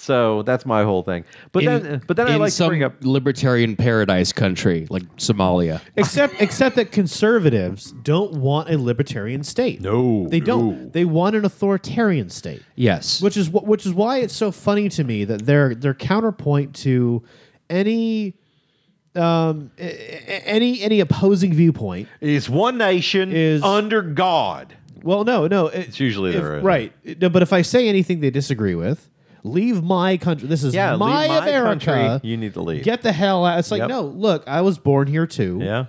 A: So that's my whole thing. But
E: in,
A: then uh, but then I
E: in
A: like to
E: some
A: bring up.
E: libertarian paradise country like Somalia.
C: Except, except that conservatives don't want a libertarian state. No, they don't. They want an authoritarian state.
E: Yes,
C: which is wh- which is why it's so funny to me that their their counterpoint to any um a- a- any any opposing viewpoint
A: Is one nation
C: Is-
A: under God?
C: well no no
A: It's usually
C: if,
A: there is.
C: right no, but if i say anything they disagree with leave my country this is
A: Yeah, leave
C: my,
A: my
C: america
A: country. You need to leave.
C: get the hell out it's like
A: Yep.
C: no look i was born here too
A: Yeah.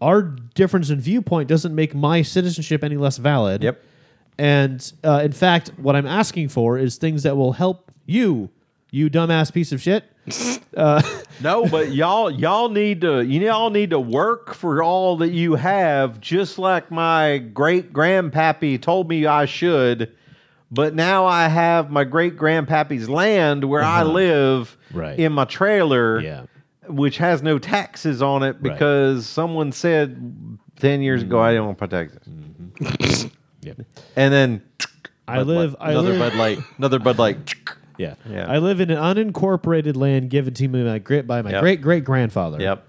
C: our difference in viewpoint doesn't make my citizenship any less valid
A: Yep.
C: And uh, in fact, what I'm asking for is things that will help you, you dumbass piece of shit.
A: No, but y'all y'all need to you all need to work for all that you have, just like my great grandpappy told me I should. But now I have my great grandpappy's land where I live
C: Uh-huh. Right.
A: in my trailer,
C: Yeah.
A: which has no taxes on it because someone said ten years ago
C: Mm-hmm.
A: I didn't want to pay taxes. And then
C: I live. I
A: another
C: live.
A: Bud Light, another Bud
C: <laughs>
A: Light.
C: Yeah.
A: Yeah.
C: I live in an unincorporated land given to me by my, by my
A: Yep.
C: great great grandfather.
A: yep.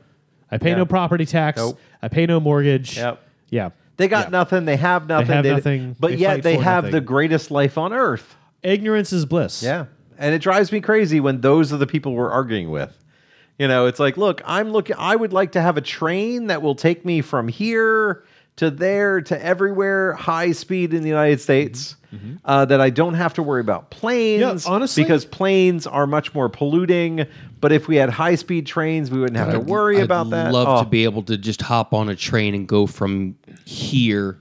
C: I pay no
A: Yep.
C: property tax.
A: Nope.
C: I pay no mortgage.
A: Yep.
C: Yeah.
A: They got nothing. They have nothing.
C: have nothing,
A: But
C: they
A: yet
C: fight
A: they
C: for
A: have
C: nothing.
A: the greatest life on earth.
C: Ignorance is bliss.
A: Yeah. And it drives me crazy when those are the people we're arguing with. You know, it's like, look, I'm looking, I would like to have a train that will take me from here to there to everywhere, high speed in the
E: Mm-hmm.
A: United States, uh, that I don't have to worry about planes.
C: Yeah, honestly-
A: Because planes are much more polluting. But if we had high speed trains, we wouldn't have to worry
E: I'd
A: about that.
E: Love
A: Oh,
E: to be able to just hop on a train and go from here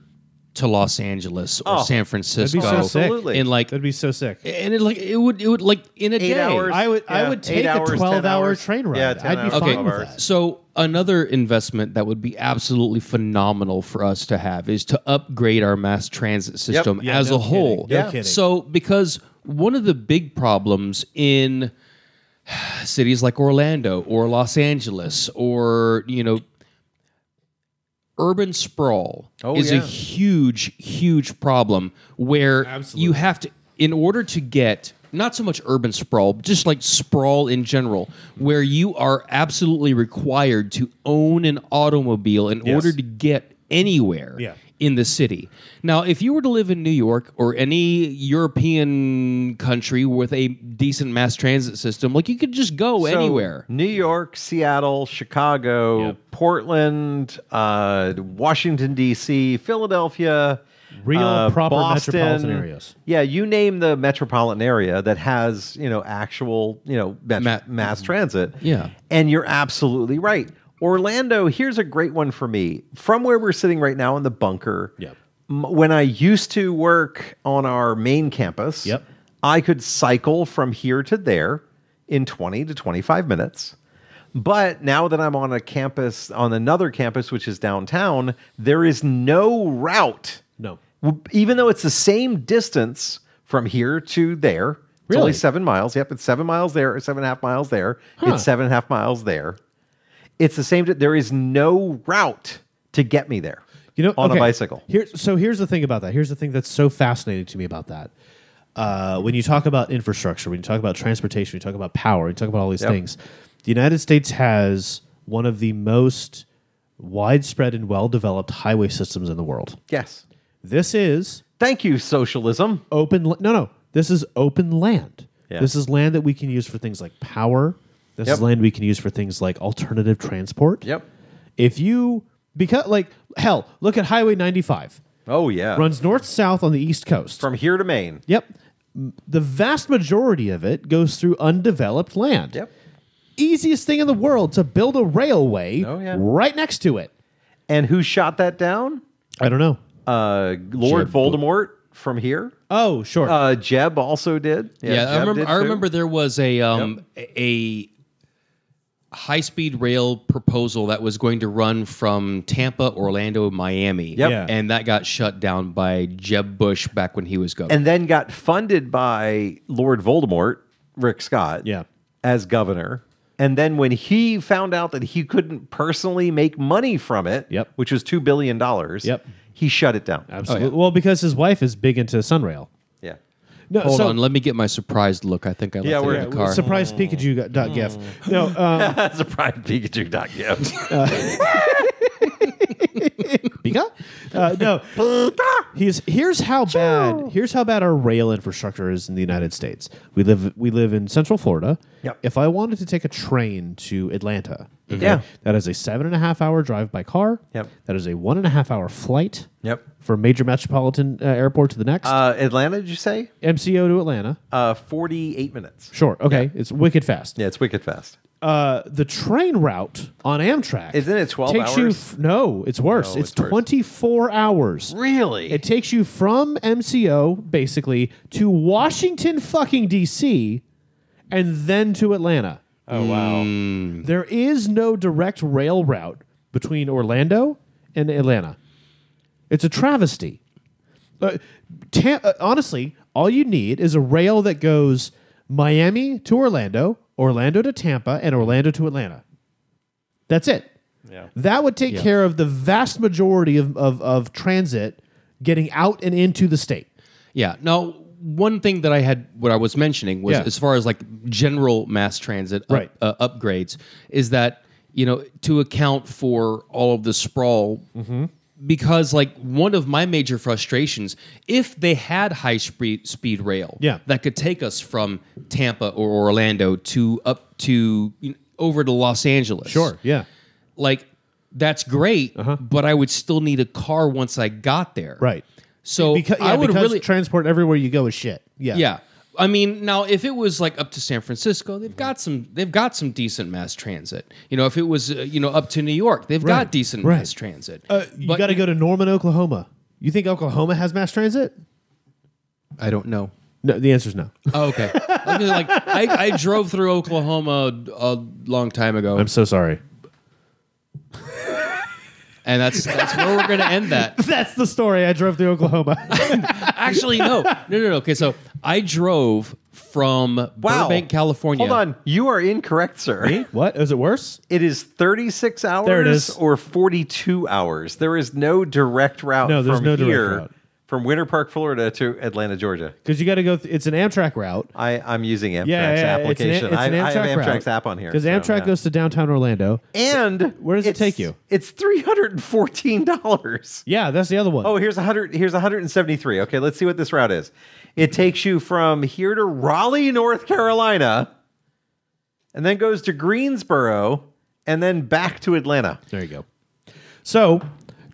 E: to Los Angeles or
A: Oh,
E: San Francisco.
C: That'd be so sick.
A: Absolutely.
E: And like,
C: That'd be so sick.
E: and it like it would it would like in a
A: Eight
E: day.
A: hours.
C: I would. I
A: Yeah.
C: would
A: Eight
C: take
A: hours,
C: a
A: 10
C: 12 hour
A: hours.
C: train ride.
A: Yeah, 10
C: I'd be
A: hours,
E: Okay,
C: fine
A: 12
C: with
A: hours.
C: that.
E: so another investment that would be absolutely phenomenal for us to have is to upgrade our mass transit system
C: Yeah,
E: as
C: no
E: a whole.
C: kidding, no Yeah. kidding.
E: So because one of the big problems in <sighs> cities like Orlando or Los Angeles or you know urban sprawl is a
A: Oh, yeah.
E: huge huge problem where you have to in order to get not so much urban sprawl just like sprawl in general where you are absolutely required to own an automobile in order to get anywhere
C: Yeah.
E: in the city now if you were to live in new york or any european country with a decent mass transit system like you could just go
A: So,
E: anywhere
A: New York, Seattle, Chicago, Portland, uh, Washington D.C., Philadelphia,
C: Real
A: uh,
C: proper
A: Boston.
C: metropolitan areas.
A: Yeah, you name the metropolitan area that has you know actual you know met-
E: Ma-
A: mass transit.
E: Yeah.
A: and you're absolutely right. Orlando, here's a great one for me. From where we're sitting right now in the bunker.
C: Yep.
A: m- When I used to work on our main campus,
C: Yep.
A: I could cycle from here to there in 20 to 25 minutes. But now that I'm on a campus, on another campus, which is downtown, there is no route
C: No.
A: W- Even though it's the same distance from here to there. It's only
C: Really?
A: seven miles. Yep, it's seven miles there, seven and a half miles there. It's seven and a half miles there. It's the same. di- There is no route to get me there.
C: You know,
A: on
C: okay,
A: a bicycle.
C: Here, so here's the thing about that. Here's the thing that's so fascinating to me about that. Uh, when you talk about infrastructure, when you talk about transportation, when you talk about power, when you talk about all these things. The United States has one of the most widespread and well-developed highway systems in the world.
A: Yes.
C: This is
A: Thank you, socialism.
C: open la- no no this is open land
A: Yeah.
C: this is land that we can use for things like power this
A: Yep.
C: is land we can use for things like alternative transport if you because like hell look at highway 95
A: Oh yeah.
C: runs north south on the east coast
A: from here to Maine.
C: yep M- the vast majority of it goes through undeveloped land easiest thing in the world to build a railway
A: Oh, yeah.
C: right next to it
A: And who shot that down?
C: i don't know
A: Uh, Lord Voldemort from here.
C: oh sure
A: Uh, Jeb also did.
E: Yeah, I
A: Jeb
E: remember.
A: did
E: I
A: too.
E: remember there was a um, a a high-speed rail proposal that was going to run from Tampa, Orlando, Miami.
A: Yep.
C: Yeah.
E: and that got shut down by Jeb Bush back when he was governor.
A: And then got funded by Lord Voldemort, Rick Scott,
C: yeah
A: as governor. And then when he found out that he couldn't personally make money from it,
C: Yep.
A: which was two billion dollars,
C: Yep.
A: he shut it down.
C: absolutely well because his wife is big into sunrail
A: Yeah. <laughs>
C: no,
E: Hold
C: so-
E: on, let me get my surprised look. I think I left
A: Yeah,
E: it
A: we're-
E: in the car.
C: Surprise Pikachu got,
A: Hmm.
C: dot gif. No, um,
A: That's a prime Pikachu dot gift.
C: <laughs> Pika? <laughs> Uh, no. He's here's how bad here's how bad our rail infrastructure is in the United States. We live we live in Central Florida.
A: Yep. Mm-hmm.
C: If I wanted to take a train to Atlanta, okay,
A: Yeah.
C: that is a seven and a half hour drive by car.
A: Yep.
C: That is a one and a half hour flight.
A: Yep.
C: For major metropolitan uh, airport to the next
A: Uh, Atlanta, did you say?
C: MCO to Atlanta.
A: Uh, 48 minutes.
C: Sure. Okay. It's wicked fast.
A: Yeah, it's wicked fast.
C: uh, the train route on Amtrak.
A: Isn't it 12
C: takes You
A: hours?
C: f- no, it's worse.
A: No,
C: it's
A: it's worse.
C: 24 hours.
A: Really?
C: It takes you from MCO, basically, to Washington fucking D.C. and then to Atlanta.
A: oh, wow.
C: There is no direct rail route between Orlando and Atlanta. It's a travesty. Uh, ta- uh, honestly, all you need is a rail that goes Miami to Orlando, Orlando to Tampa, and Orlando to Atlanta. That's it. That would take care of the vast majority of, of, of transit getting out and into the state.
E: Yeah. Now, one thing that I had, what I was mentioning was
C: Yeah.
E: as far as like general mass transit up-
C: Right.
E: uh, upgrades, is that, you know, to account for all of the sprawl,
C: Mm-hmm.
E: because like one of my major frustrations, if they had high speed, speed rail
C: Yeah.
E: that could take us from Tampa or Orlando to up to you know, over to Los Angeles.
C: Yeah.
E: Like, that's great, but I would still need a car once I got there.
C: Uh-huh. Right.
E: So
C: Because, yeah,
E: I would
C: because
E: really
C: transport everywhere you go is shit. Yeah.
E: yeah. I mean, now if it was like up to San Francisco,
C: Mm-hmm.
E: they've got some they've got some decent mass transit. You know, if it was uh, you know up to New York, they've
C: Right,
E: got decent
C: right.
E: mass transit.
C: Uh, you
E: But-
C: got to go to Norman, Oklahoma. You think Oklahoma has mass transit?
E: I don't
C: <laughs>
E: know.
C: No, the answer is no.
E: Oh, okay. I mean, like I, I drove through Oklahoma a long time ago,
C: so sorry.
E: and that's that's where we're going to end that.
C: <laughs> <laughs> That's the story. I drove through Oklahoma. <laughs>
E: Actually, no, no, no, no. Okay, so I drove from
A: Wow.
E: Burbank, California.
A: Hold on. You are incorrect, sir.
C: what? Is it worse?
A: It is 36 hours
C: There it is.
A: or 42 hours. There is no direct route
C: No, there's
A: from
C: no direct
A: here,
C: route.
A: from Winter Park, Florida to Atlanta, Georgia.
C: Because you got to go. Th- it's an Amtrak route.
A: I, I'm using Amtrak's
C: Yeah, yeah, yeah, it's an-
A: application.
C: it's an
A: I, I have
C: Amtrak route.
A: Amtrak's app on here.
C: Because
A: so,
C: Amtrak
A: yeah.
C: goes to downtown Orlando.
A: And
C: Where does it
A: it's-
C: take you?
A: It's $314.
C: Yeah, that's the other one.
A: Oh, here's 100 here's 173. Okay, let's see what this route is. It takes you from here to Raleigh, North Carolina, and then goes to Greensboro and then back to Atlanta.
C: there you go. So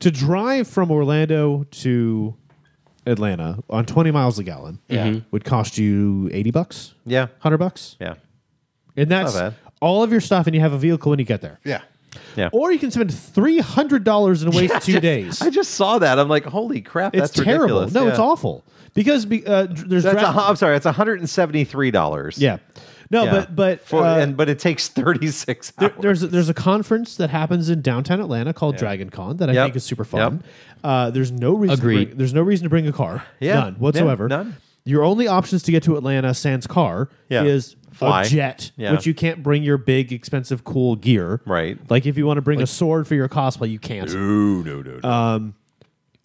C: to drive from Orlando to Atlanta on 20 miles a gallon
A: Mm-hmm.
C: would cost you 80 bucks,
A: Yeah.
C: 100 bucks.
A: Yeah.
C: And that's
A: bad.
C: all of your stuff, and you have a vehicle when you get there.
A: Yeah. Yeah.
C: Or you can spend $300
A: <laughs>
C: and waste two days.
A: I just saw that. I'm like, holy crap,
C: It's
A: that's
C: terrible.
A: ridiculous.
C: No,
A: Yeah.
C: it's awful because be, uh, dr- there's
A: That's a,
C: dra-
A: hu- I'm sorry, it's 173 dollars.
C: yeah. No,
A: Yeah.
C: but but
A: For,
C: uh,
A: and but it takes 36
C: there-
A: hours.
C: there's a, there's a conference that happens in downtown Atlanta called Dragon Con that I
A: Yep.
C: think is super fun. Uh, there's no reason. to
E: Agreed.
C: bring- there's no reason to bring a car.
A: Yeah.
C: None whatsoever.
A: Yeah, none.
C: Your only options to get to Atlanta sans car
A: Yeah.
C: is
A: Fly.
C: a jet,
A: Yeah.
C: which you can't bring your big, expensive, cool gear.
A: Right.
C: Like if you want to bring a sword for your cosplay, you can't.
A: no,
C: Um,
A: no, no. no.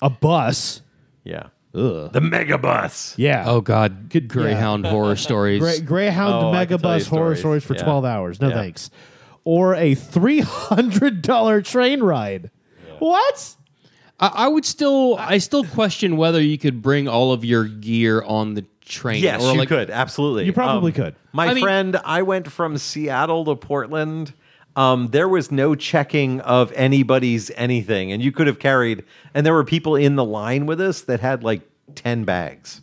C: A bus.
A: yeah. The megabus.
C: Yeah.
E: Oh God, good Greyhound horror stories.
C: <laughs> Gre- Greyhound
A: Oh, I
C: mega
A: could tell you
C: megabus horror
A: stories.
C: stories for
A: Yeah.
C: 12 hours. No
A: Yeah.
C: thanks. Or a $300 train ride. What?
E: I, I would still, I still question whether you could bring all of your gear on the train.
A: Yes,
E: or
A: you
E: like-
A: could. Absolutely. Um,
C: You probably could.
A: My
E: I mean-
A: friend, I went from Seattle to Portland. Um, there was no checking of anybody's anything, and you could have carried. And there were people in the line with us that had like ten bags,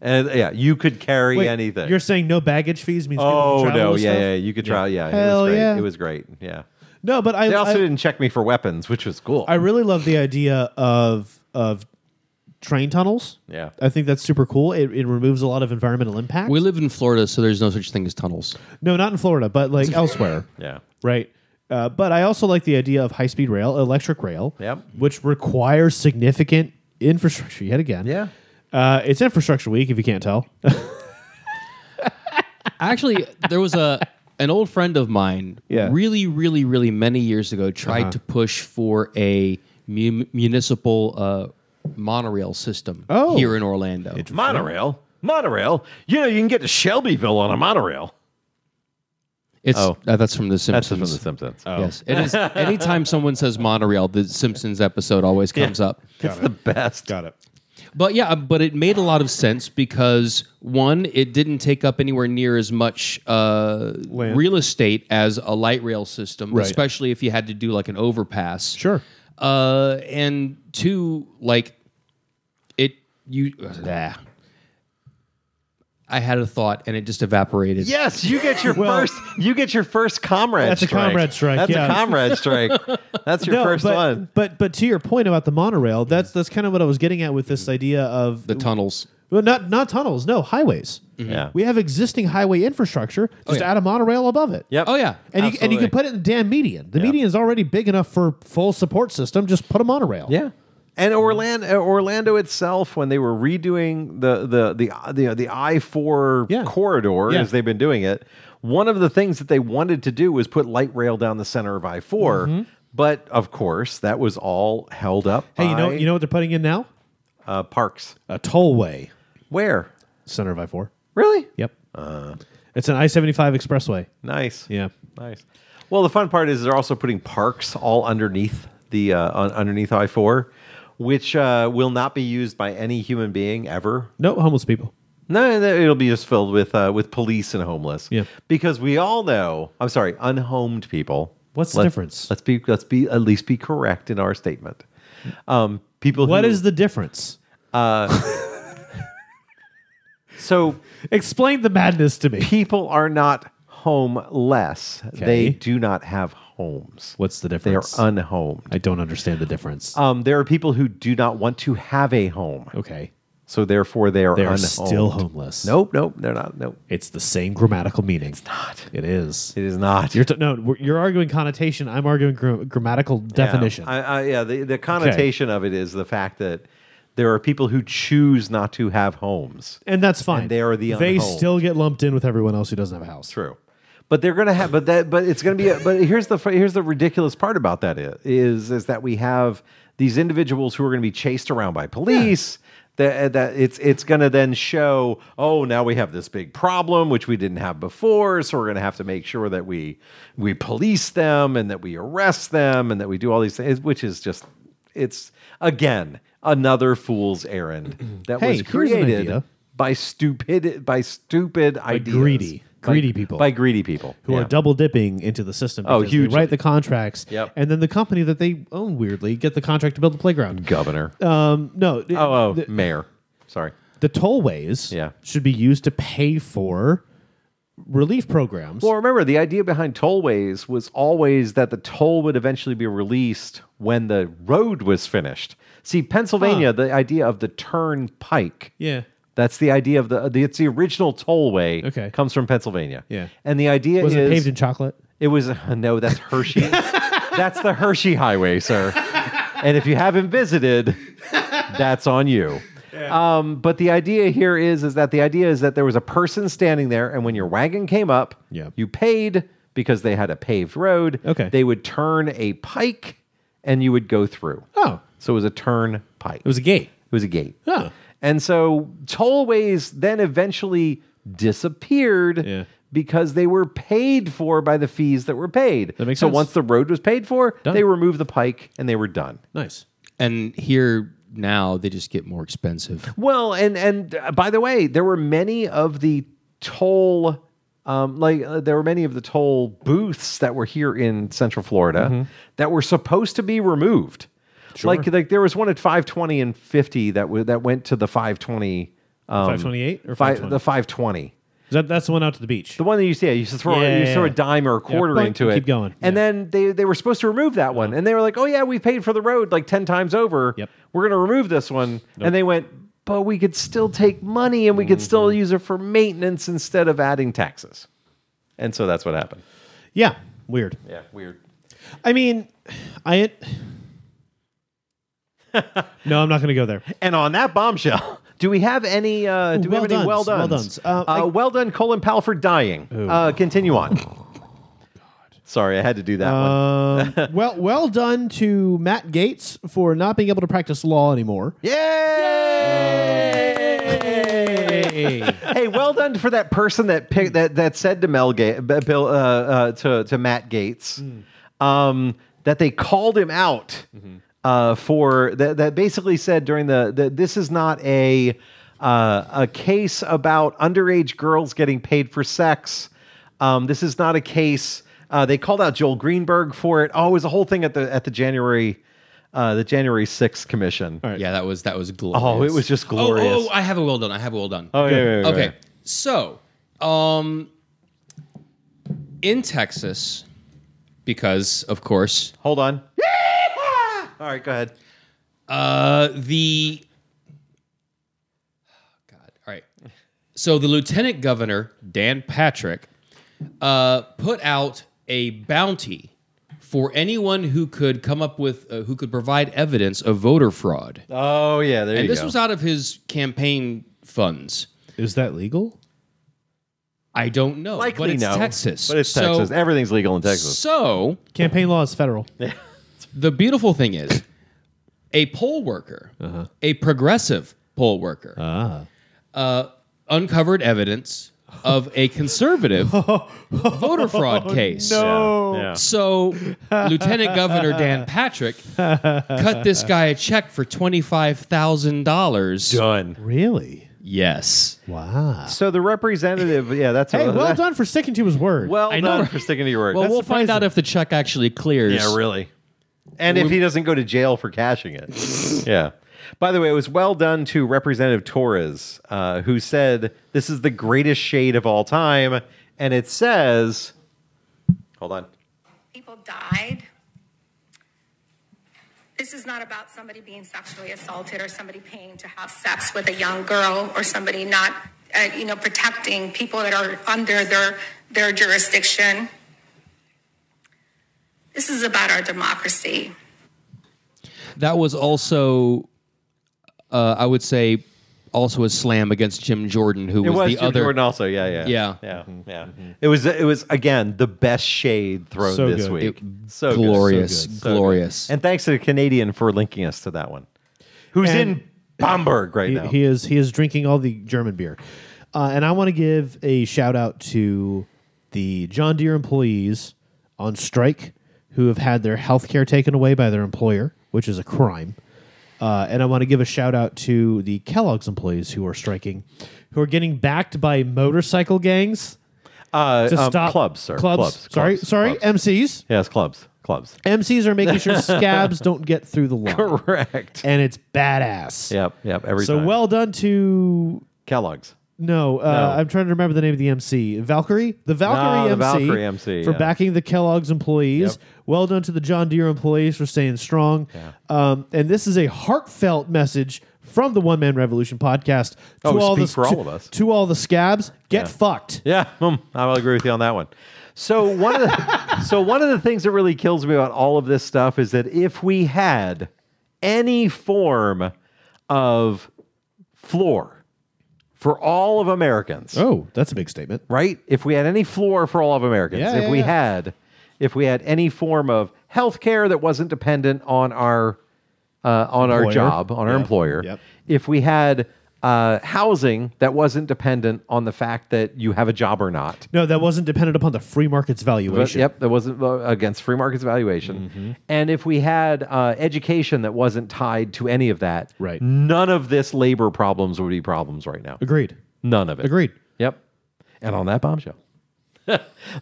A: and yeah, you could carry
C: Wait,
A: anything.
C: You're saying no baggage fees means people
A: oh
C: can travel
A: no,
C: with
A: yeah,
C: stuff?
A: yeah, you could try. Yeah,
C: Hell
A: it was great.
C: yeah.
A: It was great. Yeah,
C: No, but I,
A: they also
C: I,
A: didn't check me for weapons, which was cool.
C: I really love the idea of of train tunnels.
A: Yeah.
C: I think that's super cool. It, it removes a lot of environmental impact.
E: We live in Florida, so there's no such thing as tunnels.
C: no, not in Florida,
A: <laughs>
C: but like elsewhere.
A: yeah,
C: right? Uh, but I also like the idea of high speed rail, electric rail,
A: Yep.
C: which requires significant infrastructure yet again.
A: yeah.
C: Uh, it's infrastructure week, if you can't tell. <laughs>
E: Actually, there was a <laughs> an old friend of mine,
C: Yeah.
E: really, really, really many years ago, tried to push for a mu- municipal uh, monorail system
C: Oh.
E: here in Orlando.
A: Monorail, monorail. You know, you can get to Shelbyville on a monorail.
E: It's
A: Oh.
E: uh, that's from The
A: That's
E: Simpsons.
A: from The Simpsons. Oh.
C: Oh,
E: Yes, it is. Anytime someone says monorail, the Simpsons episode always comes up.
A: it's the best.
C: Got it.
E: But yeah, uh, but it made a lot of sense because one, it didn't take up anywhere near as much uh,
C: Land.
E: real estate as a light rail system,
C: Right.
E: especially if you had to do like an overpass.
C: Sure.
E: Uh, and two, like it, you. ah. I had a thought and it just evaporated.
A: Yes, you get your first. You get your first comrade.
C: That's a
A: strike.
C: comrade strike,
A: That's
C: yeah.
A: a comrade
C: <laughs>
A: strike. That's your first
C: but,
A: one.
C: But but to your point about the monorail, that's that's kind of what I was getting at with this
A: Mm-hmm.
C: idea of
E: The tunnels.
C: well, not not tunnels, no highways.
A: Yeah.
C: We have existing highway infrastructure. Just
E: yeah.
C: add a monorail above it.
A: Oh, Yep.
E: Oh, yeah.
C: And you, and you
A: Absolutely.
C: can put it in the damn median. The median is already big enough for full support system. Just put a monorail.
A: Yeah. And Orlando, Orlando itself, when they were redoing the the the the, the I four
C: Yeah.
A: corridor,
C: Yeah.
A: as they've been doing it, one of the things that they wanted to do was put light rail down the center of I 4
C: Mm-hmm.
A: But of course, that was all held up.
C: Hey,
A: by,
C: you know you know what they're putting in now?
A: uh, parks.
C: A tollway.
A: Where
C: Center of I four.
A: really
C: Yep. it's an I seventy five expressway.
A: nice.
C: Yeah.
A: Nice. Well, the fun part is they're also putting parks all underneath the uh, on, underneath I four, which uh, will not be used by any human being ever.
C: No homeless people.
A: No, no, it'll be just filled with uh, with police and homeless.
C: Yeah.
A: because we all know. I'm sorry, unhomed people.
C: What's the
A: Let's-
C: difference?
A: Let's be let's be at least be correct in our statement. Um, people.
C: What
A: who,
C: is the difference?
A: so
C: Explain the madness to me.
A: people are not homeless. They
C: Okay.
A: do not have homes.
C: What's the
A: They are
C: difference?
A: unhomed.
C: I don't understand the difference.
A: Um, there are people who do not want to have a home.
C: okay.
A: So therefore, they are
C: They are
A: unhomed.
C: still homeless.
A: Nope, nope, they're not. Nope,
C: It's the same grammatical meaning. It's not. It is.
A: it is <laughs> not.
C: You're t- no, we're- you're arguing connotation. I'm arguing gra- grammatical
A: Yeah.
C: definition.
A: I, I, yeah, the, the connotation of it is the fact that there are people who choose not to have homes.
C: and that's fine.
A: they are the
C: They
A: unhomed.
C: still get lumped in with everyone else who doesn't have a house.
A: True, but they're gonna have. But that. But it's gonna be. A, but here's the. fr- Here's the ridiculous part about that i- is is that we have these individuals who are gonna be chased around by police. That, uh, that it's it's going to then show oh now we have this big problem which we didn't have before so we're going to have to make sure that we we police them and that we arrest them and that we do all these things which is just it's again another fool's errand that
C: Hey,
A: was
C: here's an
A: created
C: idea.
A: by stupid by stupid ideas
C: greedy-
A: By-
C: greedy people.
A: by greedy people
C: who
A: yeah.
C: are double dipping into the system.
A: Oh,
C: because they
A: hugely.
C: write the contracts,
A: Yep.
C: and then the company that they own weirdly get the contract to build the playground.
A: governor.
C: Um, no, th-
A: oh, oh,
C: th- the,
A: mayor. Sorry.
C: tollways
A: Yeah.
C: should be used to pay for relief programs.
A: Well, remember the idea behind tollways was always that the toll would eventually be released when the road was finished. See, Pennsylvania, the idea of the turnpike
C: yeah,
A: That's the idea of the, the it's the original tollway.
C: Okay.
A: comes from Pennsylvania.
C: Yeah.
A: and the idea
C: Was
A: is
C: it paved in chocolate?
A: it was <laughs> no, that's Hershey. that's the Hershey Highway, sir. and if you haven't visited, that's on you. Um, but the idea here is is that the idea is that there was a person standing there, and when your wagon came up,
C: Yeah.
A: you paid because they had a paved road.
C: Okay.
A: They would turn a pike and you would go through.
C: Oh,
A: So it was a turn pike.
C: it was a gate.
A: It was a gate.
C: Huh.
A: And so tollways then eventually disappeared
C: Yeah.
A: because they were paid for by the fees that were paid.
C: That makes
A: so
C: sense.
A: once the road was paid for,
C: Done.
A: they removed the pike and they were done.
C: Nice.
E: And here now they just get more expensive.
A: Well, and and uh, by the way, there were many of the toll, um, like uh, there were many of the toll booths that were here in Central Florida
C: Mm-hmm.
A: that were supposed to be removed. Like like there was one at five twenty and fifty that w- that went to the five twenty. Um,
C: 528 or
A: fi-
C: 520?
A: the five twenty.
C: Is that, that's the one out to the beach.
A: The one that you see, yeah, you used to throw,
C: Yeah,
A: you
C: yeah,
A: throw a
C: yeah.
A: dime or a quarter
C: boink,
A: into
C: and
A: it.
C: keep going.
A: And
C: Yeah.
A: then they, they were supposed to remove that one. And they were like, oh, yeah, we paid for the road like 10 times over.
C: Yep.
A: We're going to remove this one. And they went, but we could still take money and we
C: Mm-hmm.
A: could still use it for maintenance instead of adding taxes. And so that's what happened.
C: yeah. Weird.
A: Yeah, weird. <sighs>
C: I mean, I. no, I'm not going to go there.
A: And on that bombshell, <laughs> do we have any? Uh, do we
C: well
A: have any
C: dones,
A: well done?
C: well
A: Uh,
C: dones. Uh, I-
A: well done, Colin Palford dying. Uh, continue
C: <laughs>
A: on. Sorry, I had to do that one.
C: Um, well, well done to Matt Gates for not being able to practice law anymore.
A: Yay! hey, well done for that person that picked that that said to Mel Ga- B- Bill uh, uh, to to Matt Gates um, that they called him out uh, for that. That basically said during the, the this is not a uh, a case about underage girls getting paid for sex. Um, this is not a case. Uh, they called out Joel Greenberg for it. Oh, it was a whole thing at the at the January uh, the January sixth commission.
E: Yeah, that was that was glorious.
A: Oh, it was just glorious.
E: Oh, oh, I have a well done. I have a well done.
A: Oh, yeah, yeah, yeah,
E: okay.
A: yeah.
E: So, um, in Texas, because of course,
A: Hold on. All right, go ahead.
E: uh, the God. All right. So the lieutenant governor Dan Patrick uh, put out a bounty for anyone who could come up with uh, who could provide evidence of voter fraud.
A: Oh yeah, there you
E: and this
A: go.
E: was out of his campaign funds.
C: Is that legal?
E: I don't know,
A: Likely
E: but it's
A: no,
E: Texas.
A: But it's
E: So-
A: Texas. Everything's legal in Texas.
E: So
C: Campaign law is federal.
E: the beautiful thing is, a poll worker,
A: Uh-huh.
E: a progressive poll worker, uh
A: Ah.
E: uncovered evidence of a
A: <laughs>
E: conservative voter fraud
A: Oh,
E: case.
C: No.
A: Yeah.
E: So Lieutenant Governor Dan Patrick cut this guy a check for twenty five thousand dollars.
A: Done.
C: Really?
E: Yes.
C: Wow.
A: So the representative, yeah, that's
C: Hey,
A: what-
C: well
A: that-
C: done for sticking to his
A: <laughs>
C: word.
A: Well
E: I know,
A: done
E: right?
A: for sticking to your word.
E: Well,
A: That's-
E: we'll find out if the check actually clears.
A: yeah, really. And if he doesn't go to jail for cashing it, yeah. By the way, it was well done to Representative Torres, uh, who said this is the greatest shade of all time, and it says, "Hold on."
I: people died. This is not about somebody being sexually assaulted or somebody paying to have sex with a young girl or somebody not, uh, you know, protecting people that are under their their jurisdiction. This is about our democracy.
E: that was also uh, I would say also a slam against Jim Jordan, who
A: It
E: was,
A: was
E: the
A: Jim
E: other.
A: Jordan also, yeah, yeah,
E: Yeah.
A: yeah, yeah. Mm-hmm. It was, it was again the best shade thrown
C: So
A: this
C: good.
A: week.
E: It-
A: so good.
E: glorious,
A: So good.
E: glorious.
A: And thanks to the Canadian for linking us to that one, who's
C: And-
A: in Bamberg right
C: He,
A: now.
C: he is he is drinking all the German beer, uh, and I want to give a shout out to the John Deere employees on strike who have had their health care taken away by their employer, which is a crime. Uh, and I want to give a shout out to the Kellogg's employees who are striking, who are getting backed by motorcycle gangs
A: uh,
C: to
A: um,
C: stop
A: clubs, sir.
C: Clubs,
A: Clubs.
C: sorry,
A: clubs,
C: sorry,
A: clubs.
C: MCs.
A: yes, clubs. Clubs.
C: MCs are making
A: <laughs>
C: sure scabs don't get through the line,
A: Correct.
C: and it's badass.
A: Yep. Yep. Every
C: So
A: time.
C: well done to
A: Kellogg's.
C: No, uh,
A: No.
C: I'm trying to remember the name of the MC. Valkyrie? The Valkyrie
A: No, the
C: MC.
A: Valkyrie MC,
C: For
A: yeah.
C: backing the Kellogg's employees.
A: Yep.
C: Well done to the John Deere employees for staying strong. Um, and this is a heartfelt message from the One Man Revolution podcast to
A: Oh,
C: all the
A: speak for all
C: to-
A: of us.
C: to all the scabs. Get fucked.
A: Yeah, <laughs> hmm, I will agree with you on that one. So one of the, <laughs> so one of the things that really kills me about all of this stuff is that if we had any form of floor for all of Americans,
C: Oh, that's a big statement.
A: right? If we had any floor for all of Americans,
C: Yeah,
A: if
C: yeah,
A: we
C: yeah.
A: had if we had any form of health care that wasn't dependent on our uh, on our
C: Employer.
A: job, on our
C: Yeah.
A: employer,
C: Yep.
A: if we had uh, housing that wasn't dependent on the fact that you have a job or not.
C: No, that wasn't dependent upon the free market's
A: But-
C: valuation.
A: yep, that wasn't uh, against free markets valuation.
C: Mm-hmm.
A: And if we had uh, education that wasn't tied to any of that,
C: Right.
A: none of this labor problems would be problems right now.
C: Agreed.
A: None of it.
C: Agreed.
A: Yep. And on that
C: <laughs>
A: bombshell.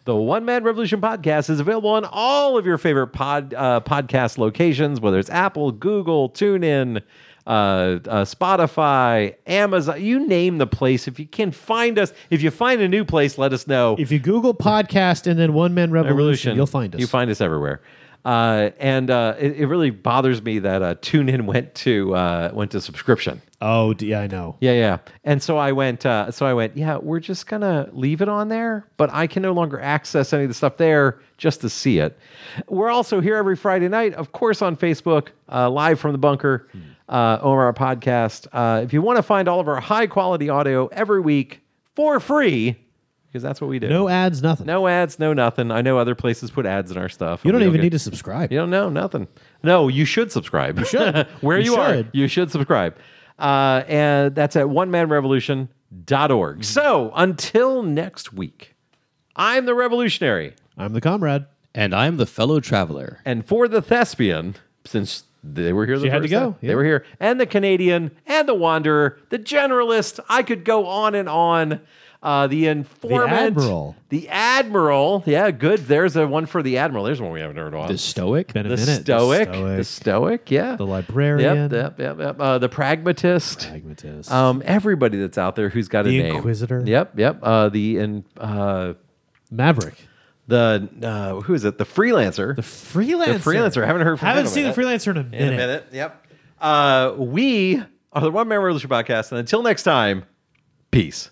A: the One Man Revolution podcast is available on all of your favorite pod uh, podcast locations, whether it's Apple, Google, TuneIn, uh, uh, Spotify, Amazon. You name the place. If you can find us, if you find a new place, let us know.
C: If you Google podcast and then One Man Revolution, you'll find us.
A: You find us everywhere. Uh, and uh, it, it really bothers me that uh, TuneIn went to uh, went to subscription.
C: oh, d- yeah, I know.
A: Yeah, yeah. And so I went. Uh, so I went. Yeah, we're just gonna leave it on there, but I can no longer access any of the stuff there just to see it. We're also here every Friday night, of course, on Facebook, uh, live from the bunker,
C: Hmm.
A: uh, over our podcast. Uh, if you want to find all of our high quality audio every week for free, because that's what we do.
C: No ads, nothing.
A: no ads, no nothing. I know other places put ads in our stuff.
C: you don't even need
A: to.
C: to subscribe.
A: You don't know nothing. No, you should subscribe. You <laughs> should. Where you,
C: You
A: are,
C: should.
A: you should subscribe. Uh, and that's at onemanrevolution.org. So until next week, I'm the revolutionary.
C: I'm the comrade.
E: And I'm the fellow traveler.
A: And for the thespian, since they were here the
C: She
A: first
C: had to go,
A: time,
C: yeah.
A: they were here. And the Canadian and the wanderer, the generalist. I could go on and on. Uh, the informant,
C: admiral.
A: the admiral. Yeah, good. There's a one for the admiral. There's one we haven't heard on.
E: The stoic.
C: Been
A: the
C: a minute. The
A: stoic, the
C: stoic.
A: stoic, yeah,
C: The librarian.
A: yep, yep, yep, yep. Uh, the pragmatist,
C: Pragmatist.
A: um, everybody that's out there who's got a
C: The
A: name,
C: inquisitor.
A: yep, yep, uh, the and uh,
C: Maverick.
A: the uh, who is it? The freelancer,
C: The freelancer.
A: freelancer. I haven't heard from him
C: Haven't
A: in a
C: seen the
A: minute.
C: freelancer in a minute.
A: in a minute, yep. Uh, we are the One Man Revolution podcast, and until next time, peace.